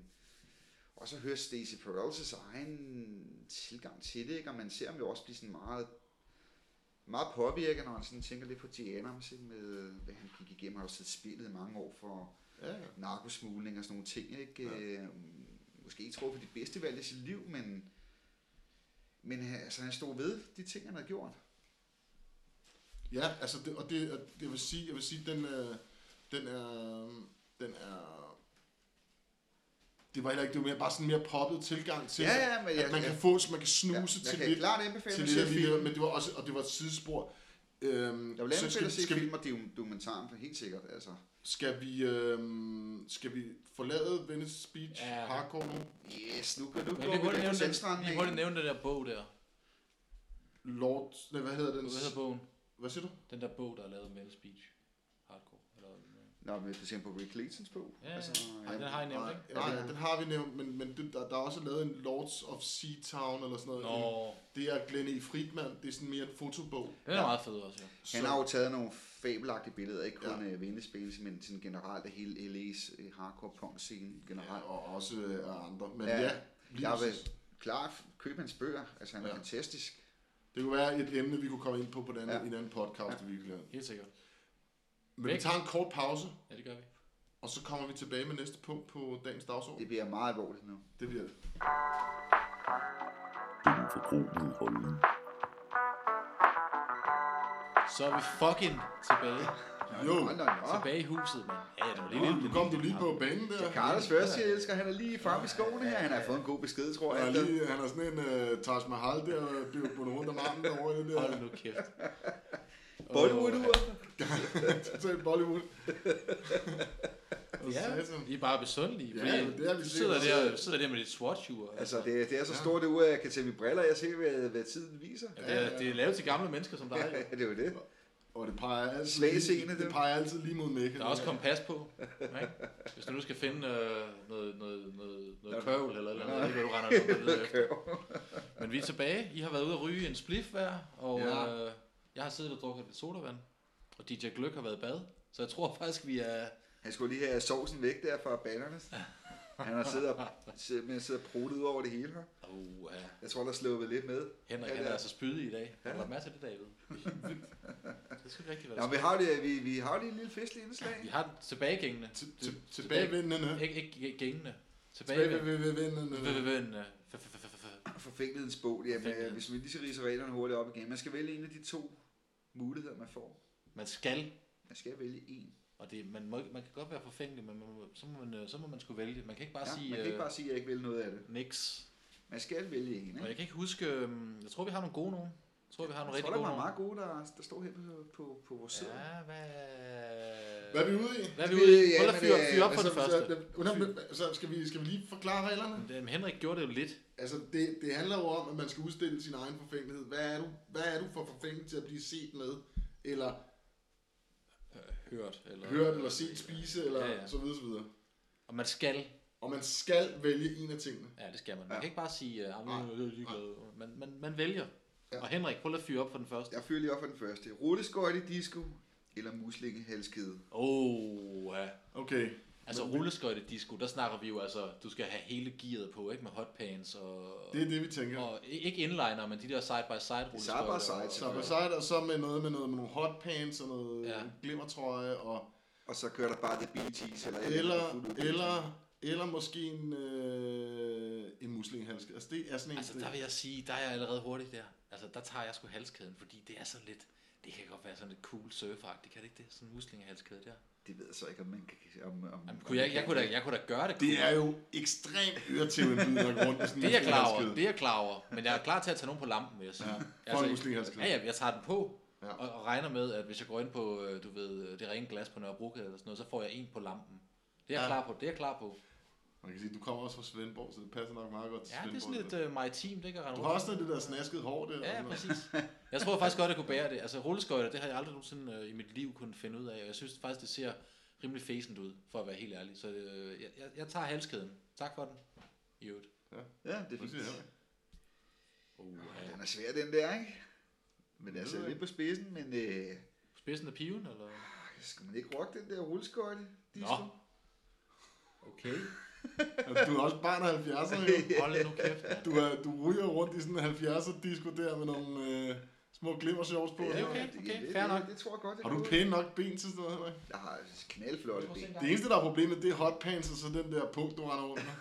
[SPEAKER 2] også at høre Stacey Perels egen tilgang til det, ikke? og man ser ham jo også blive sådan meget meget påvirket, når man sådan tænker lidt på Diana med, hvad han gik igennem. Han har jo siddet spillet i mange år for
[SPEAKER 3] ja,
[SPEAKER 2] øh,
[SPEAKER 3] ja.
[SPEAKER 2] narkosmugling og sådan nogle ting, ikke?
[SPEAKER 3] Ja.
[SPEAKER 2] Ja. Øh, måske ikke tror på de bedste valg i sit liv, men, men han- altså, han stod ved de ting, han havde gjort.
[SPEAKER 3] Ja, altså det, og det, og det jeg vil sige, jeg vil sige, den, øh, den er, øh, den er, det var heller ikke, det var mere, bare sådan en mere poppet tilgang til,
[SPEAKER 2] Ja, ja, men
[SPEAKER 3] at
[SPEAKER 2] jeg-
[SPEAKER 3] man kan
[SPEAKER 2] jeg-
[SPEAKER 3] få, man kan
[SPEAKER 2] Ja,
[SPEAKER 3] snuse
[SPEAKER 2] jeg
[SPEAKER 3] til
[SPEAKER 2] kan
[SPEAKER 3] lidt,
[SPEAKER 2] klart anbefale,
[SPEAKER 3] til
[SPEAKER 2] at
[SPEAKER 3] lidt
[SPEAKER 2] se
[SPEAKER 3] af lige,
[SPEAKER 2] film.
[SPEAKER 3] men det var også, og det var et sidespor. Øhm,
[SPEAKER 2] Jeg vil
[SPEAKER 3] så
[SPEAKER 2] anbefale
[SPEAKER 3] skal,
[SPEAKER 2] at se
[SPEAKER 3] skal, vi,
[SPEAKER 2] film og do- dokumentaren, for helt sikkert. Altså.
[SPEAKER 3] skal vi, øhm, skal vi forlade Venice Beach
[SPEAKER 4] Ja.
[SPEAKER 3] ja. Hardcore nu?
[SPEAKER 2] Yes, nu kan du
[SPEAKER 4] Men vi
[SPEAKER 2] gå
[SPEAKER 4] burde
[SPEAKER 2] på
[SPEAKER 4] nævne, den, vi burde
[SPEAKER 2] selvstrandningen.
[SPEAKER 4] nævne den der bog der.
[SPEAKER 3] Lord, nej, hvad hedder den?
[SPEAKER 4] Hvad hedder bogen?
[SPEAKER 3] Hvad siger du?
[SPEAKER 4] Den der bog, der er lavet med Speech. Hardcore. Eller,
[SPEAKER 2] Nå, men du tænker på Rick Claytons bog.
[SPEAKER 4] ja, altså, ja, den har jeg nævnt, ikke?
[SPEAKER 3] Nej,
[SPEAKER 2] Ja,
[SPEAKER 3] nej,
[SPEAKER 2] det-
[SPEAKER 3] den har vi nævnt, men, men det, der, der er også lavet en Lords of Seatown eller sådan noget.
[SPEAKER 4] Nå,
[SPEAKER 3] Det er Glenn E. Friedman, det er sådan mere en fotobog.
[SPEAKER 4] den er meget fed også, ja.
[SPEAKER 2] Han har jo taget nogle fabelagtige billeder, ikke kun
[SPEAKER 3] Ja.
[SPEAKER 2] ja. Vindespæns, men sådan generelt af hele LA's øh, hardcore punk-scene generelt.
[SPEAKER 3] og også øh, af andre. Men ja,
[SPEAKER 2] Ja.
[SPEAKER 3] ja lige
[SPEAKER 2] jeg vil
[SPEAKER 3] præcis.
[SPEAKER 2] klart købe hans bøger. Altså, han er
[SPEAKER 3] Ja.
[SPEAKER 2] ja. fantastisk.
[SPEAKER 3] det kunne være et emne, vi kunne komme ind på på den anden,
[SPEAKER 2] Ja.
[SPEAKER 3] i en anden podcast. Ja. Virkelig.
[SPEAKER 4] Helt sikkert.
[SPEAKER 3] Men vi
[SPEAKER 4] Væk.
[SPEAKER 3] tager en kort pause,
[SPEAKER 4] Ja, det gør vi.
[SPEAKER 3] og så kommer vi tilbage med næste punkt på dagens dagsorden.
[SPEAKER 2] Det bliver meget alvorligt nu.
[SPEAKER 3] Det bliver det.
[SPEAKER 1] Den forkromede holdning.
[SPEAKER 4] Så er vi fucking tilbage.
[SPEAKER 3] Jo,
[SPEAKER 2] Hold da op.
[SPEAKER 4] Tilbage i huset, mand. Ja, det var lige
[SPEAKER 3] Nå,
[SPEAKER 4] lidt.
[SPEAKER 3] nu kom du lige på banen der.
[SPEAKER 2] Carlos første, jeg elsker, han er lige fremme i skoene her. Han har fået en god besked, tror
[SPEAKER 3] Han
[SPEAKER 2] jeg.
[SPEAKER 3] er, lige, han er sådan en uh, Taj Mahal der, og bliver bundet rundt om armen derovre. i Det der.
[SPEAKER 4] Hold nu kæft.
[SPEAKER 2] Bollywood
[SPEAKER 4] Åh,
[SPEAKER 2] ur.
[SPEAKER 3] Totalt Bollywood. Og
[SPEAKER 4] Ja,
[SPEAKER 3] satan.
[SPEAKER 4] vi er bare besundelige.
[SPEAKER 3] Ja,
[SPEAKER 4] fordi
[SPEAKER 3] men det er vi
[SPEAKER 4] du sidder
[SPEAKER 3] sikkert.
[SPEAKER 4] der, du sidder der med dit swatch-ur.
[SPEAKER 2] Altså, det, det er så stort det ud, at jeg kan tage mine briller. Jeg ser, hvad, hvad tiden viser.
[SPEAKER 4] Ja, Altså, det, er, det er lavet til gamle mennesker som dig. jo.
[SPEAKER 2] [LAUGHS] Ja, det er jo det.
[SPEAKER 3] Og det peger altid,
[SPEAKER 2] Svage scene,
[SPEAKER 3] lige, det
[SPEAKER 2] det.
[SPEAKER 3] peger altid lige mod Mekka.
[SPEAKER 4] Der er også kompas på. Ikke? Hvis du nu skal finde øh, noget, noget, noget, noget køvl eller noget, eller andet, det du render noget
[SPEAKER 2] [LAUGHS]
[SPEAKER 4] videre efter. Men vi er tilbage. I har været ude at ryge en spliff hver, og
[SPEAKER 3] Ja.
[SPEAKER 4] ja. øh, jeg har siddet og drukket lidt sodavand. Og DJ Gløk har været i bad. Så jeg tror faktisk, vi er...
[SPEAKER 2] Han skulle lige have sovsen væk der fra banderne. Han har siddet og, simpelthen siddet og pruttet ud over det hele her.
[SPEAKER 4] Oh, ja.
[SPEAKER 2] Jeg tror, der er sluppet lidt med.
[SPEAKER 4] Henrik,
[SPEAKER 2] Ja,
[SPEAKER 4] han er
[SPEAKER 2] det er.
[SPEAKER 4] altså spydig i dag. Han har været masser af det, David. Det er helt vildt. Det er sgu ikke rigtigt, hvad
[SPEAKER 2] Nå,
[SPEAKER 4] der
[SPEAKER 2] vi
[SPEAKER 4] sker.
[SPEAKER 2] har jo det, vi, vi har jo lige et lille festlig indslag.
[SPEAKER 4] Vi har den tilbagegængende.
[SPEAKER 3] Til- til- Tilbagevendende.
[SPEAKER 4] Ikke, ikke gængende. Tilbagevendende.
[SPEAKER 3] Tilbagevendende.
[SPEAKER 2] Forfængelighedens bog, det er med,
[SPEAKER 4] Forfængelighed.
[SPEAKER 2] øh, hvis vi lige skal rise reglerne hurtigt op igen. Man skal vælge en af de to muligheder, man får.
[SPEAKER 4] Man skal
[SPEAKER 2] Man skal vælge en.
[SPEAKER 4] Og det, man, må, ikke- man kan godt være forfængelig, men man, må- så, må man, øh, så må man skulle vælge. Man kan ikke bare
[SPEAKER 2] Ja,
[SPEAKER 4] sige,
[SPEAKER 2] man kan ikke
[SPEAKER 4] øh,
[SPEAKER 2] bare sige, at jeg ikke vil noget af det.
[SPEAKER 4] niks.
[SPEAKER 2] Man skal vælge en,
[SPEAKER 4] Og
[SPEAKER 2] ikke?
[SPEAKER 4] jeg kan ikke huske, øhm, jeg tror vi har nogle gode nogen. Jeg tror vi har nogle
[SPEAKER 2] Jeg tror,
[SPEAKER 4] rigtig
[SPEAKER 2] der
[SPEAKER 4] gode
[SPEAKER 2] var
[SPEAKER 4] nogen.
[SPEAKER 2] meget gode, der, der står her på, på, på vores side.
[SPEAKER 4] Ja, hvad...
[SPEAKER 3] Hvad er vi ude i?
[SPEAKER 4] Hvad er vi
[SPEAKER 2] Vi-
[SPEAKER 4] ude i?
[SPEAKER 2] ja,
[SPEAKER 4] Hold da
[SPEAKER 2] men,
[SPEAKER 4] fyr,
[SPEAKER 2] øh,
[SPEAKER 4] fyr op for
[SPEAKER 3] Altså,
[SPEAKER 4] det første.
[SPEAKER 3] Så, under, men, så skal, vi, skal vi lige forklare reglerne?
[SPEAKER 4] Men Henrik gjorde det jo lidt.
[SPEAKER 3] Altså, det, det handler jo om, at man skal udstille sin egen forfængelighed. Hvad er du, hvad er du for forfængelig til at blive set med? Eller
[SPEAKER 4] Hørt. Eller,
[SPEAKER 3] hørt, eller set spise, eller
[SPEAKER 4] Øh, Ja,
[SPEAKER 3] ja,
[SPEAKER 4] ja.
[SPEAKER 3] ja. så videre, så videre.
[SPEAKER 4] Og man skal
[SPEAKER 3] Og man skal vælge en af tingene.
[SPEAKER 4] Ja, det skal man. Man
[SPEAKER 2] Ja.
[SPEAKER 4] kan ikke bare sige, at
[SPEAKER 3] Nej,
[SPEAKER 4] man er ligeglad. Man, man, man vælger.
[SPEAKER 3] Ja.
[SPEAKER 4] Og Henrik, prøv lige at fyre op for den første.
[SPEAKER 2] Jeg fyrer lige op for den første. Rulleskøjt i disco eller muslingehalskede?
[SPEAKER 4] Åh, ja.
[SPEAKER 3] Okay.
[SPEAKER 4] Altså rulleskøjte disco, der snakker vi jo altså, du skal have hele gearet på, ikke? Med hotpants og...
[SPEAKER 3] Det er det, vi tænker.
[SPEAKER 4] Og i- ikke inliner, men de der side-by-side rulleskøjter.
[SPEAKER 2] Side-by-side,
[SPEAKER 3] Så
[SPEAKER 4] og-
[SPEAKER 3] på sejt, og så med noget med, noget, med nogle hotpants og noget
[SPEAKER 4] Ja.
[SPEAKER 3] ja. glimmertrøje. Og,
[SPEAKER 2] Og så kører der bare The BT's eller...
[SPEAKER 3] eller, eller, eller måske en, øh, en muslingehalske. Altså, det er sådan en...
[SPEAKER 4] Altså, der vil jeg sige, der er jeg allerede hurtigt der. Altså, der tager jeg sgu halskæden, fordi det er sådan lidt... Det kan godt være sådan lidt cool surferagtigt, kan det ikke det? Sådan en muslingehalskæde der.
[SPEAKER 2] Det ved jeg så ikke, om man kan... Om, om,
[SPEAKER 4] Jamen, kunne jeg, ikke- jeg, kunne da, jeg kunne da gøre det.
[SPEAKER 3] det er jo ekstremt øretævindbydende at gå rundt med sådan en
[SPEAKER 4] Det er jeg klar over,
[SPEAKER 3] muslingehalskede.
[SPEAKER 4] det er jeg klar over. Men jeg er klar til at tage nogen på lampen, vil jeg sige. Altså,
[SPEAKER 3] Ja, for en muslingehalskede.
[SPEAKER 4] Ja, ja, jeg tager den på.
[SPEAKER 3] Ja.
[SPEAKER 4] Og, og regner med, at hvis jeg går ind på, øh, du ved, øh, det rene glas på Nørrebrogade eller sådan noget, så får jeg en på lampen. Det er jeg
[SPEAKER 3] Ja.
[SPEAKER 4] klar på, det er jeg klar på.
[SPEAKER 3] Man kan sige, du kommer også fra Svendborg, så det passer nok meget godt til
[SPEAKER 4] Ja, det er
[SPEAKER 3] Svendborg.
[SPEAKER 4] sådan lidt uh, maritim, det kan rende
[SPEAKER 3] Du har
[SPEAKER 4] rundt.
[SPEAKER 3] også noget af det der snaskede hår der. og
[SPEAKER 4] Ja,
[SPEAKER 3] sådan
[SPEAKER 4] ja,
[SPEAKER 3] noget.
[SPEAKER 4] præcis. Jeg tror faktisk godt, jeg kunne bære det. Altså rulleskøjter, det har jeg aldrig nogensinde øh, i mit liv kunnet finde ud af, og jeg synes faktisk, det ser rimelig fæsent ud, for at være helt ærlig. Så øh, jeg, jeg, jeg tager halskæden. Tak for den. I øvrigt.
[SPEAKER 2] Ja, det er
[SPEAKER 3] Det
[SPEAKER 2] fint.
[SPEAKER 3] synes jeg heller ikke.
[SPEAKER 4] Uh, ja.
[SPEAKER 2] Den er svær, den der, ikke? Men
[SPEAKER 3] Det
[SPEAKER 2] altså,
[SPEAKER 3] ved jeg
[SPEAKER 2] lidt på spidsen, men øh,
[SPEAKER 4] Spidsen af piven, eller?
[SPEAKER 2] skal man ikke rocke den der rulleskøjte?
[SPEAKER 4] Nå.
[SPEAKER 2] disco?
[SPEAKER 4] Okay.
[SPEAKER 3] Altså, Du er også barn af 70'erne
[SPEAKER 4] [LAUGHS]
[SPEAKER 3] jo.
[SPEAKER 4] Hold nu kæft, mand.
[SPEAKER 3] Du, er, du ryger rundt i sådan en 70'er disco der med nogle øh, små glimmershorts på.
[SPEAKER 4] Ja,
[SPEAKER 3] Ja,
[SPEAKER 4] okay.
[SPEAKER 3] okay.
[SPEAKER 2] det,
[SPEAKER 4] fair
[SPEAKER 2] det,
[SPEAKER 4] nok.
[SPEAKER 2] Det, det, tror jeg godt, jeg
[SPEAKER 3] Har du
[SPEAKER 2] kunne.
[SPEAKER 3] pæne nok ben til sådan noget, Henrik?
[SPEAKER 2] Jeg har knaldflotte
[SPEAKER 4] Prøv at se
[SPEAKER 2] ben.
[SPEAKER 4] engang.
[SPEAKER 3] Det eneste, der er problemet, det er hotpants og så den der punkt, du render rundt med.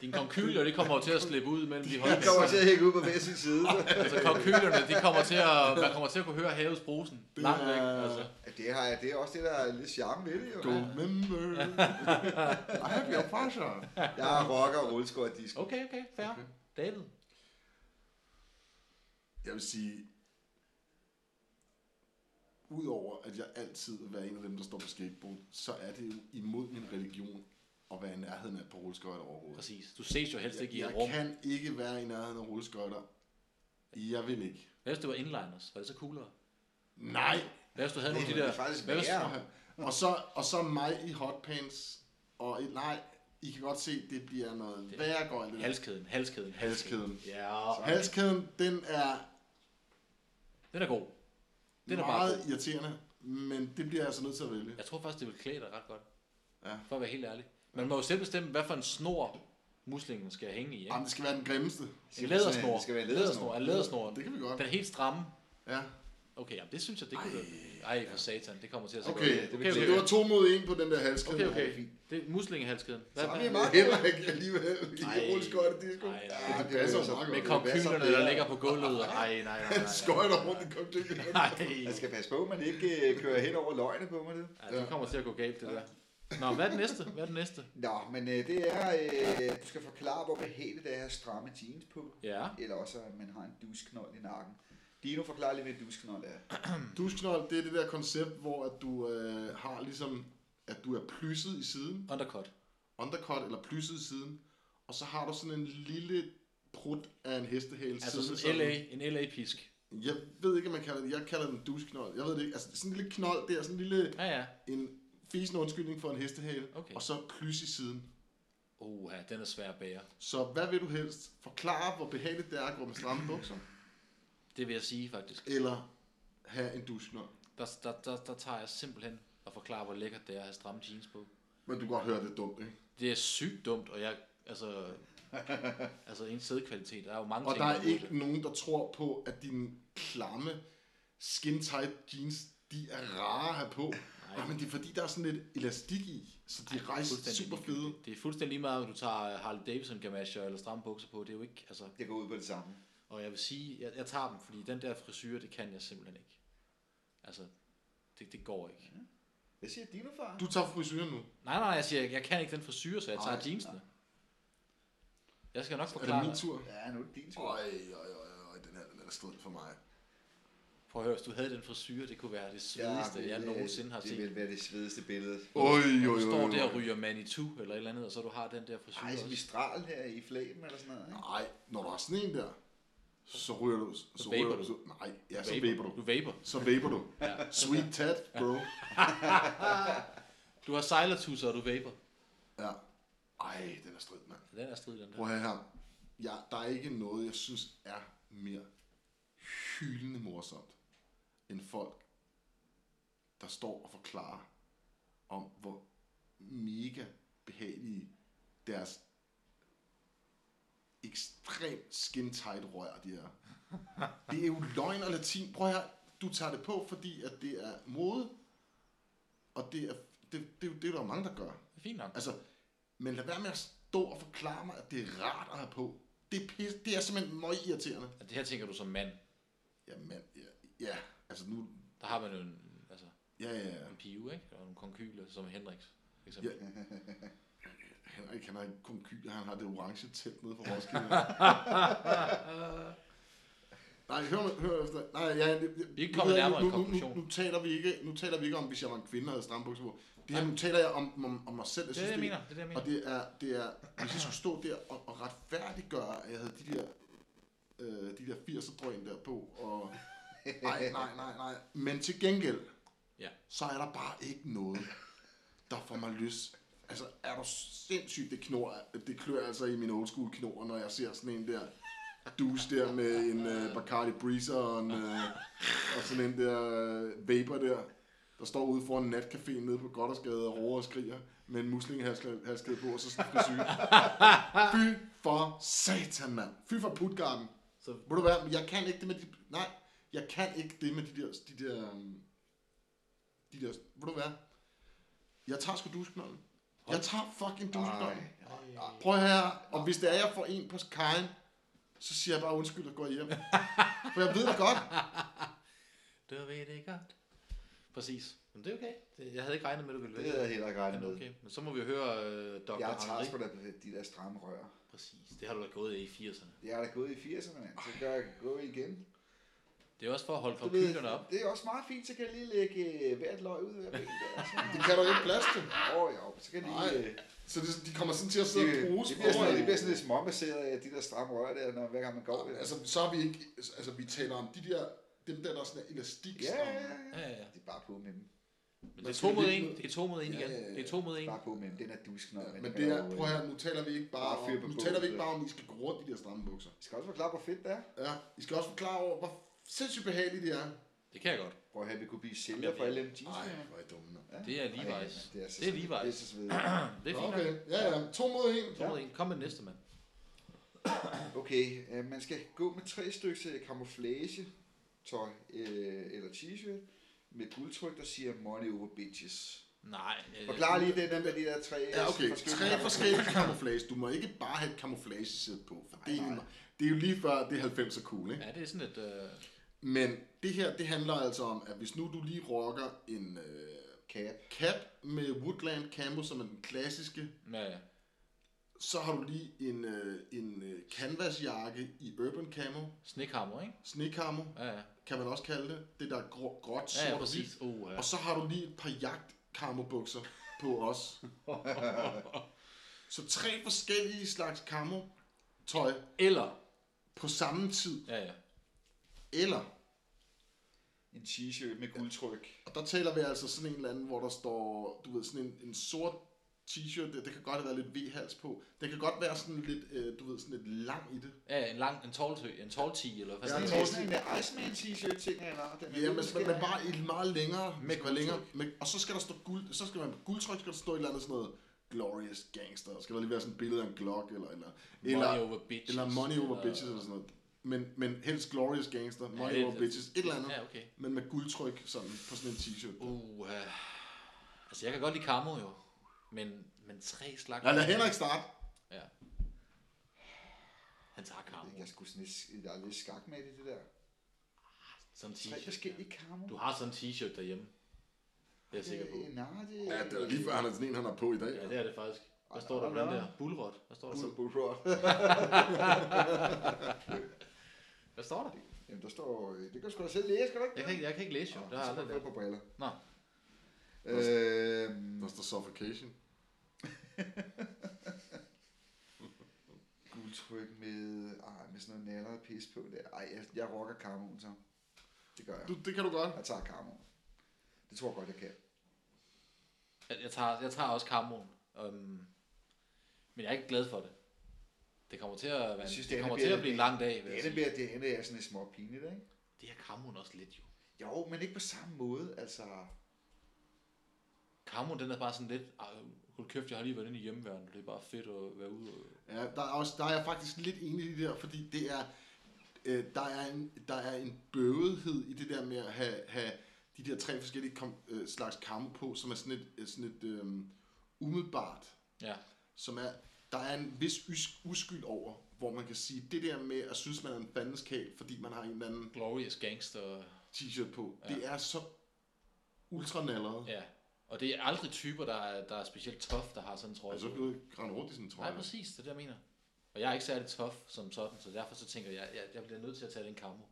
[SPEAKER 4] Dine konkyler, de kommer jo til at slippe ud mellem de
[SPEAKER 2] Jeg kommer til
[SPEAKER 4] håndbænd.
[SPEAKER 2] at hænge ud på hver sin
[SPEAKER 3] [LAUGHS]
[SPEAKER 2] side.
[SPEAKER 4] Altså konkylerne, de kommer til at, man kommer til at kunne høre havets brusen.
[SPEAKER 3] Det
[SPEAKER 4] Langt væk,
[SPEAKER 3] er-
[SPEAKER 4] altså.
[SPEAKER 2] Ja, det, har jeg, det er også det, der er lidt charme ved det, jo.
[SPEAKER 3] Go member.
[SPEAKER 4] [LAUGHS]
[SPEAKER 3] I have your pressure.
[SPEAKER 2] Jeg har rocker og rulleskøjte disco.
[SPEAKER 4] Okay, okay, fair. Okay.
[SPEAKER 3] Okay.
[SPEAKER 4] David.
[SPEAKER 3] Jeg vil sige, udover at jeg altid vil være en af dem, der står på skateboard, så er det jo imod min religion at være i nærheden af på rulleskøjter overhovedet.
[SPEAKER 4] Præcis. Du ses jo helst ikke i
[SPEAKER 3] Jeg,
[SPEAKER 4] et Altså, rum.
[SPEAKER 3] jeg kan ikke være i nærheden af rulleskøjter. Jeg vil ikke.
[SPEAKER 4] Hvad hvis det var inliners? Var det så coolere?
[SPEAKER 3] Nej.
[SPEAKER 4] Hvad hvis du havde nogle af de
[SPEAKER 2] det er
[SPEAKER 4] der...
[SPEAKER 2] faktisk
[SPEAKER 4] hvad hvis,
[SPEAKER 2] værre.
[SPEAKER 3] Og så, og så mig i hotpants. Og et, nej, I kan godt se, det bliver noget værre gøjl. det der.
[SPEAKER 4] Halskæden, halskæden,
[SPEAKER 3] Halskæden.
[SPEAKER 4] Ja,
[SPEAKER 3] Halskæden, den er
[SPEAKER 4] den er god. Den er meget...
[SPEAKER 3] meget
[SPEAKER 4] bare god.
[SPEAKER 3] irriterende, men det bliver jeg altså nødt til at vælge.
[SPEAKER 4] Jeg tror faktisk, det vil klæde dig ret godt.
[SPEAKER 3] Ja.
[SPEAKER 4] For at være helt ærlig. Man må jo selv bestemme, hvad for en snor muslingen skal hænge i. Ikke?
[SPEAKER 3] Jamen, det skal være den grimmeste.
[SPEAKER 4] En lædersnor.
[SPEAKER 2] Det skal være en
[SPEAKER 4] lædersnor.
[SPEAKER 2] lædersnor.
[SPEAKER 4] En lædersnor.
[SPEAKER 3] Det kan vi godt.
[SPEAKER 4] Den helt stramme.
[SPEAKER 3] Ja.
[SPEAKER 4] Okay, jamen det synes jeg, det kunne Ej, Ej for satan, det kommer til at se
[SPEAKER 3] Okay,
[SPEAKER 4] godt ud.
[SPEAKER 3] okay, okay. det var to mod en på den der halskæde.
[SPEAKER 4] okay, okay. Det er muslingehalskæden. Hvad,
[SPEAKER 2] Så har vi
[SPEAKER 4] hvad?
[SPEAKER 2] meget
[SPEAKER 3] Heller ikke alligevel.
[SPEAKER 4] Ej.
[SPEAKER 3] I rulleskøjter, det er sgu.
[SPEAKER 4] Ej,
[SPEAKER 3] Ja,
[SPEAKER 4] ja.
[SPEAKER 3] det passer jo
[SPEAKER 2] Det
[SPEAKER 3] meget
[SPEAKER 2] er
[SPEAKER 3] godt.
[SPEAKER 4] Med
[SPEAKER 2] det
[SPEAKER 4] kompylerne,
[SPEAKER 2] bedre.
[SPEAKER 4] der ligger på gulvet. Ej, nej, nej, nej.
[SPEAKER 3] [LAUGHS] Skøjter rundt i konflikten.
[SPEAKER 4] Nej,
[SPEAKER 2] Jeg skal passe på, at man ikke øh, kører hen over løgne på mig. Det.
[SPEAKER 4] ja, det kommer til at gå galt, det der. Nå, hvad er det næste? Hvad er det næste?
[SPEAKER 2] Nå, men øh, det er, øh, du skal forklare, hvor behageligt det er at have stramme jeans på.
[SPEAKER 4] Ja,
[SPEAKER 2] Eller også, at man har en dusknold i nakken. Dino, forklar lige, hvad dusknold er.
[SPEAKER 3] Dusknold, det er det der koncept, hvor at du øh, har ligesom, at du er plysset i siden,
[SPEAKER 4] undercut.
[SPEAKER 3] undercut eller plysset i siden, og så har du sådan en lille prut af en hestehale.
[SPEAKER 4] Altså
[SPEAKER 3] siddende
[SPEAKER 4] sådan LA, en LA-pisk.
[SPEAKER 3] Jeg ved ikke, om man kalder det. Jeg kalder den dusknold. Jeg ved det ikke. Altså sådan en lille knold der, sådan en lille,
[SPEAKER 4] Ja, ja.
[SPEAKER 3] en fisen undskyldning for en hestehale,
[SPEAKER 4] Okay.
[SPEAKER 3] og så plys i siden.
[SPEAKER 4] Oha, den er svær at bære.
[SPEAKER 3] Så hvad vil du helst? Forklare, hvor behageligt det er at gå med
[SPEAKER 4] [CLEARS THROAT]
[SPEAKER 3] stramme bukser,
[SPEAKER 4] Det vil jeg sige, faktisk.
[SPEAKER 3] eller have en dusknold.
[SPEAKER 4] Der, der, der, der tager jeg simpelthen og forklarer, hvor lækkert det er at have stramme jeans på.
[SPEAKER 3] Men du kan godt høre, det er dumt, ikke?
[SPEAKER 4] Det er sygt dumt, og jeg...
[SPEAKER 3] [LAUGHS]
[SPEAKER 4] Altså, altså en sædkvalitet. Der er jo mange
[SPEAKER 3] Og
[SPEAKER 4] ting,
[SPEAKER 3] der er
[SPEAKER 4] imod det.
[SPEAKER 3] ikke nogen, der tror på, at dine klamme skin tight jeans, de er rare at have på. Nej, men det er fordi, der er sådan lidt elastik i, så de
[SPEAKER 4] Det er
[SPEAKER 3] rejser
[SPEAKER 4] fuldstændig
[SPEAKER 3] super fede.
[SPEAKER 4] ligegyldigt. Det er fuldstændig lige meget, om du tager øh, Harley Davidson gamasher eller stramme bukser på. Det er jo ikke, altså...
[SPEAKER 2] Jeg går ud på det samme.
[SPEAKER 4] Og jeg vil sige, jeg, jeg tager dem, fordi den der frisyr, det kan jeg simpelthen ikke. Altså, det, det går ikke.
[SPEAKER 3] Mhm.
[SPEAKER 2] Hvad siger Dino, far?
[SPEAKER 3] Du tager frisyren nu.
[SPEAKER 4] Nej, nej, jeg siger, jeg kan ikke den frisyr, så jeg tager
[SPEAKER 3] Nej,
[SPEAKER 4] jeansene. Jeg skal nok
[SPEAKER 3] Er det
[SPEAKER 4] forklare
[SPEAKER 3] min
[SPEAKER 4] dig.
[SPEAKER 3] tur?
[SPEAKER 2] Ja, nu er det din tur.
[SPEAKER 3] Øj, øj, øj, øj, den her den er strid for mig.
[SPEAKER 4] Prøv at høre, hvis du havde den frisyr, det kunne være det svedigste, ja, jeg
[SPEAKER 2] vil, øh,
[SPEAKER 4] nogensinde har set.
[SPEAKER 2] Det vil være det svedigste billede.
[SPEAKER 3] Oj,
[SPEAKER 4] Når
[SPEAKER 3] oj,
[SPEAKER 4] du står der
[SPEAKER 3] oj,
[SPEAKER 4] og ryger Manitou eller et eller andet, og så du har den der frisyr
[SPEAKER 2] Ej, så
[SPEAKER 4] også.
[SPEAKER 2] Mistral her i flæben eller sådan noget, ikke?
[SPEAKER 3] Nej, når du har sådan en der, så ryger du. Så,
[SPEAKER 4] Så
[SPEAKER 3] ryger
[SPEAKER 4] vaper
[SPEAKER 3] du.
[SPEAKER 4] du.
[SPEAKER 3] Så, nej, ja, så vaper du.
[SPEAKER 4] Du vaper.
[SPEAKER 3] Så vaper du. Sweet tat, bro.
[SPEAKER 4] Du har sejlertusser, og du vaper.
[SPEAKER 3] Ja. Ej, den er strid, mand.
[SPEAKER 4] Den er strid, den der.
[SPEAKER 3] Prøv at høre her. Ja, der er ikke noget, jeg synes er mere hyldende morsomt, end folk, der står og forklarer om, hvor mega behagelige deres ekstremt skin tight rør de er. Det er jo løgn og latin. Prøv her, du tager det på, fordi at det er mode, og det er, det, det, det, det er der jo mange, der gør.
[SPEAKER 4] Det er fint nok.
[SPEAKER 3] Altså, men lad være med at stå og forklare mig, at det er rart at have på. Det er, pis, det er simpelthen meget irriterende.
[SPEAKER 4] Og Altså, det her tænker du som mand.
[SPEAKER 3] Ja, mand, ja, ja, altså nu,
[SPEAKER 4] Der har man jo en, altså,
[SPEAKER 3] ja, ja, ja.
[SPEAKER 4] en pive, ikke? Og en konkyle, som Henriks. For eksempel.
[SPEAKER 3] Ja. Henrik, han har en konkyl, han har det orange telt nede på
[SPEAKER 4] [LAUGHS]
[SPEAKER 3] Roskilde. Nej, hør, nu- hør efter. Nej, ja, det, det-
[SPEAKER 4] Vi er ikke kommet
[SPEAKER 3] nu-
[SPEAKER 4] nærmere en
[SPEAKER 3] nu, nu, nu,
[SPEAKER 4] konklusion.
[SPEAKER 3] nu, taler vi ikke, nu taler vi ikke om, hvis jeg var en kvinde og havde stramme bukser på. Det her, nu taler jeg om, om, om mig selv. Jeg
[SPEAKER 4] Det er det, jeg
[SPEAKER 3] det-
[SPEAKER 4] mener. Det er det, jeg mener.
[SPEAKER 3] Og det er, det er, hvis jeg skulle stå der og, og retfærdiggøre, at jeg havde de der, øh, de der 80'er drøn der på, og
[SPEAKER 4] [LAUGHS]
[SPEAKER 3] nej, nej, nej, nej. Men til gengæld,
[SPEAKER 4] Ja.
[SPEAKER 3] så er der bare ikke noget, der får mig lyst. Altså, er du sindssygt, det, knor, det klør altså i min old school knor, når jeg ser sådan en der dus der med en øh, Bacardi Breezer og, en, øh, og sådan en der øh, vapor der, der står ude foran en natcafé nede på Goddersgade og råber og skriger med en muslinghalskede på, og så sådan en frisyre. Fy for satan, mand. Fy for putgarden. Så...
[SPEAKER 4] Så-
[SPEAKER 3] Må du være, jeg kan ikke det med de... Nej, jeg kan ikke det med de der... De der, øhm, de der må du være. Jeg tager sgu dusknollen. Jeg tager fucking dusknollen. Prøv her, og hvis det er, jeg får en på kajen, så siger jeg bare undskyld og går
[SPEAKER 2] [LAUGHS]
[SPEAKER 3] hjem. For jeg ved det godt.
[SPEAKER 4] Du ved det godt. Præcis. Men det er okay. Det- Jeg havde ikke regnet med, at du ville
[SPEAKER 2] Det
[SPEAKER 4] vælge.
[SPEAKER 2] havde jeg heller ikke regnet
[SPEAKER 4] Men
[SPEAKER 2] med.
[SPEAKER 4] okay. Men så må vi høre øh, Dr.
[SPEAKER 2] Jeg tager
[SPEAKER 4] Henri.
[SPEAKER 2] sgu da de der stramme rør.
[SPEAKER 4] Præcis. Det har du da gået af i 80'erne.
[SPEAKER 2] Jeg er da gået i 80'erne, mand. Så gør jeg gå igen.
[SPEAKER 4] Det er også for at holde
[SPEAKER 2] Du ved,
[SPEAKER 4] konkylerne op.
[SPEAKER 2] det er også meget fint, så kan jeg lige lægge øh, hvert løg ud
[SPEAKER 4] [LAUGHS]
[SPEAKER 2] af hver ben der.
[SPEAKER 3] Det kan du ikke plads til.
[SPEAKER 2] Åh oh, jo, så kan jeg lige...
[SPEAKER 3] Nej.
[SPEAKER 2] øh,
[SPEAKER 3] Så det, de kommer sådan til at sidde
[SPEAKER 2] Det,
[SPEAKER 3] og bruge
[SPEAKER 2] det, bliver sådan, noget- det bliver sådan lidt småbaseret af de der stramme rør der, når hver gang man går.
[SPEAKER 3] Altså, så er vi ikke... Altså, vi taler om de der... Dem der, der er sådan der elastik.
[SPEAKER 2] ja, ja, ja, ja.
[SPEAKER 4] Ja, ja, ja.
[SPEAKER 2] Det er bare på med dem.
[SPEAKER 4] Men
[SPEAKER 3] Man
[SPEAKER 4] det er
[SPEAKER 3] skal
[SPEAKER 4] to mod
[SPEAKER 3] lige-
[SPEAKER 4] en. Det er to mod en
[SPEAKER 3] Ja,
[SPEAKER 4] igen.
[SPEAKER 3] ja, ja.
[SPEAKER 4] Det er to mod en.
[SPEAKER 2] Bare på med dem. Den er dusken om.
[SPEAKER 3] Ja, men det er, prøv her, nu taler vi ikke øh, bare,
[SPEAKER 2] Bare fyr på
[SPEAKER 3] om, nu
[SPEAKER 2] bålet.
[SPEAKER 3] taler vi ikke bare om, at I skal gå rundt i de der stramme bukser.
[SPEAKER 2] Vi skal også forklare, hvor fedt det er.
[SPEAKER 3] Ja, I skal også forklare over, hvor sindssygt behageligt det er.
[SPEAKER 4] Det kan jeg godt.
[SPEAKER 2] Prøv at have, vi kunne blive
[SPEAKER 4] Jamen,
[SPEAKER 2] sælger
[SPEAKER 4] jeg
[SPEAKER 2] for
[SPEAKER 4] ved-
[SPEAKER 2] alle MG's.
[SPEAKER 3] Ej,
[SPEAKER 2] mand.
[SPEAKER 3] hvor er I dumme. mand.
[SPEAKER 2] Ja.
[SPEAKER 4] Det er
[SPEAKER 2] Ej,
[SPEAKER 4] Levi's.
[SPEAKER 2] mand, Det er, så
[SPEAKER 4] Det er
[SPEAKER 2] svedigt.
[SPEAKER 4] Levi's.
[SPEAKER 2] Det er så svedigt.
[SPEAKER 4] [CLEARS THROAT] Det er
[SPEAKER 3] Nå,
[SPEAKER 4] fint nok.
[SPEAKER 3] Okay, ja, ja. To mod en.
[SPEAKER 4] To mod en. Kom med den næste, mand.
[SPEAKER 2] Okay, øh, man skal gå med tre stykker øh, camouflage tøj øh, eller t-shirt med guldtryk, der siger money over bitches.
[SPEAKER 4] Nej. øh,
[SPEAKER 2] Forklar lige det der med de der tre
[SPEAKER 3] Ja, okay. Tre
[SPEAKER 2] camouflage.
[SPEAKER 3] [LAUGHS] forskellige camouflage. Du må ikke bare have et camouflage-sæt på, for det er, egentlig- det er jo lige før, det er 90'er cool, ikke?
[SPEAKER 4] Ja, det er sådan et... Øh,
[SPEAKER 3] Men det her, det handler altså om, at hvis nu du lige rocker en øh,
[SPEAKER 2] Cap.
[SPEAKER 3] cap med Woodland Cambo, som er den klassiske,
[SPEAKER 4] ja, ja.
[SPEAKER 3] så har du lige en, øh, en øh, canvasjakke i Urban Camo,
[SPEAKER 4] Snikhammer, ikke?
[SPEAKER 3] snekamo,
[SPEAKER 4] Ja, ja.
[SPEAKER 3] kan man også kalde det. Det der er grå, gråt,
[SPEAKER 4] Ja,
[SPEAKER 3] sort
[SPEAKER 4] ja,
[SPEAKER 3] og hvidt.
[SPEAKER 4] præcis. Oh, ja.
[SPEAKER 3] Og så har du lige et par jagt bukser på os. så tre forskellige slags camo tøj
[SPEAKER 4] Eller...
[SPEAKER 3] på samme tid.
[SPEAKER 4] Ja, ja.
[SPEAKER 3] Eller,
[SPEAKER 2] En t-shirt med guldtryk.
[SPEAKER 3] og der taler vi altså sådan en eller anden, hvor der står, du ved, sådan en, en sort t-shirt, det, det kan godt være lidt V-hals på. Det kan godt være sådan lidt, øh, du ved, sådan lidt lang i det.
[SPEAKER 4] Ja, en lang... En tolvtø. En tolvti, eller hvad
[SPEAKER 3] Ja,
[SPEAKER 4] fanden
[SPEAKER 3] en
[SPEAKER 4] det
[SPEAKER 2] Det er
[SPEAKER 4] er.
[SPEAKER 3] tolvti.
[SPEAKER 2] sådan en der Iceman t-shirt ting, jeg har. Den er
[SPEAKER 3] Ja, men,
[SPEAKER 2] lidt
[SPEAKER 3] men,
[SPEAKER 2] skær.
[SPEAKER 3] men bare et meget længere.
[SPEAKER 2] Med
[SPEAKER 3] Med være længere med, og så skal der stå guld, så skal man på guldtryk, skal der stå et eller andet sådan noget glorious gangster. Skal der lige være sådan et billede af en Glock eller eller
[SPEAKER 4] Money
[SPEAKER 3] eller,
[SPEAKER 4] over bitches.
[SPEAKER 3] eller money over bitches eller sådan noget. Men, men helst glorious gangster, money
[SPEAKER 4] det-
[SPEAKER 3] over bitches, et eller andet.
[SPEAKER 4] Ja, okay.
[SPEAKER 3] Men med guldtryk sådan på sådan en t-shirt.
[SPEAKER 4] Uh, uh, altså, jeg kan godt lide Camo jo. Men, men tre slags...
[SPEAKER 3] Ja, lad Henrik starte.
[SPEAKER 4] Ja. Han tager Camo
[SPEAKER 2] Jeg skulle sådan lidt, jeg er lidt skak med det, det der.
[SPEAKER 4] som
[SPEAKER 2] Tre
[SPEAKER 4] t-shirt.
[SPEAKER 2] forskellige camo.
[SPEAKER 4] Du har sådan en t-shirt derhjemme. Det er jeg sikker på.
[SPEAKER 2] Øh, Nej, det
[SPEAKER 3] Ja, det er lige før han er sådan en, han har på i dag.
[SPEAKER 4] Ja, det er det faktisk. Hvad står der på den der? Bulrot. Hvad står der så?
[SPEAKER 2] Altså, Bullrod.
[SPEAKER 4] Hvad står der?
[SPEAKER 2] Jamen, der står... øh, Det kan du sgu da selv læse, skal du ikke?
[SPEAKER 4] Jeg kan ikke, jeg kan ikke læse jo. Det har jeg aldrig
[SPEAKER 2] aldrig
[SPEAKER 4] lært.
[SPEAKER 2] på briller.
[SPEAKER 4] Nå.
[SPEAKER 2] Øhm,
[SPEAKER 3] Der står suffocation.
[SPEAKER 2] guldtryk med, ej, med sådan noget naller og pis på der. Ej, jeg, jeg rocker karmoen så. Det gør jeg.
[SPEAKER 3] Du, det kan du godt.
[SPEAKER 2] Jeg tager karmoen. Det tror jeg godt, jeg kan.
[SPEAKER 4] Jeg, jeg, tager, jeg tager også karmoen. Um, men jeg er ikke glad for det. Det kommer til at, være,
[SPEAKER 2] Jeg synes,
[SPEAKER 4] synes,
[SPEAKER 2] det
[SPEAKER 4] det kommer
[SPEAKER 2] ender
[SPEAKER 4] til at
[SPEAKER 2] bliver-
[SPEAKER 4] blive en lang dag. Vil
[SPEAKER 2] Det
[SPEAKER 4] jeg
[SPEAKER 2] ender
[SPEAKER 4] sige.
[SPEAKER 2] med, at det ender er sådan et små pinligt, ikke?
[SPEAKER 4] Det er karmoen også lidt jo.
[SPEAKER 2] Jo, men ikke på samme måde, altså...
[SPEAKER 4] Karmoen den er bare sådan lidt, "Ej, hold kæft, jeg har lige været inde i hjemmeværende. Det er bare fedt at være ude. Og...
[SPEAKER 3] Ja, der er, også, der er jeg faktisk lidt enig i det der, fordi det er, øh, der, er en, der er en bøvethed i det der med at have, have de der tre forskellige kom, øh, slags kampe på, som er sådan et, øh, sådan et øh, umiddelbart,
[SPEAKER 4] Ja.
[SPEAKER 3] som er, der er en vis ys, uskyld over, hvor man kan sige, det der med at synes, man er en fandenskab, fordi man har en eller anden
[SPEAKER 4] Glorious Gangster.
[SPEAKER 3] t-shirt på,
[SPEAKER 4] Ja.
[SPEAKER 3] ja. det er så ultranalleret. Ja.
[SPEAKER 4] Ja. Og det er aldrig typer, der er, der er specielt tough, der har sådan en trøje.
[SPEAKER 3] Altså, så
[SPEAKER 4] på.
[SPEAKER 3] blev Gran rundt i sådan en trøje.
[SPEAKER 4] Nej, præcis, det er det, jeg mener. Og jeg er ikke særlig tough som sådan, så derfor så tænker jeg, jeg, jeg bliver nødt til at tage den kammo.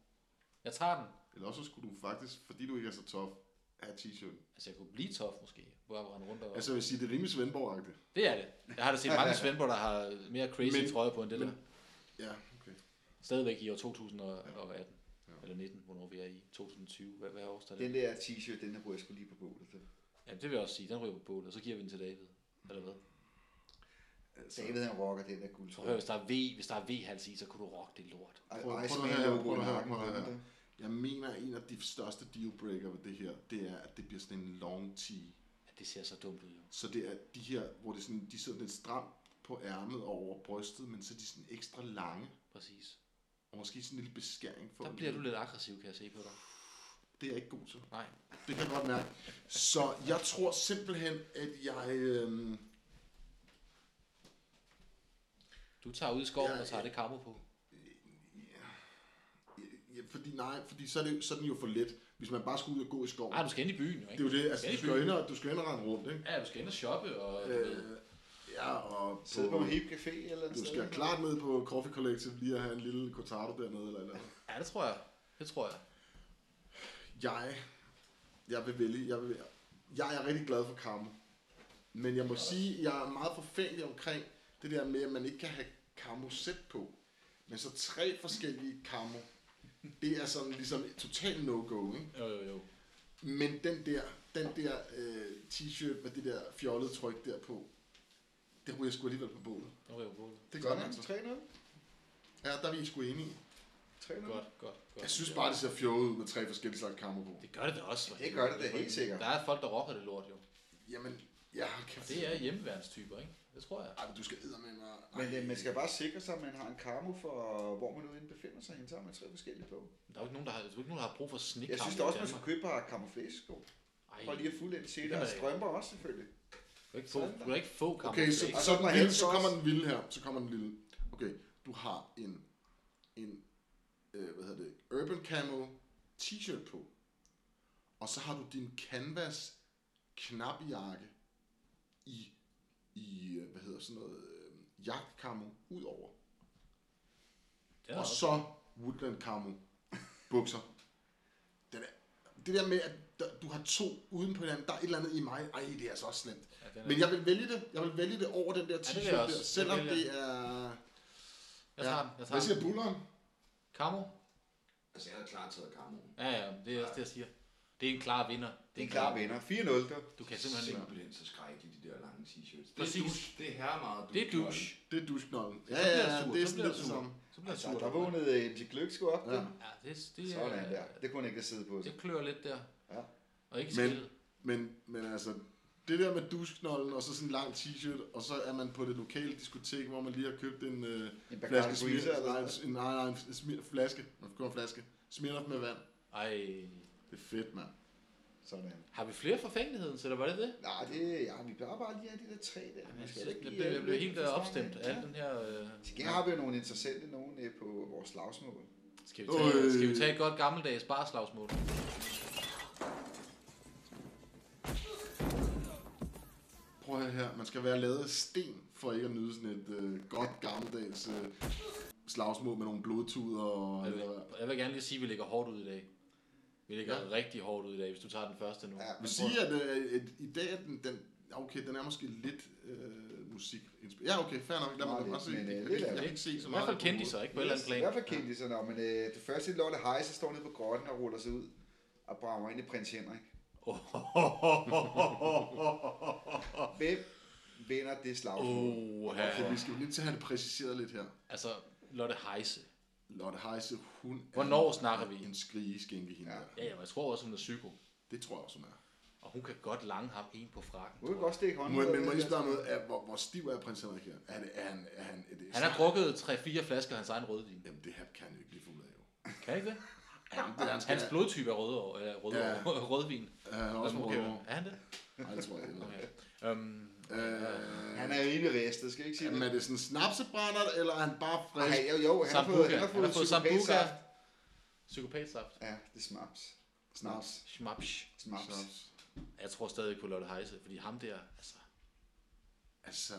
[SPEAKER 4] Jeg tager den.
[SPEAKER 3] Eller også så skulle du faktisk, fordi du ikke er så tough, have t-shirt.
[SPEAKER 4] Altså, jeg kunne blive tough måske, hvor jeg render rundt og...
[SPEAKER 3] Altså, jeg vil sige, det er rimelig Svendborg-agtigt.
[SPEAKER 4] Det er det. Jeg har da set
[SPEAKER 3] [LAUGHS]
[SPEAKER 4] mange Svendborg, der har mere crazy
[SPEAKER 3] Men-
[SPEAKER 4] trøjer på end det
[SPEAKER 3] men-
[SPEAKER 4] der.
[SPEAKER 3] Ja, okay.
[SPEAKER 4] Stadigvæk i år 2018. Eller 19, hvornår vi er i. 2020, hvad, hvad årstal er
[SPEAKER 2] Den
[SPEAKER 4] det?
[SPEAKER 2] der t-shirt, den der bruger jeg sgu lige på bålet. til.
[SPEAKER 4] Jamen, det vil jeg også sige. Den ryger på bålet, og så giver vi den til David. Eller hvad?
[SPEAKER 3] Altså,
[SPEAKER 2] David, han rocker den der
[SPEAKER 4] Så hør,
[SPEAKER 2] guldtryk.
[SPEAKER 4] hvis der er V, hvis der er V-hals i, så kunne du rocke det lort.
[SPEAKER 2] Ej,
[SPEAKER 3] Prøv- prøv
[SPEAKER 2] Iceman
[SPEAKER 3] at høre,
[SPEAKER 2] logo
[SPEAKER 3] prøv
[SPEAKER 2] i
[SPEAKER 3] at høre,
[SPEAKER 2] nakken
[SPEAKER 3] prøv at
[SPEAKER 2] på den
[SPEAKER 3] høre.
[SPEAKER 2] der.
[SPEAKER 3] jeg mener, at en af de største dealbreaker ved det her, det er, at det bliver sådan en long tee.
[SPEAKER 4] Ja, det ser så dumt ud, jo.
[SPEAKER 3] Så det er de her, hvor det sådan, de sidder lidt stramt på ærmet og over brystet, men så er de sådan ekstra lange.
[SPEAKER 4] Præcis.
[SPEAKER 3] Og måske sådan en lille beskæring for
[SPEAKER 4] Der
[SPEAKER 3] dem.
[SPEAKER 4] bliver du lidt aggressiv, kan jeg se på dig.
[SPEAKER 3] Det er jeg ikke god til.
[SPEAKER 4] Nej.
[SPEAKER 3] Det kan jeg godt mærke. Så jeg tror simpelthen, at jeg... Øhm,
[SPEAKER 4] Du tager ud i skoven
[SPEAKER 3] Ja,
[SPEAKER 4] og tager det kammo på.
[SPEAKER 3] ja, fordi nej, fordi så er, det, så er den jo for let. Hvis man bare skulle ud og gå i skoven.
[SPEAKER 4] Nej, du skal ind i byen,
[SPEAKER 3] det
[SPEAKER 4] jo,
[SPEAKER 3] er
[SPEAKER 4] ikke?
[SPEAKER 3] jo det, altså
[SPEAKER 4] Ja,
[SPEAKER 3] du
[SPEAKER 4] i
[SPEAKER 3] skal jo ind og, du skal jo ind og rende rundt, ikke?
[SPEAKER 4] Ja, du skal ind og shoppe, og du ved,
[SPEAKER 3] Øh, ja, og
[SPEAKER 2] Sidde på en hip café eller et
[SPEAKER 3] Du
[SPEAKER 2] sted,
[SPEAKER 3] skal
[SPEAKER 2] ikke?
[SPEAKER 3] klart ned på Coffee Collective lige at have en lille cortado dernede eller et eller andet.
[SPEAKER 4] Ja, det tror jeg. Det tror jeg.
[SPEAKER 3] Jeg, jeg vil vælge, jeg, vil, jeg er rigtig glad for Karmo. Men jeg må sige, jeg er meget forfængelig omkring det der med, at man ikke kan have Karmo sæt på. Men så tre forskellige Karmo, det er sådan ligesom total no-go, ikke?
[SPEAKER 4] Jo, jo, jo.
[SPEAKER 3] Men den der, den der øh, t-shirt med det der fjollede tryk der på, det ryger jeg sgu alligevel på bålet.
[SPEAKER 4] Nu ryger på.
[SPEAKER 3] Det gør
[SPEAKER 2] Sådan,
[SPEAKER 3] man så.
[SPEAKER 2] 3-0.
[SPEAKER 3] Ja, der er vi sgu enige. i.
[SPEAKER 2] 3-0.
[SPEAKER 4] Godt, godt, godt.
[SPEAKER 3] Jeg synes bare, det ser fjollet ud med tre forskellige slags kammer på.
[SPEAKER 4] Det gør det da også.
[SPEAKER 2] Det gør det da helt sikkert.
[SPEAKER 4] Der er folk, der rocker det lort, jo.
[SPEAKER 3] Jamen, ja, hold kæft.
[SPEAKER 4] Det er hjemmeværnstyper, ikke? Det tror jeg.
[SPEAKER 3] Ej, men du skal æde med mig.
[SPEAKER 2] Men øh, man skal bare sikre sig, at man har en karmo for, hvor man nu end befinder sig. Hende så har man tre forskellige på.
[SPEAKER 4] Der er jo ikke nogen, der har, der er jo ikke nogen, der har brug for snik.
[SPEAKER 2] Jeg synes da også, man skulle købe et par camouflagesko.
[SPEAKER 4] Ej,
[SPEAKER 2] Og lige at fulde ind
[SPEAKER 4] Det
[SPEAKER 2] til
[SPEAKER 4] kan
[SPEAKER 2] og
[SPEAKER 4] man ikke.
[SPEAKER 2] strømper også selvfølgelig.
[SPEAKER 4] du kan ikke få, du kan ikke få kamp.
[SPEAKER 3] Okay, så,
[SPEAKER 2] Og så
[SPEAKER 3] så,
[SPEAKER 2] den
[SPEAKER 3] den
[SPEAKER 2] helt
[SPEAKER 3] vilde, så
[SPEAKER 2] også.
[SPEAKER 3] kommer den vilde her. Så kommer den lille. Okay, du har en, en øh, hvad hedder det, Urban Camo t-shirt på. Og så har du din canvas knapjakke i, i øh, hvad hedder sådan noget, øh, jagtcamo ud over.
[SPEAKER 4] det er
[SPEAKER 3] Og
[SPEAKER 4] også-
[SPEAKER 3] så Woodland Camo bukser. Den er, det der med, at der, du har to uden på hinanden, der er et eller andet i mig. Ej, det er altså også slemt.
[SPEAKER 4] Ja, den er-
[SPEAKER 3] Men jeg vil vælge det. Jeg vil vælge det over den der
[SPEAKER 4] det vil jeg
[SPEAKER 3] t-shirt der,
[SPEAKER 4] også. Det
[SPEAKER 3] selvom
[SPEAKER 4] vil jeg.
[SPEAKER 3] det er...
[SPEAKER 4] Jeg tager den,
[SPEAKER 3] Hvad
[SPEAKER 4] jeg tager
[SPEAKER 3] siger
[SPEAKER 4] den.
[SPEAKER 3] bulleren?
[SPEAKER 4] Kammo?
[SPEAKER 5] Altså, jeg havde klart taget Karmo.
[SPEAKER 4] Ja, ja, det er også det, jeg siger. Det er en klar vinder.
[SPEAKER 2] Det er en klar vinder. 4-0 der.
[SPEAKER 4] Du kan simpelthen ikke.
[SPEAKER 5] Simpelthen så skrækkeligt, de der lange t-shirts. Det
[SPEAKER 4] Præcis.
[SPEAKER 5] er douche. Det er herre meget
[SPEAKER 4] Det er douche.
[SPEAKER 3] Det er duschknollen. Ja,
[SPEAKER 4] Så bliver
[SPEAKER 3] ja,
[SPEAKER 4] jeg
[SPEAKER 3] ja,
[SPEAKER 4] sur,
[SPEAKER 3] det er
[SPEAKER 4] så
[SPEAKER 3] sådan lidt
[SPEAKER 4] bliver jeg
[SPEAKER 3] det
[SPEAKER 4] sur.
[SPEAKER 3] samme.
[SPEAKER 4] Så bliver jeg
[SPEAKER 2] Altså,
[SPEAKER 4] sur.
[SPEAKER 2] der vågnede MC Gløksko op der.
[SPEAKER 4] Ja, det, det, er-
[SPEAKER 2] Sådan der. Det kunne han ikke sidde på.
[SPEAKER 4] det klør lidt der.
[SPEAKER 2] Ja.
[SPEAKER 4] Og ikke
[SPEAKER 3] Men-
[SPEAKER 4] skille.
[SPEAKER 3] Men, men altså, det der med duschknollen og så sådan en lang t-shirt, og så er man på det lokale diskotek, hvor man lige har købt en, øh,
[SPEAKER 2] En
[SPEAKER 3] flaske
[SPEAKER 2] Bacardi
[SPEAKER 3] smir,
[SPEAKER 2] Breezer eller
[SPEAKER 3] nej,
[SPEAKER 2] sådan
[SPEAKER 3] en, nej, nej, en smir, flaske, man køber en flaske, smirnoff med vand.
[SPEAKER 4] Ej,
[SPEAKER 3] Det er fedt, mand.
[SPEAKER 2] Sådan.
[SPEAKER 4] har vi flere forfængeligheden, så der var det det?
[SPEAKER 2] Nej, det, ja, vi plejer bare lige at have de der tre der. Man
[SPEAKER 4] Jeg,
[SPEAKER 2] skal ikke
[SPEAKER 4] jeg,
[SPEAKER 2] give
[SPEAKER 4] blev, jeg
[SPEAKER 2] alle
[SPEAKER 4] blev helt
[SPEAKER 2] for
[SPEAKER 4] øh,
[SPEAKER 2] strenge.
[SPEAKER 4] opstemt af
[SPEAKER 2] Ja.
[SPEAKER 4] den her... Øh...
[SPEAKER 2] Til gengæld har vi jo nogle interessante nogen øh, på vores slagsmål.
[SPEAKER 4] Skal, vi tage,
[SPEAKER 3] Øh.
[SPEAKER 4] skal vi tage et godt gammeldags barslagsmål?
[SPEAKER 3] Prøv prøv at høre her, man skal være lavet af sten, for ikke at nyde sådan et øh, godt gammeldags øh, slagsmål med nogle blodtuder og...
[SPEAKER 4] Jeg vil,
[SPEAKER 3] Eller,
[SPEAKER 4] jeg vil gerne lige sige, at vi ligger hårdt ud i dag. Vi ligger
[SPEAKER 3] Ja.
[SPEAKER 4] ja. rigtig hårdt ud i dag, hvis du tager den første nu.
[SPEAKER 2] Ja.
[SPEAKER 3] jeg vil sige, at, øh, at i dag er den, den... Okay, den er måske lidt øh, musik. Ja, okay, fair nok. Lad mig
[SPEAKER 2] Meget
[SPEAKER 3] lad mig
[SPEAKER 2] lidt,
[SPEAKER 3] se.
[SPEAKER 2] men, øh,
[SPEAKER 3] Jeg,
[SPEAKER 2] lidt
[SPEAKER 3] kan-
[SPEAKER 2] af
[SPEAKER 3] jeg
[SPEAKER 2] det.
[SPEAKER 3] kan ikke se så meget.
[SPEAKER 4] I hvert fald
[SPEAKER 3] af det
[SPEAKER 4] kendte de sig, ikke? På et
[SPEAKER 2] Yes,
[SPEAKER 4] eller andet
[SPEAKER 2] I
[SPEAKER 4] plan.
[SPEAKER 2] hvert fald kendte de sig, nå, men øh, det første Lotte Hej, så står hun nede på grotten og ruller sig ud og brager ind i prins Henrik. Hvem vinder det slagsmål?
[SPEAKER 4] Åh,
[SPEAKER 3] Okay,
[SPEAKER 4] her.
[SPEAKER 3] vi skal jo lige til at have det præciseret lidt her.
[SPEAKER 4] Altså, Lotte Heise.
[SPEAKER 3] Lotte Heise, hun er
[SPEAKER 4] Hvornår snakker vi?
[SPEAKER 3] en skrigeskænke hende
[SPEAKER 2] Ja.
[SPEAKER 3] ja. der.
[SPEAKER 4] Ja, jamen, jeg tror også, hun er psyko.
[SPEAKER 3] Det tror jeg også, hun er.
[SPEAKER 4] Og hun kan godt lange ham en på frakken.
[SPEAKER 2] Nu kan godt stikke hånden.
[SPEAKER 3] Må,
[SPEAKER 2] ud af
[SPEAKER 3] men må
[SPEAKER 2] det
[SPEAKER 3] jeg lige
[SPEAKER 2] der.
[SPEAKER 3] spørge noget? Er, hvor, hvor stiv er prins Henrik her? Er, det, er han... Er han, er det,
[SPEAKER 4] Han har drukket 3-4 flasker af hans egen rødvin.
[SPEAKER 3] Jamen, det her kan han jo ikke lige få ud af, jo.
[SPEAKER 4] Kan ikke det?
[SPEAKER 3] Det er, han skal,
[SPEAKER 4] Hans blodtype er rød, eller rød,
[SPEAKER 3] Ja.
[SPEAKER 4] [LAUGHS] rødvin. Øhm,
[SPEAKER 3] er han øh, også
[SPEAKER 4] Okay,
[SPEAKER 3] okay.
[SPEAKER 4] Er han det?
[SPEAKER 3] Nej, det tror jeg ikke.
[SPEAKER 4] Okay. Øhm,
[SPEAKER 3] Øh,
[SPEAKER 2] Han er rimelig ristet, skal jeg ikke sige
[SPEAKER 3] jamen,
[SPEAKER 2] det?
[SPEAKER 3] er det sådan en snapsebrænder, eller er han bare frisk?
[SPEAKER 2] Nej, jo, jo, han har fået,
[SPEAKER 4] Sambuca.
[SPEAKER 2] han har fået,
[SPEAKER 4] Sambuca.
[SPEAKER 2] psykopatsaft.
[SPEAKER 4] Psykopatsaft.
[SPEAKER 2] Ja, det er snaps. Snaps.
[SPEAKER 4] Schmaps.
[SPEAKER 2] Snaps.
[SPEAKER 3] Snaps.
[SPEAKER 4] Jeg tror stadig på Lotte Heise, fordi ham der, altså,
[SPEAKER 3] Altså,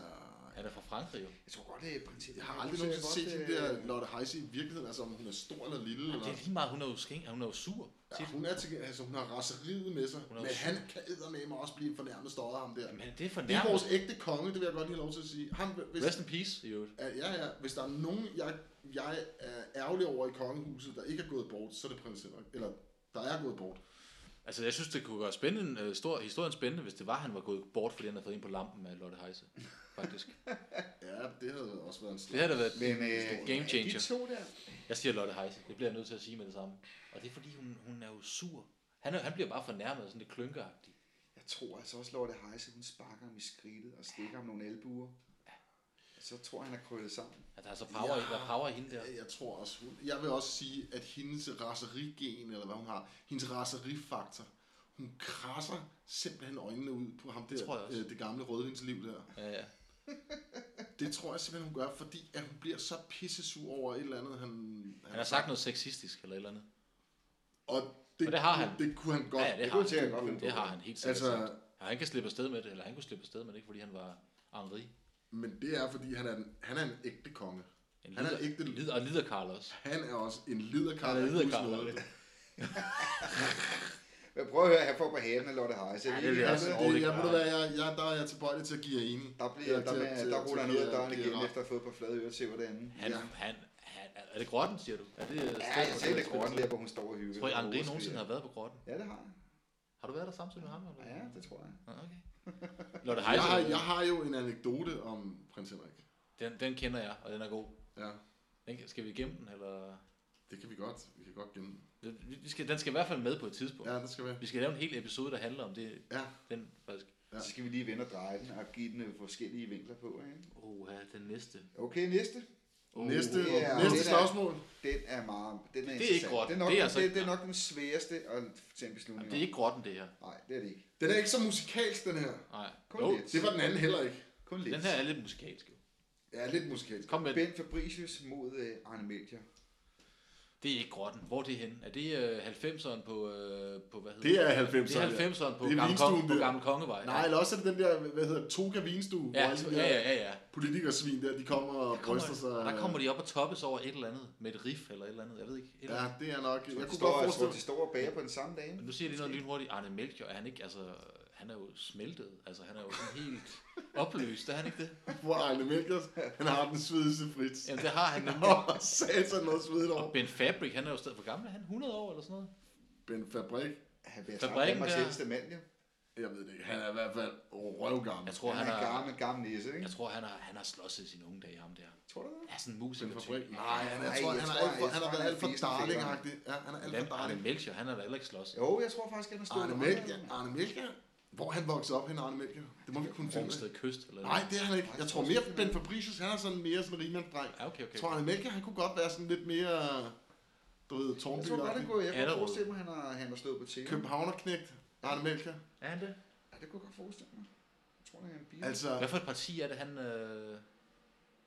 [SPEAKER 4] han er fra Frankrig jo.
[SPEAKER 2] Jeg tror godt, det er princippet.
[SPEAKER 3] jeg har aldrig nogensinde set den
[SPEAKER 2] øh,
[SPEAKER 3] der Lotte Heise i virkeligheden, altså om hun er stor eller lille.
[SPEAKER 4] Det
[SPEAKER 3] Eller,
[SPEAKER 4] er lige meget, hun er jo skæng, hun er jo sur.
[SPEAKER 3] ja, hun, er til, altså, hun har raseriet med sig,
[SPEAKER 4] er
[SPEAKER 3] men
[SPEAKER 4] også-
[SPEAKER 3] han kan eddermame også blive fornærmet støjet af ham der.
[SPEAKER 4] Men det er
[SPEAKER 3] Det er
[SPEAKER 4] fornærmet.
[SPEAKER 3] vores ægte konge, det vil jeg godt lige have lov til at sige. Ham, hvis,
[SPEAKER 4] Rest in peace, i øvrigt.
[SPEAKER 3] Ja, ja, ja. Hvis der er nogen, jeg, jeg er ærgerlig over i kongehuset, der ikke er gået bort, så er det prins Henrik. Eller, der er gået bort.
[SPEAKER 4] Altså, jeg synes, det kunne gøre spændende, øh, stor, historien spændende, hvis det var, han var gået bort, fordi han havde fået en på lampen med Lotte Heise. Faktisk.
[SPEAKER 3] Ja, det havde også været en slags.
[SPEAKER 4] Det havde da været
[SPEAKER 2] Men
[SPEAKER 4] men,
[SPEAKER 2] øh,
[SPEAKER 4] game
[SPEAKER 2] de
[SPEAKER 4] changer.
[SPEAKER 2] to der,
[SPEAKER 4] Jeg siger Lotte Heise. Det bliver jeg nødt til at sige med det samme. Og det er, fordi hun, hun er jo sur. Han, er, han bliver bare fornærmet, sådan lidt klynkeragtigt.
[SPEAKER 2] jeg tror altså også, Lotte Heise, hun sparker ham i skridtet og stikker ham nogle albuer. Og Så tror jeg, han er krøllet sammen.
[SPEAKER 4] At der er så power, ja. der er power i hende der.
[SPEAKER 3] Øh, Jeg tror også, hun, jeg vil også sige, at hendes raserigen, eller hvad hun har, hendes raserifaktor, hun krasser simpelthen øjnene ud på ham der,
[SPEAKER 4] tror jeg også.
[SPEAKER 3] øh, det gamle rødvinsliv der.
[SPEAKER 4] Ja, ja.
[SPEAKER 3] Det tror jeg simpelthen, hun gør, fordi at hun bliver så pissesur over et eller andet, han,
[SPEAKER 4] Han har sagt noget sexistisk eller et eller andet.
[SPEAKER 3] Og
[SPEAKER 4] Og det har han.
[SPEAKER 3] Det, det kunne han godt.
[SPEAKER 4] Ja, ja, det,
[SPEAKER 2] det
[SPEAKER 4] har
[SPEAKER 2] kunne jeg
[SPEAKER 4] han.
[SPEAKER 2] godt finde
[SPEAKER 4] Det
[SPEAKER 2] på.
[SPEAKER 4] har han helt sikkert.
[SPEAKER 3] altså,
[SPEAKER 4] Altså... Og han kan slippe afsted med det, eller han kunne slippe afsted med det, ikke fordi han var Henri.
[SPEAKER 3] men det er, fordi han er, den, han er en ægte konge.
[SPEAKER 4] En
[SPEAKER 3] Han er
[SPEAKER 4] lider,
[SPEAKER 3] ægte-
[SPEAKER 4] lider, og lider Karl også.
[SPEAKER 3] Han er også en liderkarl.
[SPEAKER 4] Han er
[SPEAKER 3] der ikke
[SPEAKER 4] liderkarl,
[SPEAKER 3] husker noget.
[SPEAKER 4] det.
[SPEAKER 2] Men prøv at høre, han får på halen af Lotte Heise.
[SPEAKER 4] Ja, det vil jeg
[SPEAKER 3] Altså,
[SPEAKER 4] også
[SPEAKER 2] der,
[SPEAKER 4] sige.
[SPEAKER 3] det, jeg, ved du hvad, jeg, jeg, der er jeg tilbøjelig til at give jer en.
[SPEAKER 2] bliver, der, med, der ruller han ud af døren igen,
[SPEAKER 3] efter.
[SPEAKER 2] efter at have fået på flade ører til, hvordan.
[SPEAKER 4] Han,
[SPEAKER 3] Ja.
[SPEAKER 4] ja. han, han, er det grotten, siger du? Er det
[SPEAKER 2] Ja, jeg ser det godt, der hvor hun står og hygger.
[SPEAKER 4] Jeg tror ikke,
[SPEAKER 2] og
[SPEAKER 4] André
[SPEAKER 2] overskriger.
[SPEAKER 4] nogensinde har været på grotten.
[SPEAKER 2] Ja, det har jeg.
[SPEAKER 4] Har du været der samtidig med ham? Eller?
[SPEAKER 2] Ja, det tror jeg.
[SPEAKER 4] Nå, Okay. Lotte
[SPEAKER 3] Jeg har,
[SPEAKER 4] Heise,
[SPEAKER 3] jeg har jo en anekdote om prins Henrik.
[SPEAKER 4] den, den kender jeg, og den er god.
[SPEAKER 3] Ja,
[SPEAKER 4] Den, kan- skal vi gemme den, eller?
[SPEAKER 3] det kan vi godt. Vi kan godt gemme. den.
[SPEAKER 4] Vi vi skal, den skal i hvert fald med på et tidspunkt.
[SPEAKER 3] Ja,
[SPEAKER 4] Ja.
[SPEAKER 3] det skal være.
[SPEAKER 4] Vi skal lave en hel episode, der handler om det.
[SPEAKER 3] Ja,
[SPEAKER 4] Den faktisk.
[SPEAKER 3] Ja.
[SPEAKER 2] Så skal vi lige vende og dreje den og give den øh, forskellige vinkler på. Ikke?
[SPEAKER 4] Oh, ja, den næste.
[SPEAKER 2] Okay, næste.
[SPEAKER 4] Oh.
[SPEAKER 3] næste,
[SPEAKER 2] ja,
[SPEAKER 3] næste
[SPEAKER 2] det er-
[SPEAKER 3] slagsmål.
[SPEAKER 2] Den er meget... Den er,
[SPEAKER 4] er
[SPEAKER 2] interessant.
[SPEAKER 4] ikke grotten.
[SPEAKER 2] Det er nok,
[SPEAKER 4] Det
[SPEAKER 2] det
[SPEAKER 4] er
[SPEAKER 2] er
[SPEAKER 4] altså-
[SPEAKER 2] det, det er nok den sværeste at tage en beslutning
[SPEAKER 4] Jamen, det er
[SPEAKER 2] om.
[SPEAKER 4] ikke grotten, det her.
[SPEAKER 2] Nej, det er det ikke.
[SPEAKER 3] Den er ikke så musikalsk, den her.
[SPEAKER 4] Nej.
[SPEAKER 2] Kun
[SPEAKER 4] Jo,
[SPEAKER 2] lidt.
[SPEAKER 3] Det var den anden heller ikke.
[SPEAKER 2] Kun lidt.
[SPEAKER 4] den her er lidt musikalsk. jo.
[SPEAKER 3] Ja, lidt musikalsk.
[SPEAKER 4] Kom med den.
[SPEAKER 2] Ben Fabricius mod øh, Arne Melchior.
[SPEAKER 4] Det er ikke grotten. Hvor er det henne? Er det øh, 90'eren på, øh, på, hvad hedder
[SPEAKER 3] Det er 90'eren,
[SPEAKER 4] Det er 90'eren på,
[SPEAKER 3] Det er
[SPEAKER 4] Gamle,
[SPEAKER 3] vinstuen,
[SPEAKER 4] Kong, på
[SPEAKER 3] det.
[SPEAKER 4] Gamle Kongevej.
[SPEAKER 3] Nej, eller også er det den der, hvad hedder det, Toga Vinstue,
[SPEAKER 4] ja,
[SPEAKER 3] hvor alle de
[SPEAKER 4] ja,
[SPEAKER 3] der
[SPEAKER 4] ja, ja, ja.
[SPEAKER 3] politikersvin der, de kommer og bryster sig.
[SPEAKER 4] der kommer de op og toppes over et eller andet med et riff eller et eller andet. Jeg ved ikke. Et eller
[SPEAKER 3] Ja,
[SPEAKER 4] andet.
[SPEAKER 3] det er nok. Jeg
[SPEAKER 2] Jeg
[SPEAKER 3] kunne
[SPEAKER 2] tror,
[SPEAKER 3] godt
[SPEAKER 2] jeg tror,
[SPEAKER 3] forestille
[SPEAKER 2] de står og bager på den samme dag.
[SPEAKER 4] Nu siger jeg lige noget lynhurtigt. Arne Melchior, er han ikke, altså, han er jo smeltet. Altså, han er jo sådan helt opløst. Er han ikke det?
[SPEAKER 3] Hvor Arne Melchior, han har den svedeste Fritz. [LAUGHS]
[SPEAKER 4] Jamen, det har han
[SPEAKER 3] Han
[SPEAKER 4] nemlig.
[SPEAKER 3] har satan noget svedet
[SPEAKER 4] Og
[SPEAKER 3] over.
[SPEAKER 4] Ben Fabric, han er jo stadig for gammel. Er han 100 år eller sådan noget?
[SPEAKER 3] Ben Fabrik,
[SPEAKER 2] Han bliver snart
[SPEAKER 4] Fabrikken
[SPEAKER 2] Danmarks
[SPEAKER 4] der-
[SPEAKER 2] ældste mand, ja.
[SPEAKER 3] jeg ved det ikke, han er i hvert fald røvgammel.
[SPEAKER 4] Jeg tror,
[SPEAKER 2] Han
[SPEAKER 4] han,
[SPEAKER 2] er en
[SPEAKER 4] har,
[SPEAKER 2] gammel, gammel nisse, ikke?
[SPEAKER 4] jeg tror, han har, han har slåsset i sine unge dage, ham der.
[SPEAKER 2] Tror du det?
[SPEAKER 4] Han er sådan en
[SPEAKER 3] Ben
[SPEAKER 4] musiker.
[SPEAKER 3] Fabrik. Nej, han er, jeg
[SPEAKER 2] Nej,
[SPEAKER 3] tror,
[SPEAKER 2] jeg
[SPEAKER 3] han, er
[SPEAKER 2] tror,
[SPEAKER 3] alt for,
[SPEAKER 2] jeg
[SPEAKER 3] han
[SPEAKER 2] tror,
[SPEAKER 3] har
[SPEAKER 2] han
[SPEAKER 3] været
[SPEAKER 2] er
[SPEAKER 3] alt for
[SPEAKER 2] fesen
[SPEAKER 3] darling-agtig. Ja, han er alt for
[SPEAKER 4] Arne
[SPEAKER 3] darling.
[SPEAKER 4] Melchior, han har da heller ikke slåsset.
[SPEAKER 2] Jo, jeg tror faktisk, han har stået
[SPEAKER 3] Arne Melchior, Arne Melchior. Hvor er han vokset op hen, Arne Melchior? Det må vi kunne finde. ud af.
[SPEAKER 4] Rungsted Kyst eller
[SPEAKER 3] Nej, det er han ikke. Jeg tror mere, Ben Fabricius, han er sådan mere sådan en rigmandsdreng.
[SPEAKER 4] Ja, okay, okay.
[SPEAKER 3] Jeg tror, Arne Melchior, han kunne godt være sådan lidt mere, du ved,
[SPEAKER 2] Jeg
[SPEAKER 3] Tornby.
[SPEAKER 2] tror godt, han kunne, jeg kunne
[SPEAKER 4] Allerød.
[SPEAKER 2] forestille mig, han har, han har stået på tv.
[SPEAKER 3] Københavnerknægt, Arne Melchior.
[SPEAKER 4] Er han det?
[SPEAKER 2] Ja, det kunne jeg godt forestille mig. Jeg tror, han er en bil.
[SPEAKER 3] Altså,
[SPEAKER 4] Hvad for et parti er det, han... Øh,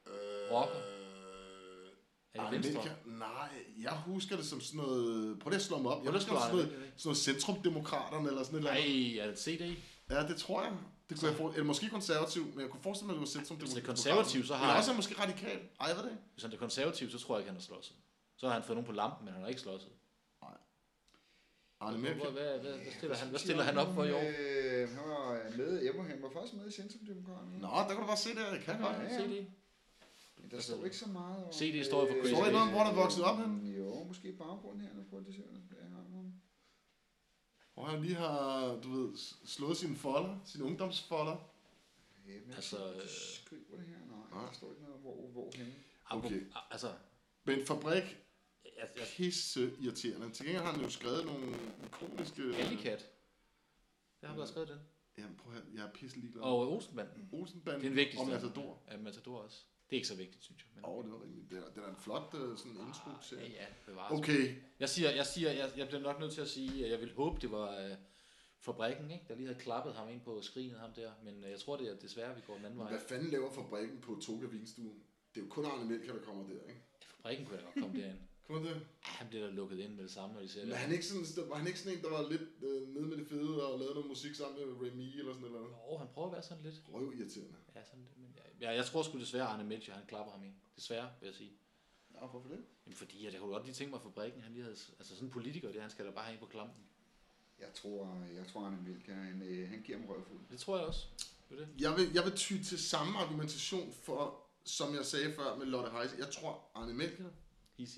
[SPEAKER 3] øh,
[SPEAKER 4] Rocker. er det
[SPEAKER 3] Arne
[SPEAKER 4] Venstre?
[SPEAKER 3] Melchior? Nej, jeg husker det som sådan noget... Prøv lige at slå mig op. Jeg
[SPEAKER 4] Prøv lige at
[SPEAKER 3] husker
[SPEAKER 4] slå
[SPEAKER 3] det som
[SPEAKER 4] Arne
[SPEAKER 3] noget, sådan noget centrumdemokraterne eller sådan et eller andet.
[SPEAKER 4] Nej, er det CD?
[SPEAKER 3] Ja, det tror jeg. Det kunne jeg for, eller måske konservativ, men jeg kunne forestille mig, at det var centrum.
[SPEAKER 4] Hvis det er konservativ, så har
[SPEAKER 3] Eller
[SPEAKER 4] han-
[SPEAKER 3] også er han måske radikal. Ej, hvad er det?
[SPEAKER 4] Hvis han er konservativ, så tror jeg ikke, han har slået sig. Så har han fået nogen på lampen, men han har ikke slået sig.
[SPEAKER 3] Arne
[SPEAKER 4] Hvad,
[SPEAKER 3] Merkel.
[SPEAKER 4] hvad, hvad, hvad, stiller, han, hvad stiller han op for i år?
[SPEAKER 2] Øh, han var med, Emma, han var faktisk med i Centrumdemokraterne.
[SPEAKER 3] Nå, der kan du bare se det, jeg kan godt.
[SPEAKER 2] Ja, ja.
[SPEAKER 4] CD.
[SPEAKER 2] Men der står ikke så meget om... Øh,
[SPEAKER 4] CD står for Crazy
[SPEAKER 3] Står der noget om, hvor han er vokset op
[SPEAKER 2] henne? Jo, måske i baggrunden her, når prøver det ser, jeg har ham.
[SPEAKER 3] Hvor han lige har, du ved, s- slået sine folder, sine ungdomsfolder.
[SPEAKER 2] Ja, men
[SPEAKER 4] Altså,
[SPEAKER 2] altså,
[SPEAKER 4] øh,
[SPEAKER 2] skriver det her? Nej,
[SPEAKER 3] nej.
[SPEAKER 2] der står ikke noget om, hvor, hvor henne.
[SPEAKER 4] Okay.
[SPEAKER 3] Okay.
[SPEAKER 4] Altså,
[SPEAKER 3] Men fabrik
[SPEAKER 4] jeg, jeg,
[SPEAKER 3] pisse irriterende. Til gengæld har han jo skrevet nogle ikoniske...
[SPEAKER 4] Ellikat. Jeg har været skrevet den.
[SPEAKER 3] Jamen prøv at høre, jeg er pisse ligeglad.
[SPEAKER 4] Og øh, Olsenbanden.
[SPEAKER 3] Olsenbanden
[SPEAKER 4] Det er den vigtigste.
[SPEAKER 3] og Matador.
[SPEAKER 4] Ja, Matador også. Det er ikke så vigtigt, synes jeg. Men...
[SPEAKER 3] Åh, oh, det var rimeligt. Det er, det er da en flot øh, sådan intro til.
[SPEAKER 4] ja, ja, bevares.
[SPEAKER 3] Okay,
[SPEAKER 4] Jeg siger, jeg siger, jeg, jeg bliver nok nødt til at sige, at jeg vil håbe, det var øh, fabrikken, ikke? der lige havde klappet ham ind på skrinet, ham der. Men øh, jeg tror, det er desværre, vi går den anden vej.
[SPEAKER 3] hvad fanden laver fabrikken på Toga Vinstuen? Det er jo kun Arne Melker, der kommer der, ikke?
[SPEAKER 4] Fabrikken kunne da godt komme derind.
[SPEAKER 3] Kommer det?
[SPEAKER 4] Ah, Han bliver da lukket ind med det samme, når de ser
[SPEAKER 3] Men
[SPEAKER 4] det.
[SPEAKER 3] han ikke sådan, var han ikke sådan en, der var lidt øh, nede med det fede og lavede noget musik sammen med Remy eller sådan noget?
[SPEAKER 4] Jo, han prøver at være sådan lidt.
[SPEAKER 3] Røv irriterende.
[SPEAKER 4] Ja, sådan lidt. Men jeg, jeg, jeg tror sgu desværre, Arne Melchior, han klapper ham ind. Desværre, vil jeg sige.
[SPEAKER 3] Ja, hvorfor det?
[SPEAKER 4] Jamen fordi, at jeg kunne godt lige tænke mig, at fabrikken, han lige havde... Altså sådan en politiker, det han skal da bare have ind på klampen.
[SPEAKER 2] Jeg tror, jeg tror, han er vildt. Han, øh, han giver ham røvfuld.
[SPEAKER 4] Det tror jeg også. Det er det.
[SPEAKER 3] Jeg vil, jeg vil ty til samme argumentation for, som jeg sagde før med Lotte Heise. Jeg tror, Arne Melker,
[SPEAKER 4] Easy.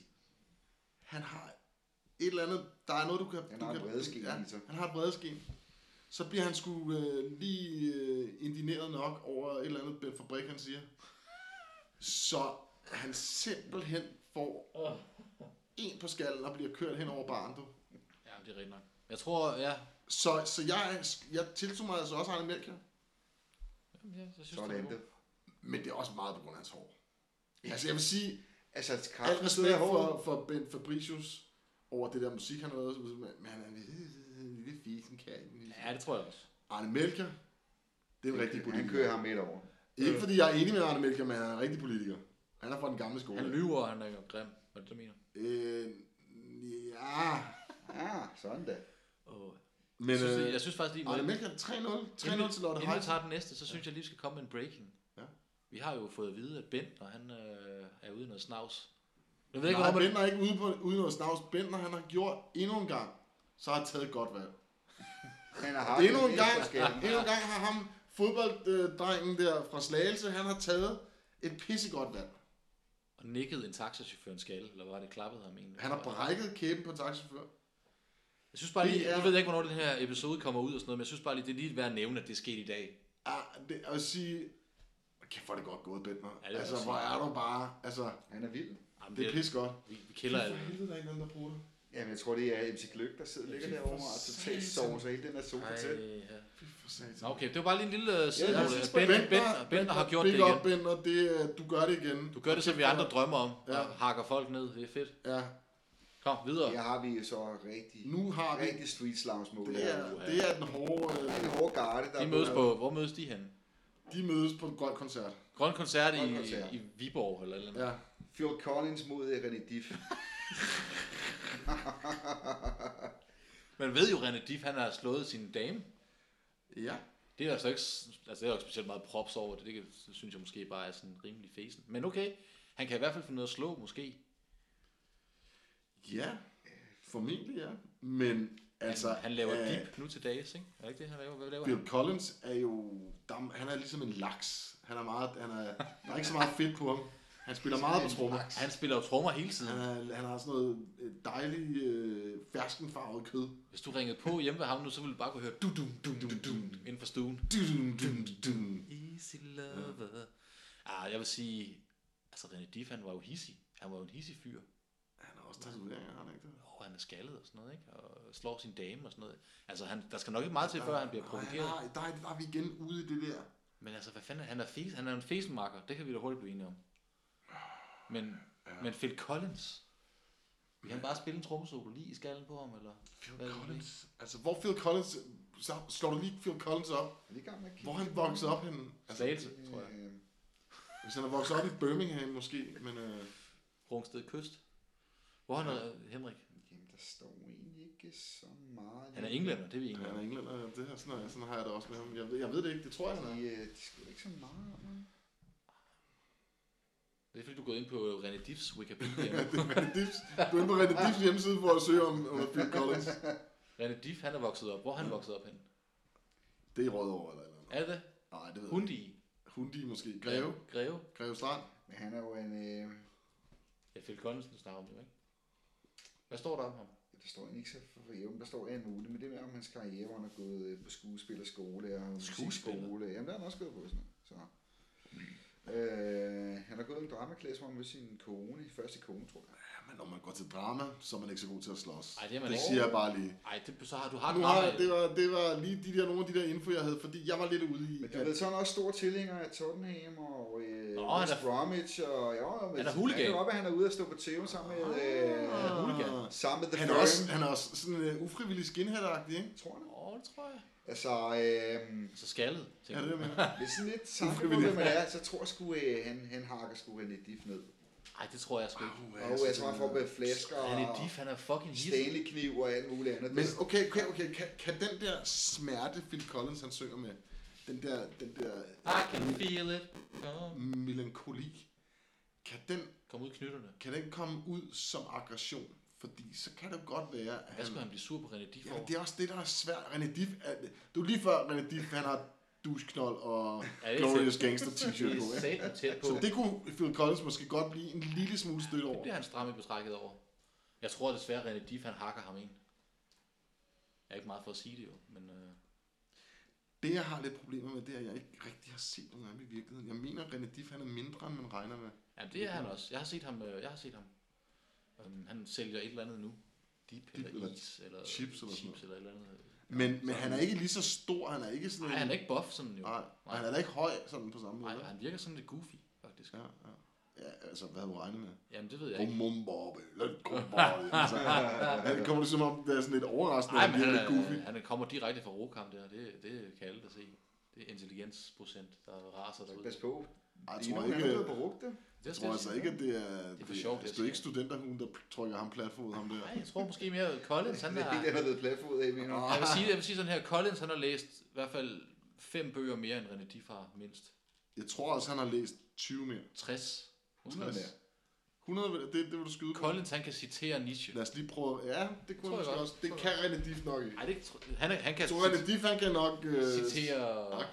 [SPEAKER 3] han har et eller andet, der er noget, du kan...
[SPEAKER 2] Han
[SPEAKER 3] du
[SPEAKER 2] har et
[SPEAKER 3] kan-
[SPEAKER 2] vredeskin
[SPEAKER 3] ja,
[SPEAKER 2] i sig.
[SPEAKER 3] han har et bredeskin. Så bliver han sgu øh, lige øh, indineret nok over et eller andet Bent Fabrik, han siger. Så han simpelthen får en på skallen og bliver kørt hen over barnet. du.
[SPEAKER 4] Ja, det er rigtigt nok. Jeg tror, ja...
[SPEAKER 3] Så, så jeg, er- jeg tilslutter mig altså også Arne Melker.
[SPEAKER 4] Jamen, ja jeg synes,
[SPEAKER 2] Så er det
[SPEAKER 4] god.
[SPEAKER 2] andet.
[SPEAKER 3] Men det er også meget på grund af hans hår. Altså jeg vil sige,
[SPEAKER 2] Altså,
[SPEAKER 3] Alt
[SPEAKER 2] Carsten sidder
[SPEAKER 3] respekt
[SPEAKER 2] herovre.
[SPEAKER 3] for, for Ben Fabricius over det der musik, han har lavet. Men han er en lille, en lille fisen kat. en lille-
[SPEAKER 4] Ja, det tror jeg også.
[SPEAKER 3] Arne Melker, det er en rigtig
[SPEAKER 2] Han
[SPEAKER 3] politiker.
[SPEAKER 2] kører ham et over.
[SPEAKER 3] Ikke fordi jeg er enig med Arne Melker, men han er en rigtig politiker. Han er fra den gamle skole.
[SPEAKER 4] Han lyver, og han er grim. Hvad er det, du mener?
[SPEAKER 3] Øh, ja.
[SPEAKER 2] Ah, sådan da.
[SPEAKER 4] Åh.
[SPEAKER 3] Men
[SPEAKER 4] Jeg synes,
[SPEAKER 3] øh,
[SPEAKER 4] det- jeg synes faktisk lige,
[SPEAKER 3] Arne
[SPEAKER 4] inden,
[SPEAKER 3] Melker, 3-0. 3-0 til Lotte
[SPEAKER 4] inden vi
[SPEAKER 3] Heidt.
[SPEAKER 4] tager den næste, så synes jeg lige, vi skal komme med en breaking.
[SPEAKER 3] Ja.
[SPEAKER 4] Vi har jo fået at vide, at Bent, når han øh, er ude i noget snavs. Jeg ved ikke,
[SPEAKER 3] Nej,
[SPEAKER 4] hvorfor
[SPEAKER 3] Bender er ikke ude, på, ude noget snavs. Bender, han har gjort endnu en gang, så har han taget et godt valg.
[SPEAKER 2] Han har haft
[SPEAKER 3] Endnu en gang,
[SPEAKER 2] mesterskab.
[SPEAKER 3] [LAUGHS] endnu en gang har ham fodbolddrengen der fra Slagelse, han har taget et pissegodt valg.
[SPEAKER 4] og nikkede en taxachaufførens skalle, eller var det klappede ham egentlig?
[SPEAKER 3] Han har brækket kæben på en taxachauffør.
[SPEAKER 4] Jeg synes bare lige,
[SPEAKER 3] Det er-
[SPEAKER 4] jeg ved ikke, hvornår den her episode kommer ud og sådan noget, men jeg synes bare lige, det er lige værd at nævne, at det skete i dag.
[SPEAKER 3] Ah, det, at sige, kæft hvor er det godt gået, Bentner. Ja,
[SPEAKER 4] Ja, det vil
[SPEAKER 3] altså,
[SPEAKER 4] jeg
[SPEAKER 3] hvor
[SPEAKER 4] sige.
[SPEAKER 3] er du bare, altså,
[SPEAKER 2] Han er vild.
[SPEAKER 4] Jamen,
[SPEAKER 3] det er pissegodt.
[SPEAKER 4] Vi, vi kælder alle.
[SPEAKER 3] helvede, der er ikke nogen, der bruger det.
[SPEAKER 2] Jamen, jeg tror, det er MC Gløk, der sidder ligger derovre og totalt sover sig hele den her sofa til.
[SPEAKER 4] Ej, ja.
[SPEAKER 3] Fy for satan.
[SPEAKER 4] Nå, okay, det var bare lige en lille øh, side.
[SPEAKER 2] jeg
[SPEAKER 4] Ja,
[SPEAKER 2] synes
[SPEAKER 3] bare,
[SPEAKER 4] Bent,
[SPEAKER 3] Bentner-
[SPEAKER 4] Bent, Bent, har gjort det
[SPEAKER 3] Big
[SPEAKER 4] igen.
[SPEAKER 3] up, Bentner, det, er- du gør det igen.
[SPEAKER 4] Du gør det, som vi andre drømmer om,
[SPEAKER 3] Ja.
[SPEAKER 4] og hakker folk ned. Det er fedt.
[SPEAKER 3] Ja,
[SPEAKER 4] Kom, videre.
[SPEAKER 2] Her har vi så rigtig,
[SPEAKER 3] nu har vi,
[SPEAKER 2] rigtig street slagsmål.
[SPEAKER 3] det
[SPEAKER 2] her.
[SPEAKER 3] er, det er den hårde, øh,
[SPEAKER 2] Det er en hård garde, der
[SPEAKER 4] De
[SPEAKER 2] er
[SPEAKER 4] mødes
[SPEAKER 2] på-
[SPEAKER 4] på, hvor mødes de henne?
[SPEAKER 3] de mødes på en grøn koncert.
[SPEAKER 4] Grøn koncert,
[SPEAKER 2] Grøn
[SPEAKER 4] i,
[SPEAKER 2] koncert.
[SPEAKER 4] i Viborg eller et eller andet.
[SPEAKER 3] Ja.
[SPEAKER 2] Phil Collins mod René Diff.
[SPEAKER 4] Man ved jo, René Diff, han har slået sin dame.
[SPEAKER 3] Ja.
[SPEAKER 4] Det er altså ikke, s- altså det er jo ikke specielt meget props over det. Det kan, synes jeg måske bare er sådan rimelig fesen. Men okay, han kan i hvert fald finde noget at slå, måske.
[SPEAKER 3] Ja, formentlig ja. Men altså...
[SPEAKER 4] Altså, han laver
[SPEAKER 3] øh,
[SPEAKER 4] deep nu til dags, ikke? Er det ikke det, han laver? Hvad laver han?
[SPEAKER 3] Bill Collins er jo... Der, han er ligesom en laks. Han er meget... Han er, der er ikke så meget fedt på ham. Han spiller meget på trommer.
[SPEAKER 4] Han spiller jo trommer hele
[SPEAKER 3] Han,
[SPEAKER 4] tiden.
[SPEAKER 3] er, han har sådan noget øh, dejlig øh, ferskenfarvet kød.
[SPEAKER 4] Hvis du ringede på hjemme ved ham nu, så ville du bare kunne høre [LAUGHS] du dum dum dum dum inden for stuen.
[SPEAKER 3] Dum, dum, dum.
[SPEAKER 4] Easy lover. Ah, jeg vil sige, altså René Diff, han var jo hissig. Han var jo en hissig fyr.
[SPEAKER 3] Han har også tatoveringer, har han ikke det?
[SPEAKER 4] og han er skaldet og sådan noget, ikke? Og slår sin dame og sådan noget. Altså, han, der skal nok ikke meget til, før han bliver provokeret.
[SPEAKER 3] Nej, nej, der er vi igen ude i det der.
[SPEAKER 4] Men altså, hvad fanden, er- han er, fes, han er en fesenmakker. Det kan vi da hurtigt blive enige om. Men, ja. men Phil Collins, vil han bare spille en trommesolo lige i skallen på ham, eller? hvad er
[SPEAKER 3] Phil
[SPEAKER 4] det,
[SPEAKER 3] Collins. Altså, hvor Phil Collins... Så slår du lige Phil Collins op.
[SPEAKER 2] Er de i gang med at kigge?
[SPEAKER 3] Hvor er han voksede op henne? Altså,
[SPEAKER 4] Slagelse, tror jeg.
[SPEAKER 2] Øh,
[SPEAKER 3] hvis han er vokset op i Birmingham måske, men... Øh,
[SPEAKER 4] Rungsted Kyst. Hvor er han, øh, Henrik?
[SPEAKER 2] Jamen, der står egentlig ikke så meget.
[SPEAKER 4] Han er englænder, det er vi
[SPEAKER 3] Ja,
[SPEAKER 4] enige
[SPEAKER 3] han er
[SPEAKER 4] om.
[SPEAKER 3] englænder, ja, det her, sådan, er, jeg- sådan har jeg det også med ham. Jeg ved, jeg ved det ikke, det tror jeg, han er.
[SPEAKER 2] De, øh, de skriver ikke så meget om ham.
[SPEAKER 4] Det er fordi, du er gået ind på øh, René Diffs Wikipedia.
[SPEAKER 3] [LAUGHS] Ja, det er René Diffs. Du er inde på René Diffs hjemmeside for at søge om, om Phil Collins.
[SPEAKER 4] René Diff, han er vokset op. Hvor er han vokset op hen?
[SPEAKER 3] Det er Rødovre eller et eller andet.
[SPEAKER 4] Er det?
[SPEAKER 3] Nej, det ved jeg ikke.
[SPEAKER 4] Hundi?
[SPEAKER 3] Hundi måske. Greve.
[SPEAKER 4] Greve?
[SPEAKER 3] Greve Strand.
[SPEAKER 2] Men han er jo en... Øh,
[SPEAKER 4] Ja, Phil Collinson snakker om det, ikke? Hvad står der om ham?
[SPEAKER 2] der står egentlig ikke så for for jævn, der står alt muligt, men det er mere om hans karriere, hvor han er gået øh, på skuespillerskole og
[SPEAKER 4] Skuespiller?
[SPEAKER 2] musikskole. Jamen, der har han også gået på sådan noget. Så. Øh, han har gået i en dramaklasse, hvor han med sin kone, første kone, tror jeg.
[SPEAKER 3] Ja, men når man går til drama, så er man ikke så god til at slås.
[SPEAKER 4] Ej, det er man
[SPEAKER 3] det
[SPEAKER 4] ikke.
[SPEAKER 3] siger jeg bare lige.
[SPEAKER 4] Ej, det, så har du har
[SPEAKER 3] Nu har jeg,
[SPEAKER 4] dramaet.
[SPEAKER 3] det, var, det var lige de der, nogle af de der info, jeg havde, fordi jeg var lidt ude i,
[SPEAKER 2] Men du
[SPEAKER 3] at
[SPEAKER 2] ved, så er han også stor tilhænger af Tottenham og øh,
[SPEAKER 4] Nå,
[SPEAKER 2] Nå,
[SPEAKER 4] han
[SPEAKER 2] West
[SPEAKER 4] er-
[SPEAKER 2] Bromwich. Og, jo, men
[SPEAKER 4] Han er hooligan.
[SPEAKER 2] Han
[SPEAKER 4] Ah.
[SPEAKER 2] er oppe, at han er ude og stå på TV sammen med, øh,
[SPEAKER 4] Hooligan.
[SPEAKER 2] sammen med The
[SPEAKER 3] han er
[SPEAKER 2] Firm.
[SPEAKER 3] også, han er også sådan uh, ufrivillig skinhead-agtig, ikke?
[SPEAKER 2] Tror han.
[SPEAKER 4] Åh, det tror jeg.
[SPEAKER 2] Altså, øh,
[SPEAKER 4] Så skaldet,
[SPEAKER 3] Er
[SPEAKER 4] tænker
[SPEAKER 3] det det,
[SPEAKER 4] jeg.
[SPEAKER 3] jeg
[SPEAKER 2] [LAUGHS]
[SPEAKER 3] mener?
[SPEAKER 2] hvis sådan lidt tanke på,
[SPEAKER 3] Ufrivilligt.
[SPEAKER 2] hvem han er, så tror jeg sgu, øh, han, han hakker sgu René Diff ned.
[SPEAKER 4] Ej, det tror jeg sgu ikke.
[SPEAKER 2] Og jeg tror, han får med flæsker
[SPEAKER 4] René
[SPEAKER 2] og
[SPEAKER 4] Diff, han er fucking hit.
[SPEAKER 2] Stanley-kniv og alt muligt andet.
[SPEAKER 3] Men okay, okay, okay. Kan, kan den der smerte, Phil Collins han synger med, den der, den der
[SPEAKER 4] I can feel it. Kom,
[SPEAKER 3] melankoli, kan den,
[SPEAKER 4] kom ud i knytterne.
[SPEAKER 3] kan den komme ud som aggression? Fordi så kan det jo godt være, at
[SPEAKER 4] Hvad skulle han blive sur på René Diff over?
[SPEAKER 3] Jamen, det er også det, der er svært. René Diff, er, du er lige før René Diff, han har dusknold og
[SPEAKER 4] Ja, det er
[SPEAKER 3] Glorious Gangster t-shirt på.
[SPEAKER 4] Det er
[SPEAKER 3] ikke?
[SPEAKER 4] satan tæt på.
[SPEAKER 3] Så det kunne Phil Collins måske godt blive en lille smule stødt
[SPEAKER 4] Det
[SPEAKER 3] over.
[SPEAKER 4] bliver han stramme i betrækket over. Jeg tror desværre, René Diff, han hakker ham ind. Jeg er ikke meget for at sige det jo, men... Øh,
[SPEAKER 3] Det, jeg har lidt problemer med, det er, at jeg ikke rigtig har set nogen af ham i virkeligheden. Jeg mener, René Diff, han er mindre, end man regner med.
[SPEAKER 4] jamen, det er han også. Jeg har set ham. Øh, jeg har set ham. Øhm, han sælger et eller andet nu. Deep, Deep eller,
[SPEAKER 3] eller
[SPEAKER 4] is, eller
[SPEAKER 3] chips eller sådan
[SPEAKER 4] chips eller et eller andet.
[SPEAKER 3] Men, men han er ikke lige så stor, han er ikke sådan
[SPEAKER 4] Nej, han er ikke buff sådan jo.
[SPEAKER 3] Nej, og han er da ikke høj sådan på samme
[SPEAKER 4] Nej,
[SPEAKER 3] måde.
[SPEAKER 4] og han virker sådan lidt goofy, faktisk.
[SPEAKER 3] Ja, ja. ja, altså, hvad havde du regnet med?
[SPEAKER 4] Jamen, det ved jeg ikke.
[SPEAKER 3] Bum, bum, bobbe, lidt bum, bobbe.
[SPEAKER 4] [LAUGHS]
[SPEAKER 3] Altså, han kommer ligesom om, det er sådan lidt overraskende,
[SPEAKER 4] Nej,
[SPEAKER 3] at
[SPEAKER 4] men
[SPEAKER 3] han
[SPEAKER 4] han,
[SPEAKER 3] er lidt goofy.
[SPEAKER 4] er, han kommer direkte fra Rokam der. Det, det kan alle da se. Det er intelligensprocent, der raser derud.
[SPEAKER 2] Pas på.
[SPEAKER 3] Ej,
[SPEAKER 2] Jeg
[SPEAKER 3] Jeg
[SPEAKER 2] tror
[SPEAKER 3] tror
[SPEAKER 2] ikke, han er blevet
[SPEAKER 3] ikke, øh,
[SPEAKER 2] brugt det.
[SPEAKER 4] Det
[SPEAKER 3] Jeg tror altså ikke, at det er...
[SPEAKER 4] Det er for sjovt,
[SPEAKER 3] det
[SPEAKER 4] det
[SPEAKER 3] er ikke
[SPEAKER 4] sker.
[SPEAKER 3] studenterhuen, der trykker ham platformet, ham der.
[SPEAKER 4] Nej, jeg tror måske mere at
[SPEAKER 3] [LAUGHS]
[SPEAKER 4] Collins, han
[SPEAKER 2] Det er
[SPEAKER 4] har...
[SPEAKER 2] ikke det, han er blevet platfod af, mener
[SPEAKER 4] Jeg vil, sige, jeg vil sige sådan her, Collins han har læst i hvert fald fem bøger mere end René Diff har, mindst.
[SPEAKER 3] Jeg tror også, han har læst 20 mere.
[SPEAKER 4] 60. Måske.
[SPEAKER 2] 100 mere.
[SPEAKER 3] 100, vil- det, det vil du skyde på.
[SPEAKER 4] Collins han kan citere Nietzsche.
[SPEAKER 3] Lad os lige prøve. Ja, det kunne
[SPEAKER 4] Tror
[SPEAKER 3] han måske
[SPEAKER 4] jeg godt.
[SPEAKER 3] også. Det
[SPEAKER 4] Tror
[SPEAKER 3] kan René Diff nok ikke.
[SPEAKER 4] Nej, det tr- han, er- han kan
[SPEAKER 3] Jeg tror, René Diff, han kan nok... Øh,
[SPEAKER 4] citere,
[SPEAKER 3] Aqua.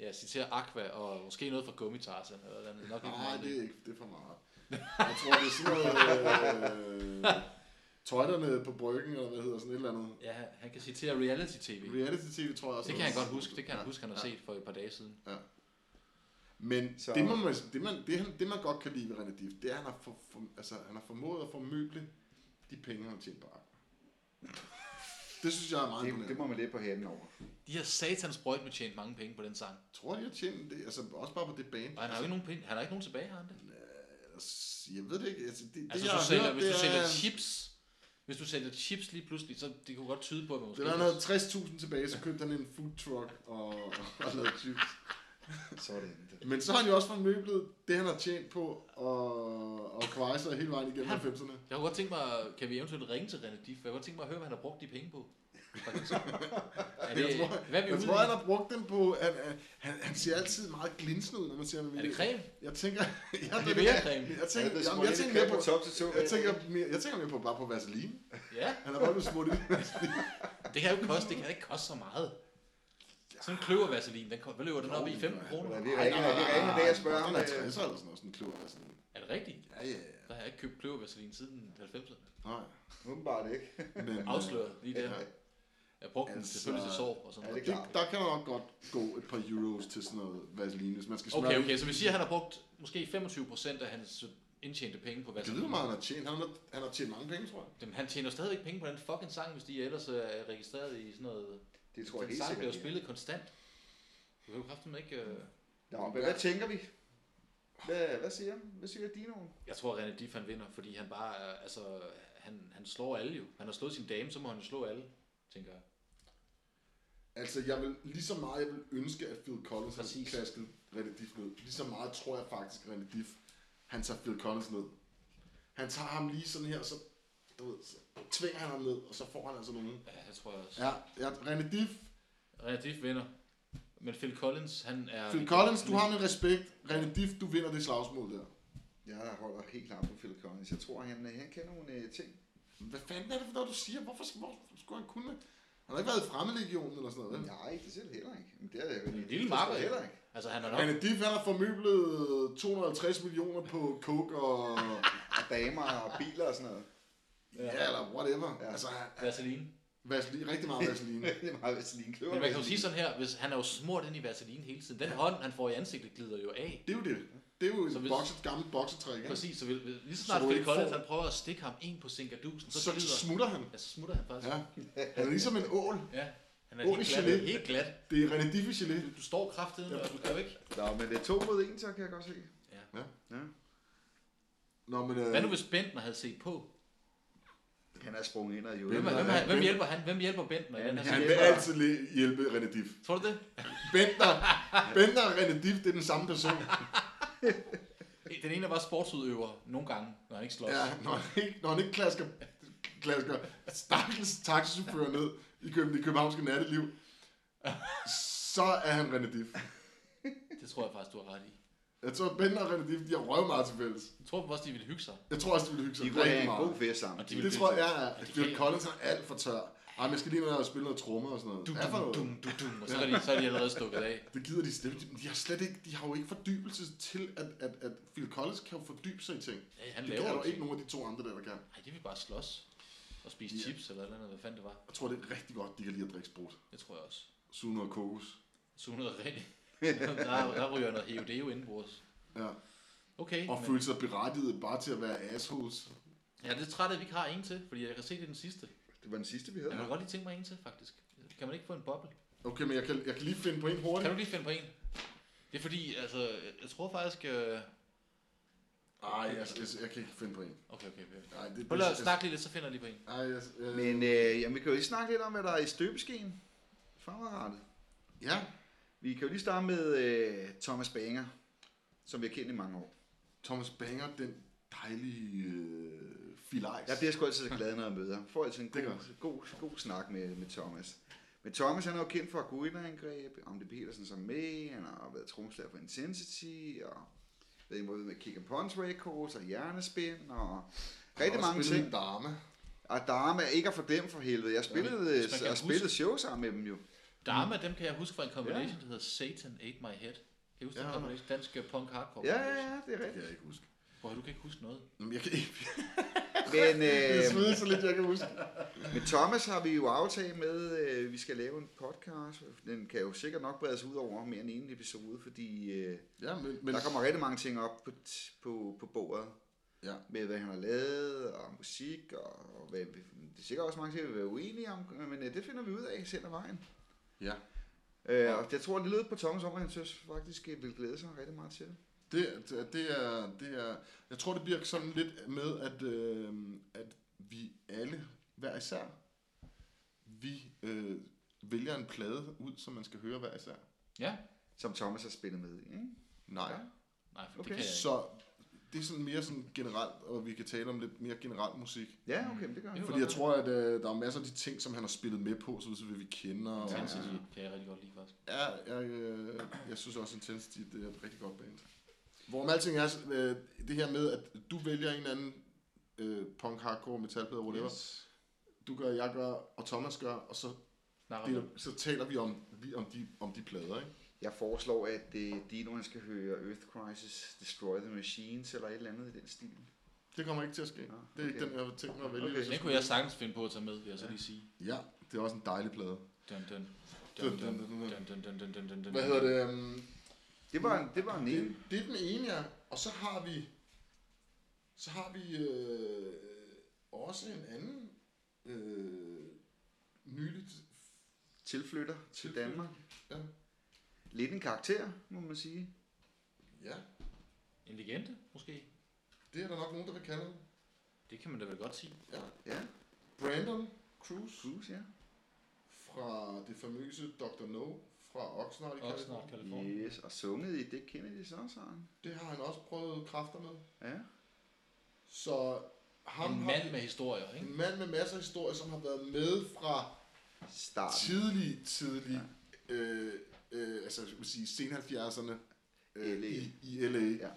[SPEAKER 4] ja, citere Aqua og måske noget fra Gummitarsen eller noget andet. Nok ikke
[SPEAKER 3] Nej,
[SPEAKER 4] meget
[SPEAKER 3] det er ikke. Det er for meget. Jeg tror, det er sådan
[SPEAKER 4] [LAUGHS]
[SPEAKER 3] noget... Øh, tøjderne på bryggen, eller hvad hedder sådan et eller andet.
[SPEAKER 4] Ja, han- han kan citere reality tv.
[SPEAKER 3] Reality-tv, tror jeg også.
[SPEAKER 4] Det kan han
[SPEAKER 3] også-
[SPEAKER 4] godt huske. Det kan han
[SPEAKER 3] Ja.
[SPEAKER 4] huske, han har set for et par dage siden.
[SPEAKER 3] Men
[SPEAKER 2] Så-
[SPEAKER 3] så... det, man, må- det, man, det, han- det man godt kan lide ved René Diff, det er, at han har, for, for, altså, han har formået at formøble de penge, han har tjent på Aqua. Det synes jeg er meget
[SPEAKER 2] Det, det
[SPEAKER 3] imponerende.
[SPEAKER 2] må man lidt på hænden over.
[SPEAKER 4] De her satans brøjt med tjent mange penge på den sang.
[SPEAKER 3] Jeg tror, de har tjent det, altså også bare på det band.
[SPEAKER 4] Og han har jo ikke nogen penge. Han har ikke nogen tilbage, har han det?
[SPEAKER 3] Altså, Jeg ved det ikke. Altså, det, det
[SPEAKER 4] Altså,
[SPEAKER 3] jeg
[SPEAKER 4] hvis du
[SPEAKER 3] har
[SPEAKER 4] sælger,
[SPEAKER 3] hørt,
[SPEAKER 4] hvis
[SPEAKER 3] det
[SPEAKER 4] du
[SPEAKER 3] er-
[SPEAKER 4] sælger chips, hvis du sælger chips lige pludselig, så det kunne godt tyde på, at man måske...
[SPEAKER 3] Det var, han havde 60.000 tilbage, så købte han en food truck og, og lavede chips.
[SPEAKER 2] Sådan. Det.
[SPEAKER 3] Men så har han jo også formøblet det, han har tjent på, og, og kvejser hele vejen igennem
[SPEAKER 4] Han-
[SPEAKER 3] 90'erne.
[SPEAKER 4] Jeg kunne godt tænke mig, kan vi eventuelt ringe til René Diff? Jeg kunne godt tænke mig at høre, hvad han har brugt de penge på. Faktisk. er det,
[SPEAKER 3] Jeg tror,
[SPEAKER 4] hvad er vi
[SPEAKER 3] jeg
[SPEAKER 4] ude
[SPEAKER 3] tror, han
[SPEAKER 4] i?
[SPEAKER 3] har brugt den på... Han, han- han, han ser altid meget glinsende ud, når man ser ham i
[SPEAKER 4] Er det
[SPEAKER 3] video.
[SPEAKER 4] creme?
[SPEAKER 3] Jeg tænker... [LAUGHS] Jeg,
[SPEAKER 4] Er det
[SPEAKER 3] ved ikke,
[SPEAKER 4] læbercreme?
[SPEAKER 3] Jeg tænker,
[SPEAKER 2] Han er blevet
[SPEAKER 3] jamen,
[SPEAKER 2] smurt ind
[SPEAKER 3] jeg
[SPEAKER 2] i
[SPEAKER 3] tænker
[SPEAKER 2] kage
[SPEAKER 3] mere på...
[SPEAKER 2] fra top til tå.
[SPEAKER 3] Jeg tænker, mere, jeg tænker mere på bare på vaseline.
[SPEAKER 4] Ja,
[SPEAKER 3] Han har bare blevet smurt ind.
[SPEAKER 4] det kan jo ikke koste, det kan da ikke koste så meget. Sådan en kløvervaseline, den, ko- hvad løber den op i? 15 kroner?
[SPEAKER 2] Vi ringer, vi ringer en dag og spørger ham.
[SPEAKER 3] Han er
[SPEAKER 2] øh,
[SPEAKER 3] 60 eller sådan noget, sådan en klog vaseline.
[SPEAKER 4] Er det rigtigt?
[SPEAKER 3] Ja, ja, ja.
[SPEAKER 4] Der har jeg ikke købt kløvervaseline siden 90'erne.
[SPEAKER 3] Nej.
[SPEAKER 2] Åbenbart ikke.
[SPEAKER 3] Men, øh,
[SPEAKER 4] Afsløret lige der. Jeg brugte den
[SPEAKER 3] Altså,
[SPEAKER 4] selvfølgelig til sår og sådan
[SPEAKER 2] er
[SPEAKER 4] noget.
[SPEAKER 3] Det, der kan man nok godt gå et par euros til sådan noget vaseline, hvis man skal smøre
[SPEAKER 4] Okay,
[SPEAKER 3] det.
[SPEAKER 4] okay, så vi siger, at han har brugt måske 25% af hans øh, indtjente penge på
[SPEAKER 3] Jeg ved, hvor
[SPEAKER 4] vaseline.
[SPEAKER 3] meget han har tjent. Han har, han har tjent mange penge, tror jeg.
[SPEAKER 4] Jamen, han tjener stadigvæk penge på den fucking sang, hvis de ellers øh, er registreret i sådan noget...
[SPEAKER 2] Det tror jeg
[SPEAKER 4] den
[SPEAKER 2] helt
[SPEAKER 4] sang bliver
[SPEAKER 2] sikkert.
[SPEAKER 4] jo
[SPEAKER 2] ikke.
[SPEAKER 4] spillet konstant. Du kan jo kraften ikke... Øh...
[SPEAKER 2] Nå, men hvad tænker vi? Hvad, hvad siger Hvad siger Dinoen?
[SPEAKER 4] Jeg tror, René Diff han vinder, fordi han bare... er- Altså, han, han slår alle jo. Han har slået sin dame, så må han jo slå alle, tænker jeg.
[SPEAKER 3] Altså, jeg vil lige så meget, jeg vil ønske, at Phil Collins har
[SPEAKER 4] Præcis.
[SPEAKER 3] klasket René Diff ned. Lige så meget tror jeg faktisk, at René Diff, han tager Phil Collins ned. Han tager ham lige sådan her, så du ved, så tvinger han ham ned, og så får han altså nogen.
[SPEAKER 4] Ja, jeg tror jeg også. Ja.
[SPEAKER 3] Ja, ja René Diff,
[SPEAKER 4] Relativt vinder. Men Phil Collins, han er...
[SPEAKER 3] Phil Collins, du har min respekt. René Diff, du vinder det slagsmål der.
[SPEAKER 2] Jeg holder helt klart på Phil Collins. Jeg tror, han, øh, han kan nogle øh, ting.
[SPEAKER 3] Hvad fanden er det for noget, du siger? Hvorfor, skal- hvor skulle han kunne det? Han har ikke været i Fremmelegionen eller sådan noget. vel?
[SPEAKER 2] Nej, det ser det heller ikke. Men det er det jo
[SPEAKER 4] En
[SPEAKER 2] ikke.
[SPEAKER 4] lille
[SPEAKER 2] Det
[SPEAKER 4] makker,
[SPEAKER 2] ser
[SPEAKER 4] ja.
[SPEAKER 2] heller ikke.
[SPEAKER 4] Altså, han er nok...
[SPEAKER 3] René Diff, han har formøblet 250 millioner på coke og...
[SPEAKER 2] Og damer og biler og sådan noget.
[SPEAKER 3] Ja, eller whatever.
[SPEAKER 2] Ja.
[SPEAKER 3] Altså, han-
[SPEAKER 4] Vaseline.
[SPEAKER 3] vaseline, rigtig meget
[SPEAKER 4] [LAUGHS]
[SPEAKER 3] vaseline.
[SPEAKER 2] det er meget vaseline. Kløver
[SPEAKER 4] Men man kan jo
[SPEAKER 2] vaseline.
[SPEAKER 4] sige sådan her, hvis han er jo smurt ind i vaseline hele tiden. Den hånd, han får i ansigtet, glider jo af.
[SPEAKER 3] Det er jo det. Det er jo
[SPEAKER 4] Så
[SPEAKER 3] et
[SPEAKER 4] hvis-
[SPEAKER 3] bokset, gammelt boksetræk, ikke?
[SPEAKER 4] Præcis, så vil- vil- lige så
[SPEAKER 3] Så
[SPEAKER 4] snart
[SPEAKER 3] du
[SPEAKER 4] Phil
[SPEAKER 3] ikke
[SPEAKER 4] Collins,
[SPEAKER 3] får-
[SPEAKER 4] han prøver at stikke ham ind på sinkadusen, så
[SPEAKER 3] Så
[SPEAKER 4] glider...
[SPEAKER 3] smutter han.
[SPEAKER 4] Ja, så smutter han faktisk.
[SPEAKER 3] Ja. Han er ligesom en ål.
[SPEAKER 4] ja. Han er
[SPEAKER 3] Åh,
[SPEAKER 4] helt
[SPEAKER 3] det er
[SPEAKER 4] glat.
[SPEAKER 3] gelé.
[SPEAKER 4] Helt glat.
[SPEAKER 3] Det er René Diffie gelé.
[SPEAKER 4] Du står kraftedeme, og du skal væk.
[SPEAKER 2] Nå, men det er to mod en, så kan jeg godt se.
[SPEAKER 3] Nå, men... Øh,
[SPEAKER 4] Hvad nu hvis Bentner havde set på?
[SPEAKER 2] Han er sprunget ind og jo.
[SPEAKER 4] Hvem,
[SPEAKER 3] Bentner,
[SPEAKER 4] er- hvem,
[SPEAKER 3] ja.
[SPEAKER 4] er- hvem
[SPEAKER 3] Bentner.
[SPEAKER 4] hjælper han? Hvem hjælper Bentner? i den her
[SPEAKER 3] Han
[SPEAKER 4] situation?
[SPEAKER 3] vil altid le- hjælpe René Diff.
[SPEAKER 4] Tror du det? [LAUGHS]
[SPEAKER 3] Bender, Bender og René Diff, det er den samme person.
[SPEAKER 4] Den ene er bare sportsudøver nogle gange, når han ikke slås.
[SPEAKER 3] Ja, når han ikke, når han ikke klasker, klasker stakkels taxichauffører ned i Køben, det københavnske natteliv, så er han René Diff.
[SPEAKER 4] Det tror jeg faktisk, du har ret i.
[SPEAKER 3] Jeg tror, Bender og René Diff, de har røv meget til fælles.
[SPEAKER 4] Jeg tror også, de ville hygge sig.
[SPEAKER 3] Jeg tror også, de ville hygge sig
[SPEAKER 2] De kunne have
[SPEAKER 3] rigtig
[SPEAKER 2] en god
[SPEAKER 3] meget.
[SPEAKER 2] fest sammen.
[SPEAKER 4] Og de ville
[SPEAKER 3] Det tror
[SPEAKER 4] hygge
[SPEAKER 3] jeg er.
[SPEAKER 4] Ja, det kan
[SPEAKER 3] Phil
[SPEAKER 4] jeg.
[SPEAKER 3] Collins er alt for tør. Ej, men jeg skal lige ned og spille noget trommer og sådan noget.
[SPEAKER 4] Dum,
[SPEAKER 3] Hvad for
[SPEAKER 4] dum,
[SPEAKER 3] noget?
[SPEAKER 4] dum, dum, dum, og så er de, så er de allerede stukket af.
[SPEAKER 3] Det gider de slet ikke. De har, slet ikke, de har jo ikke fordybelse til, at, at, at Phil Collins kan jo fordybe sig i ting.
[SPEAKER 4] Ja, han
[SPEAKER 3] Det kan
[SPEAKER 4] laver
[SPEAKER 3] jo
[SPEAKER 4] jo
[SPEAKER 3] ikke
[SPEAKER 4] ting.
[SPEAKER 3] nogen af de to andre, der, der kan.
[SPEAKER 4] Nej, de vil bare slås og spise
[SPEAKER 3] Ja.
[SPEAKER 4] chips eller et eller andet, hvad fanden det var.
[SPEAKER 3] Jeg tror, det er rigtig godt, de kan lide at drikke sprut.
[SPEAKER 4] Det tror jeg også.
[SPEAKER 3] Suge noget kokos.
[SPEAKER 4] Suge noget rigtig. der, der ryger noget heo indenbords.
[SPEAKER 3] Ja.
[SPEAKER 4] Okay,
[SPEAKER 3] Og
[SPEAKER 4] men,
[SPEAKER 3] føle sig berettiget bare til at være assholes.
[SPEAKER 4] ja, det er træt, at vi ikke har en til, fordi jeg kan se, det er den sidste.
[SPEAKER 2] Det var den sidste, vi
[SPEAKER 4] Jeg
[SPEAKER 2] havde.
[SPEAKER 4] kunne godt lige tænke mig en til, faktisk. Kan man ikke få en boble?
[SPEAKER 3] Okay, men jeg kan, jeg kan lige finde på en
[SPEAKER 4] Kan
[SPEAKER 3] hurtigt.
[SPEAKER 4] du lige finde på en? Det er fordi, altså, jeg tror faktisk... Øh...
[SPEAKER 3] Nej, jeg, jeg, jeg, kan ikke finde på en.
[SPEAKER 4] Okay, okay, okay.
[SPEAKER 3] Ej, det,
[SPEAKER 4] Prøv lige at
[SPEAKER 3] jeg-
[SPEAKER 4] snakke lige lidt, så finder jeg lige på en.
[SPEAKER 3] Ej, jeg, øh,
[SPEAKER 2] Men øh, jamen, vi kan jo lige snakke lidt om, hvad der er i støbeskeen fremadrettet.
[SPEAKER 3] Ja,
[SPEAKER 2] Vi kan jo lige starte med øh, Thomas Banger, som vi har kendt i mange år.
[SPEAKER 3] Thomas Banger, den dejlige øh, filajs.
[SPEAKER 2] Jeg bliver sgu altid så glad, når jeg møder ham. Får altid en
[SPEAKER 3] Det gør
[SPEAKER 2] god, god, god snak med, med Thomas. Men Thomas, han er jo kendt for guideangreb, om det Petersen som med, han har været tromslærer for Intensity, og været involveret med Kick and Punch Records, og Hjernespind, og rigtig mange ting.
[SPEAKER 3] En dame.
[SPEAKER 2] Og Dharma, ikke at fordæmme for helvede. Jeg spillede,
[SPEAKER 4] Hvis man kan
[SPEAKER 2] jeg
[SPEAKER 4] huske-
[SPEAKER 2] spillede show sammen med dem jo.
[SPEAKER 4] Dharma, dem kan jeg huske fra en combination, der hedder Satan Ate My Head. Kan I huske ja.
[SPEAKER 3] Ja.
[SPEAKER 4] den combination? Dansk øh, punk hardcore
[SPEAKER 2] Ja, ja,
[SPEAKER 4] combination.
[SPEAKER 2] ja, det er
[SPEAKER 3] Det kan
[SPEAKER 2] rigtigt.
[SPEAKER 3] jeg ikke huske.
[SPEAKER 4] Hvor du kan ikke huske noget.
[SPEAKER 3] Jamen, jeg kan ikke.
[SPEAKER 2] Men,
[SPEAKER 3] Jeg
[SPEAKER 2] øh,
[SPEAKER 3] smider så lidt, jeg kan huske.
[SPEAKER 2] men Thomas har vi jo aftalt med, øh, vi skal lave en podcast. Den kan jo sikkert nok bredes ud over mere end en episode, fordi øh,
[SPEAKER 3] Ja, men, men
[SPEAKER 2] Men... Der kommer rigtig mange ting op på, t- på, på bordet.
[SPEAKER 3] Ja.
[SPEAKER 2] Med hvad han har lavet, og musik, og, og hvad, vi- det er sikkert også mange ting, vi vil være uenige om, men øh, det finder vi ud af selv ad vejen.
[SPEAKER 3] Ja.
[SPEAKER 2] Øh, og jeg tror, det lød på Thomas om, at han synes faktisk, øh, vil glæde sig rigtig meget til det.
[SPEAKER 3] Det, det, det, er, det er, jeg tror, det bliver sådan lidt med, at, øh, at vi alle, hver især, vi øh, vælger en plade ud, som man skal høre hver især.
[SPEAKER 4] Ja?
[SPEAKER 2] Som Thomas har spillet med i. Ikke?
[SPEAKER 3] Nej.
[SPEAKER 2] Ja,
[SPEAKER 4] Nej, for okay. det
[SPEAKER 2] Okay.
[SPEAKER 4] kan jeg ikke.
[SPEAKER 3] Så det er sådan mere sådan generelt, og vi kan tale om lidt mere generelt musik.
[SPEAKER 2] Ja, okay, men det gør
[SPEAKER 4] Det er
[SPEAKER 2] han.
[SPEAKER 4] jo
[SPEAKER 3] Fordi jeg tror, at øh, der er masser af de ting, som han har spillet med på, så vi vi kender. Og,
[SPEAKER 4] Intensity kan jeg rigtig godt lide, faktisk.
[SPEAKER 3] Ja, jeg, øh, jeg synes også, Intensity det er et rigtig godt band. Hvorom alting er, øh, det her med, at du vælger en eller anden øh, punk, hardcore, metalplade, whatever. Yes. Du gør, jeg gør, og Thomas gør, og så,
[SPEAKER 4] Snakker
[SPEAKER 3] deler,
[SPEAKER 4] om-
[SPEAKER 3] så taler vi om, vi, om, de, om de plader, ikke?
[SPEAKER 2] Jeg foreslår, at øh, Dino han skal høre Earth Crisis, Destroy the Machines, eller et eller andet i den stil.
[SPEAKER 3] Det kommer ikke til at ske.
[SPEAKER 2] Nå,
[SPEAKER 3] Det er ikke
[SPEAKER 2] okay.
[SPEAKER 3] den, jeg har tænkt mig at vælge.
[SPEAKER 2] Okay.
[SPEAKER 3] hvis
[SPEAKER 4] Den
[SPEAKER 3] skulle
[SPEAKER 4] kunne jeg sagtens finde på at tage med, vil jeg så
[SPEAKER 2] Ja.
[SPEAKER 4] lige sige.
[SPEAKER 3] vælge. Ja, det er også en dejlig plade.
[SPEAKER 4] Dun, dun.
[SPEAKER 3] Dun,
[SPEAKER 4] Dun,
[SPEAKER 3] dun,
[SPEAKER 4] dun,
[SPEAKER 3] dun,
[SPEAKER 4] dun, dun, dun, dun, dun, dun, dun.
[SPEAKER 3] Hvad hedder det? øhm,
[SPEAKER 2] Det var en, det var en
[SPEAKER 3] Det,
[SPEAKER 2] ene.
[SPEAKER 3] det er den ene, ja. Og så har vi, så har vi øh, også en anden øh, nyligt
[SPEAKER 2] tilflytter til
[SPEAKER 3] Tilflytter,
[SPEAKER 2] Danmark.
[SPEAKER 3] ja.
[SPEAKER 2] Lidt en karakter, må man sige.
[SPEAKER 3] Ja,
[SPEAKER 4] En legende, måske?
[SPEAKER 3] det er der nok nogen, der vil kalde ham.
[SPEAKER 4] Det kan man da vel godt sige.
[SPEAKER 3] Ja.
[SPEAKER 2] Ja,
[SPEAKER 3] Brandon Cruz
[SPEAKER 2] Cruise, ja.
[SPEAKER 3] fra det famøse Dr. No fra Oxnard i
[SPEAKER 4] Også snart
[SPEAKER 3] Californien.
[SPEAKER 4] Kalifornien.
[SPEAKER 2] Yes, og sunget i det Kennedy så sang.
[SPEAKER 3] Det har han også prøvet kræfter med.
[SPEAKER 2] Ja.
[SPEAKER 3] Så ham
[SPEAKER 4] en
[SPEAKER 3] har-
[SPEAKER 4] mand med historier, ikke?
[SPEAKER 3] En mand med masser af historier, som har været med fra
[SPEAKER 2] Starten.
[SPEAKER 3] tidlig, tidlig, øh, øh, altså jeg vil sige, sen 70'erne øh,
[SPEAKER 2] LA.
[SPEAKER 3] i, i L.A.
[SPEAKER 2] Ja.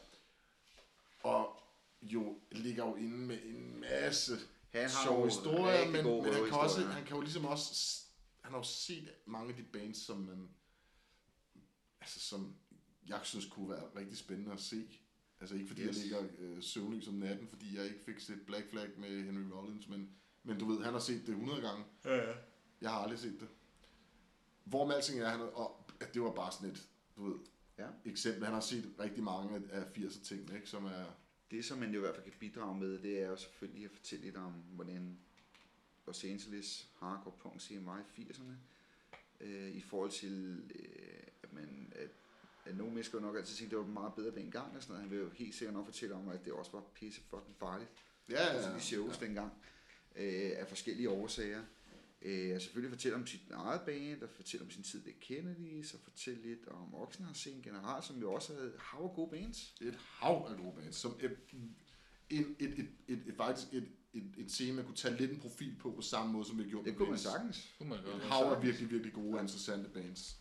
[SPEAKER 3] Og jo ligger jo inde med en masse
[SPEAKER 2] Han har
[SPEAKER 3] sjove
[SPEAKER 2] jo
[SPEAKER 3] historier,
[SPEAKER 2] rigtig
[SPEAKER 3] men,
[SPEAKER 2] gode
[SPEAKER 3] men han, kan også,
[SPEAKER 2] røverhistorier.
[SPEAKER 3] han kan jo ligesom også, s- han har jo set mange af de bands, som man, altså som jeg synes kunne være rigtig spændende at se. Altså ikke fordi yes.
[SPEAKER 2] Yes.
[SPEAKER 3] jeg ligger øh, søvnløs om natten, fordi jeg ikke fik set Black Flag med Henry Rollins, men, men du ved, han har set det 100 gange.
[SPEAKER 2] Ja, ja.
[SPEAKER 3] Jeg har aldrig set det. Hvor med alting er, han, og, at det var bare sådan et, du ved,
[SPEAKER 2] Ja.
[SPEAKER 3] eksempel. Han har set rigtig mange af- af 80'er ting, ikke, som er...
[SPEAKER 2] Det, som man jo i hvert fald kan bidrage med, det er jo selvfølgelig at fortælle lidt om, hvordan Los Angeles hardcore punk scene var i 80'erne. Øh, I forhold til, øh, at, man, at, at nogle mennesker jo nok altid sige, at det var meget bedre dengang. Og sådan noget. Han vil jo helt sikkert nok fortælle om, at det også var pisse fucking farligt
[SPEAKER 3] Ja,
[SPEAKER 2] altså de shows ja. dengang, øh, af forskellige årsager. Øh, og selvfølgelig fortælle om sit eget band, og fortælle om sin tid ved Kennedy, og fortælle lidt om Oxenhar-scenen generelt, som jo også havde hav og gode bands.
[SPEAKER 3] et hav af gode bands, som et, et, et, et, et, et, faktisk et, et, et scene, man kunne tage lidt en profil på på samme måde, som vi gjorde
[SPEAKER 2] Det
[SPEAKER 3] med
[SPEAKER 2] kunne man
[SPEAKER 3] bands.
[SPEAKER 2] sagtens.
[SPEAKER 4] Kunne man
[SPEAKER 3] Et
[SPEAKER 4] godt.
[SPEAKER 3] hav af virkelig, virkelig gode og interessante bands.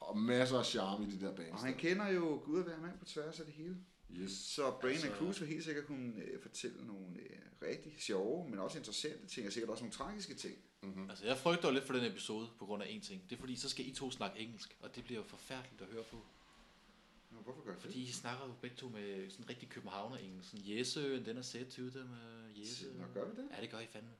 [SPEAKER 3] Og masser af charme i de der
[SPEAKER 2] Og
[SPEAKER 3] bands.
[SPEAKER 2] han
[SPEAKER 3] der.
[SPEAKER 2] kender jo Gud at være mand på tværs af det hele.
[SPEAKER 3] Yes.
[SPEAKER 2] Så Brain altså,
[SPEAKER 4] Altså-
[SPEAKER 2] and Cruz vil helt sikkert kunne øh, fortælle nogle øh, rigtig sjove, men også interessante ting, og sikkert også nogle tragiske ting.
[SPEAKER 4] Altså, jeg frygter jo lidt for den episode på grund af én ting. Det er fordi, så skal I to snakke engelsk, og det bliver jo forfærdeligt at høre på.
[SPEAKER 2] Nå, hvorfor gør jeg det?
[SPEAKER 4] Fordi I snakker jo begge to med sådan rigtig københavner engelsk. Sådan, Jesse, and then I said to them, uh, Jesse.
[SPEAKER 2] Nå, gør vi det?
[SPEAKER 4] Ja, det gør I fandme.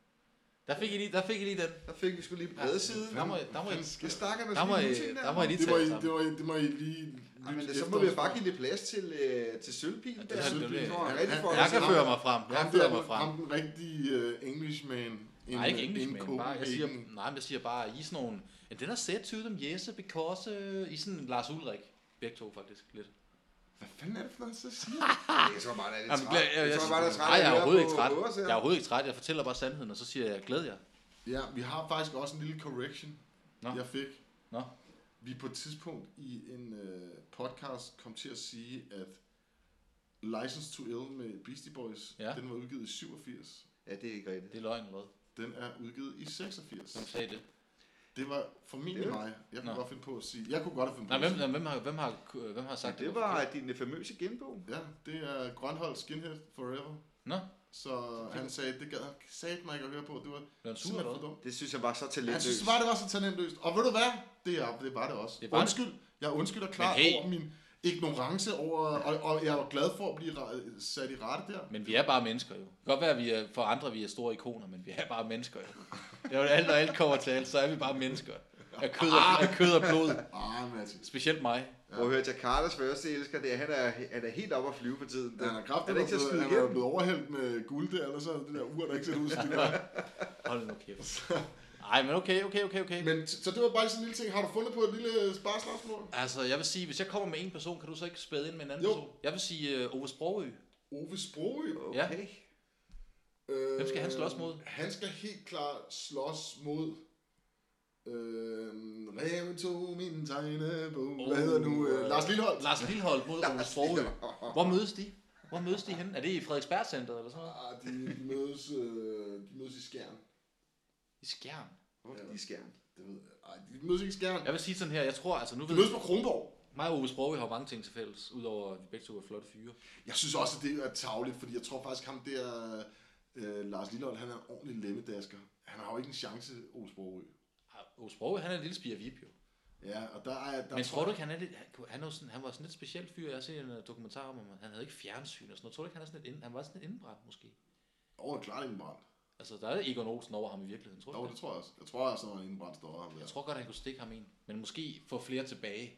[SPEAKER 4] Der fik I lige, der fik I lige den.
[SPEAKER 2] Der fik vi sgu lige
[SPEAKER 4] Ja,
[SPEAKER 2] bredesiden.
[SPEAKER 4] Der må, der må,
[SPEAKER 2] Det stakker med
[SPEAKER 4] der må,
[SPEAKER 2] sådan nogle
[SPEAKER 4] I-
[SPEAKER 2] ting der.
[SPEAKER 4] der må I lige
[SPEAKER 3] Det må,
[SPEAKER 4] tage
[SPEAKER 3] I,
[SPEAKER 4] sammen.
[SPEAKER 3] det, må I, det må I lige
[SPEAKER 2] Ej, men
[SPEAKER 3] lytte
[SPEAKER 2] så må
[SPEAKER 3] efter
[SPEAKER 2] vi jo
[SPEAKER 3] os
[SPEAKER 2] bare
[SPEAKER 3] på.
[SPEAKER 2] give lidt plads til, øh, til sølvpigen der.
[SPEAKER 4] Ja, Altså, det er selvfølgelig-
[SPEAKER 2] Sølvpigen, hvor han
[SPEAKER 3] han-
[SPEAKER 2] rigtig
[SPEAKER 3] han-
[SPEAKER 2] får
[SPEAKER 4] Jeg
[SPEAKER 2] os
[SPEAKER 4] kan
[SPEAKER 2] ind.
[SPEAKER 3] Ham-
[SPEAKER 4] føre mig frem. Jeg
[SPEAKER 3] Ham
[SPEAKER 4] fører
[SPEAKER 3] der,
[SPEAKER 4] mig frem.
[SPEAKER 3] Ham den rigtige uh, Englishman. in-
[SPEAKER 4] Nej, ikke
[SPEAKER 3] in
[SPEAKER 4] engelskmænd. Bare, jeg siger,
[SPEAKER 3] Copenhagen.
[SPEAKER 4] nej, men jeg siger bare, I er sådan nogle... And then I said to them, Jesse, because... Uh, I er sådan Lars Ulrik. Begge to faktisk, lidt.
[SPEAKER 3] Hvad fanden er det for noget, så siger?
[SPEAKER 2] Jeg tror bare, der er lidt
[SPEAKER 4] Jamen,
[SPEAKER 2] træt.
[SPEAKER 4] glæ- jeg-
[SPEAKER 2] jeg tror bare, der er træt. af
[SPEAKER 4] Nej, jeg
[SPEAKER 2] at
[SPEAKER 4] er
[SPEAKER 2] høre
[SPEAKER 4] overhovedet ikke
[SPEAKER 2] på
[SPEAKER 4] træt.
[SPEAKER 2] Åse her.
[SPEAKER 4] Jeg er overhovedet ikke træt. Jeg fortæller bare sandheden, og så siger jeg, glæd jer.
[SPEAKER 3] Ja, vi har faktisk også en lille correction,
[SPEAKER 4] Nå.
[SPEAKER 3] jeg fik.
[SPEAKER 4] Nå.
[SPEAKER 3] Vi på et tidspunkt i en øh, podcast kom til at sige, at License to Ill med Beastie Boys,
[SPEAKER 4] Ja.
[SPEAKER 3] den var udgivet i 87.
[SPEAKER 2] Ja, det er ikke rigtigt.
[SPEAKER 4] Det er løgn, eller hvad?
[SPEAKER 3] Den er udgivet i 86.
[SPEAKER 4] Hvem sagde det?
[SPEAKER 3] Det var formentlig
[SPEAKER 2] Det er-
[SPEAKER 3] mig. Jeg kunne
[SPEAKER 4] Nå.
[SPEAKER 3] godt finde på at sige... Jeg kunne godt have fundet
[SPEAKER 4] Nej,
[SPEAKER 3] på at
[SPEAKER 4] hvem,
[SPEAKER 3] sige-
[SPEAKER 4] nej, hvem, har, hvem, har, hvem har sagt
[SPEAKER 2] Det
[SPEAKER 4] det?
[SPEAKER 2] var din famøse genbog.
[SPEAKER 3] Ja, det er Grønhold Skinhead Forever.
[SPEAKER 4] Nå,
[SPEAKER 3] Så han sagde, det gad han sagde mig ikke at høre på. Det var
[SPEAKER 4] blev han sur, eller
[SPEAKER 3] simpelthen
[SPEAKER 4] hvad?
[SPEAKER 3] for dumt.
[SPEAKER 2] Det synes jeg var så
[SPEAKER 3] Jeg
[SPEAKER 2] talentløst.
[SPEAKER 3] synes bare, det var så talentløst. Og ved du hvad? Det, er, det var det også.
[SPEAKER 4] Det
[SPEAKER 3] Det
[SPEAKER 4] var
[SPEAKER 3] var
[SPEAKER 4] det.
[SPEAKER 3] Undskyld. Jeg undskylder klart
[SPEAKER 4] Men hey.
[SPEAKER 3] hey. over min ignorance over, og, og jeg er jo glad for at blive re- sat i rette der.
[SPEAKER 4] Men vi er bare mennesker jo. Det kan godt være, at vi er, for andre vi er store ikoner, men vi er bare mennesker jo. Det er jo alt, når alt kommer til alt, så er vi bare mennesker. Af kød og, af kød og blod.
[SPEAKER 3] Ah, Mathis.
[SPEAKER 4] Specielt mig.
[SPEAKER 2] Prøv at høre, Jakartas første elsker, det er, han er, han er helt oppe at flyve på tiden.
[SPEAKER 3] Han er
[SPEAKER 2] er
[SPEAKER 3] kraftigt
[SPEAKER 2] det ikke til at skyde
[SPEAKER 3] blevet, han er jo
[SPEAKER 2] igennem.
[SPEAKER 3] blevet overhældt med guld der, eller så er det der ur, der ikke ser ud som det der.
[SPEAKER 4] Hold nu kæft. Ej, men okay, okay, okay, okay.
[SPEAKER 3] Men så det var bare sådan en lille ting. Har du fundet på et lille sparslagsmål?
[SPEAKER 4] Altså, jeg vil sige, hvis jeg kommer med en person, kan du så ikke spæde ind med en anden
[SPEAKER 3] Jo.
[SPEAKER 4] person? Jeg vil sige uh, Ove Sprogø.
[SPEAKER 3] Ove Sprogø.
[SPEAKER 2] Okay.
[SPEAKER 3] Øh,
[SPEAKER 4] Hvem skal han slås mod?
[SPEAKER 3] Han skal helt klart slås mod... Øh, Reven tog min tegnebog. Hvad hedder nu? Øh, Lars Lillehold.
[SPEAKER 4] Lars Lillehold mod Ove Sprogø. Hvor mødes de? Hvor mødes de henne? Er det i Frederiksberg Centeret eller sådan noget?
[SPEAKER 3] Ah, de, de, mødes, øh, de mødes i skærn.
[SPEAKER 4] I Skjern.
[SPEAKER 2] Hvorfor de skærm?
[SPEAKER 3] Det ved jeg. Ej, de mødes ikke i skærn.
[SPEAKER 4] Jeg vil sige sådan her, jeg tror, altså nu
[SPEAKER 3] De
[SPEAKER 4] ved
[SPEAKER 3] mødes på Kronborg.
[SPEAKER 4] mig og Ove Sprogø har jo mange ting til fælles, udover at vi begge to er flotte fyre.
[SPEAKER 3] Jeg synes også, at det er tavligt, fordi jeg tror faktisk, ham der... Øh, Lars Lillehold, han er en ordentlig lemmedasker. Han har jo ikke en chance, Ove Sprogø.
[SPEAKER 4] Ah, Ove Sprogø, han er en lille spire vip jo.
[SPEAKER 3] Ja, og der er... Der
[SPEAKER 4] Men tror du ikke, han er lidt, han, kunne- han, er jo sådan, han var sådan lidt speciel fyr, jeg har set en øh, dokumentar om ham, han havde ikke fjernsyn og sådan noget. Tror du ikke, han, er sådan lidt ind, han var sådan lidt indbrændt måske?
[SPEAKER 3] Over klart indbrændt.
[SPEAKER 4] Altså, der er Egon Olsen over ham i virkeligheden, tror du
[SPEAKER 3] Jo,
[SPEAKER 4] ikke
[SPEAKER 3] det
[SPEAKER 4] det?
[SPEAKER 3] tror jeg også. Jeg tror også, at han er indbrændt større. ham der.
[SPEAKER 4] Jeg tror godt, han kunne stikke ham ind, men måske få flere tilbage.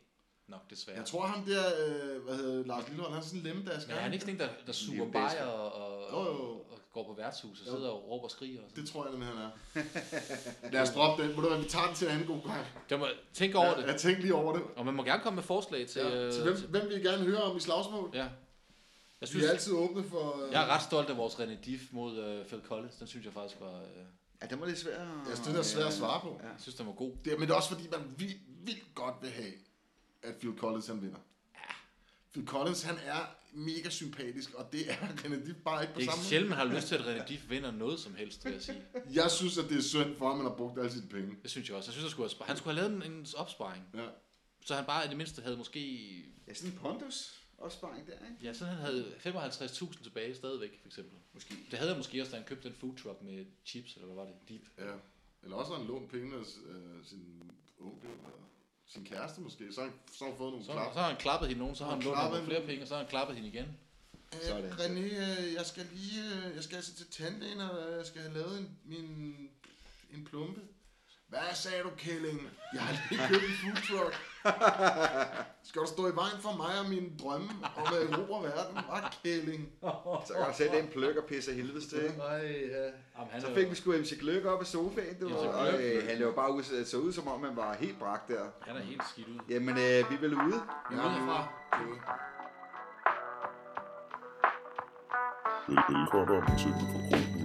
[SPEAKER 4] Nok desværre.
[SPEAKER 3] Jeg tror ham der, øh, hvad hedder det, Lars Lillehold, han er sådan en lemmedasker.
[SPEAKER 4] Men er han ikke sådan en, der, der suger
[SPEAKER 2] Lille basker.
[SPEAKER 4] bajer og, og,
[SPEAKER 3] Jo, jo, jo.
[SPEAKER 4] og går på værtshus og
[SPEAKER 3] Jo.
[SPEAKER 4] sidder og råber og skriger? Og sådan.
[SPEAKER 3] Det tror jeg nemlig, han er. Lad os droppe den. Må du hvad, vi tager den til en anden god gang.
[SPEAKER 4] Det må, tænk over
[SPEAKER 3] Jeg,
[SPEAKER 4] det.
[SPEAKER 3] jeg tænkte lige over det.
[SPEAKER 4] Og man må gerne komme med forslag til...
[SPEAKER 3] Ja.
[SPEAKER 4] øh,
[SPEAKER 3] Til hvem,
[SPEAKER 4] til-
[SPEAKER 3] hvem vil I gerne høre om i slagsmål?
[SPEAKER 4] ja. Jeg
[SPEAKER 3] Vi
[SPEAKER 4] synes,
[SPEAKER 3] er altid åbne for... øh,
[SPEAKER 4] jeg er ret stolt af vores René Diff mod øh, Phil Collins. Den synes jeg faktisk var... Øh,
[SPEAKER 2] Ja, den var lidt svær.
[SPEAKER 3] Jeg synes, altså, det er svært at svare på.
[SPEAKER 2] Ja.
[SPEAKER 4] jeg synes, den var god.
[SPEAKER 3] Det, men det er også fordi, man vildt, vildt godt vil have, at Phil Collins han vinder. Phil Collins, han er mega sympatisk, og det er [LAUGHS] René Dif bare ikke på
[SPEAKER 4] Det er
[SPEAKER 3] samme
[SPEAKER 4] ikke sjældent, man har lyst til, at René Diff vinder noget som helst, vil jeg sige.
[SPEAKER 3] måde. Jeg synes, at det er synd for, at man har brugt alle sine penge.
[SPEAKER 4] Det synes jeg også. Jeg synes, han skulle have, spar- han skulle have lavet en, en opsparing.
[SPEAKER 3] Ja.
[SPEAKER 4] Så han bare i det mindste havde måske...
[SPEAKER 2] Ja, sådan en pondus opsparing der, ikke?
[SPEAKER 4] Ja, så han havde 55.000 tilbage stadigvæk, for eksempel.
[SPEAKER 2] Måske.
[SPEAKER 4] Det havde han måske også, da han købte den food truck med chips, eller hvad var det? Deep.
[SPEAKER 3] ja. Eller også har han lånt pengene af øh, sin onkel, eller sin kæreste måske. Så har han, så har han fået nogle
[SPEAKER 4] Så,
[SPEAKER 3] klap.
[SPEAKER 4] så har han klappet hende nogen, så har han
[SPEAKER 3] Han
[SPEAKER 4] lånt
[SPEAKER 3] klappede
[SPEAKER 4] nogle flere
[SPEAKER 3] hende.
[SPEAKER 4] penge, og så har han klappet hende igen.
[SPEAKER 3] Øh,
[SPEAKER 2] Sådan.
[SPEAKER 3] René, øh, jeg skal lige, øh, jeg skal altså til tandlægen, og øh, jeg skal have lavet en, min, en plumpe. Hvad sagde du, Kælling? Jeg har lige købt en food truck. Skal du stå i vejen for mig og mine drømme om at erobre verden? Hvad, Kælling?
[SPEAKER 2] Så kan du sætte en pløk og pisse af helvedes til, ikke?
[SPEAKER 4] Nej, ja. Jamen, han
[SPEAKER 2] Så
[SPEAKER 4] er
[SPEAKER 2] fik
[SPEAKER 4] jo-
[SPEAKER 2] vi sgu MC Gløk op af sofaen, du,
[SPEAKER 4] MC
[SPEAKER 2] og, og
[SPEAKER 4] Gløgg.
[SPEAKER 2] øh, han lå bare ud, så ud, som om man var helt bragt der.
[SPEAKER 4] Han er helt skidt ud.
[SPEAKER 2] Jamen, øh, vi er vel ude.
[SPEAKER 3] Ja,
[SPEAKER 4] herfra.
[SPEAKER 3] øh,
[SPEAKER 1] Velkommen til mikrogruppen.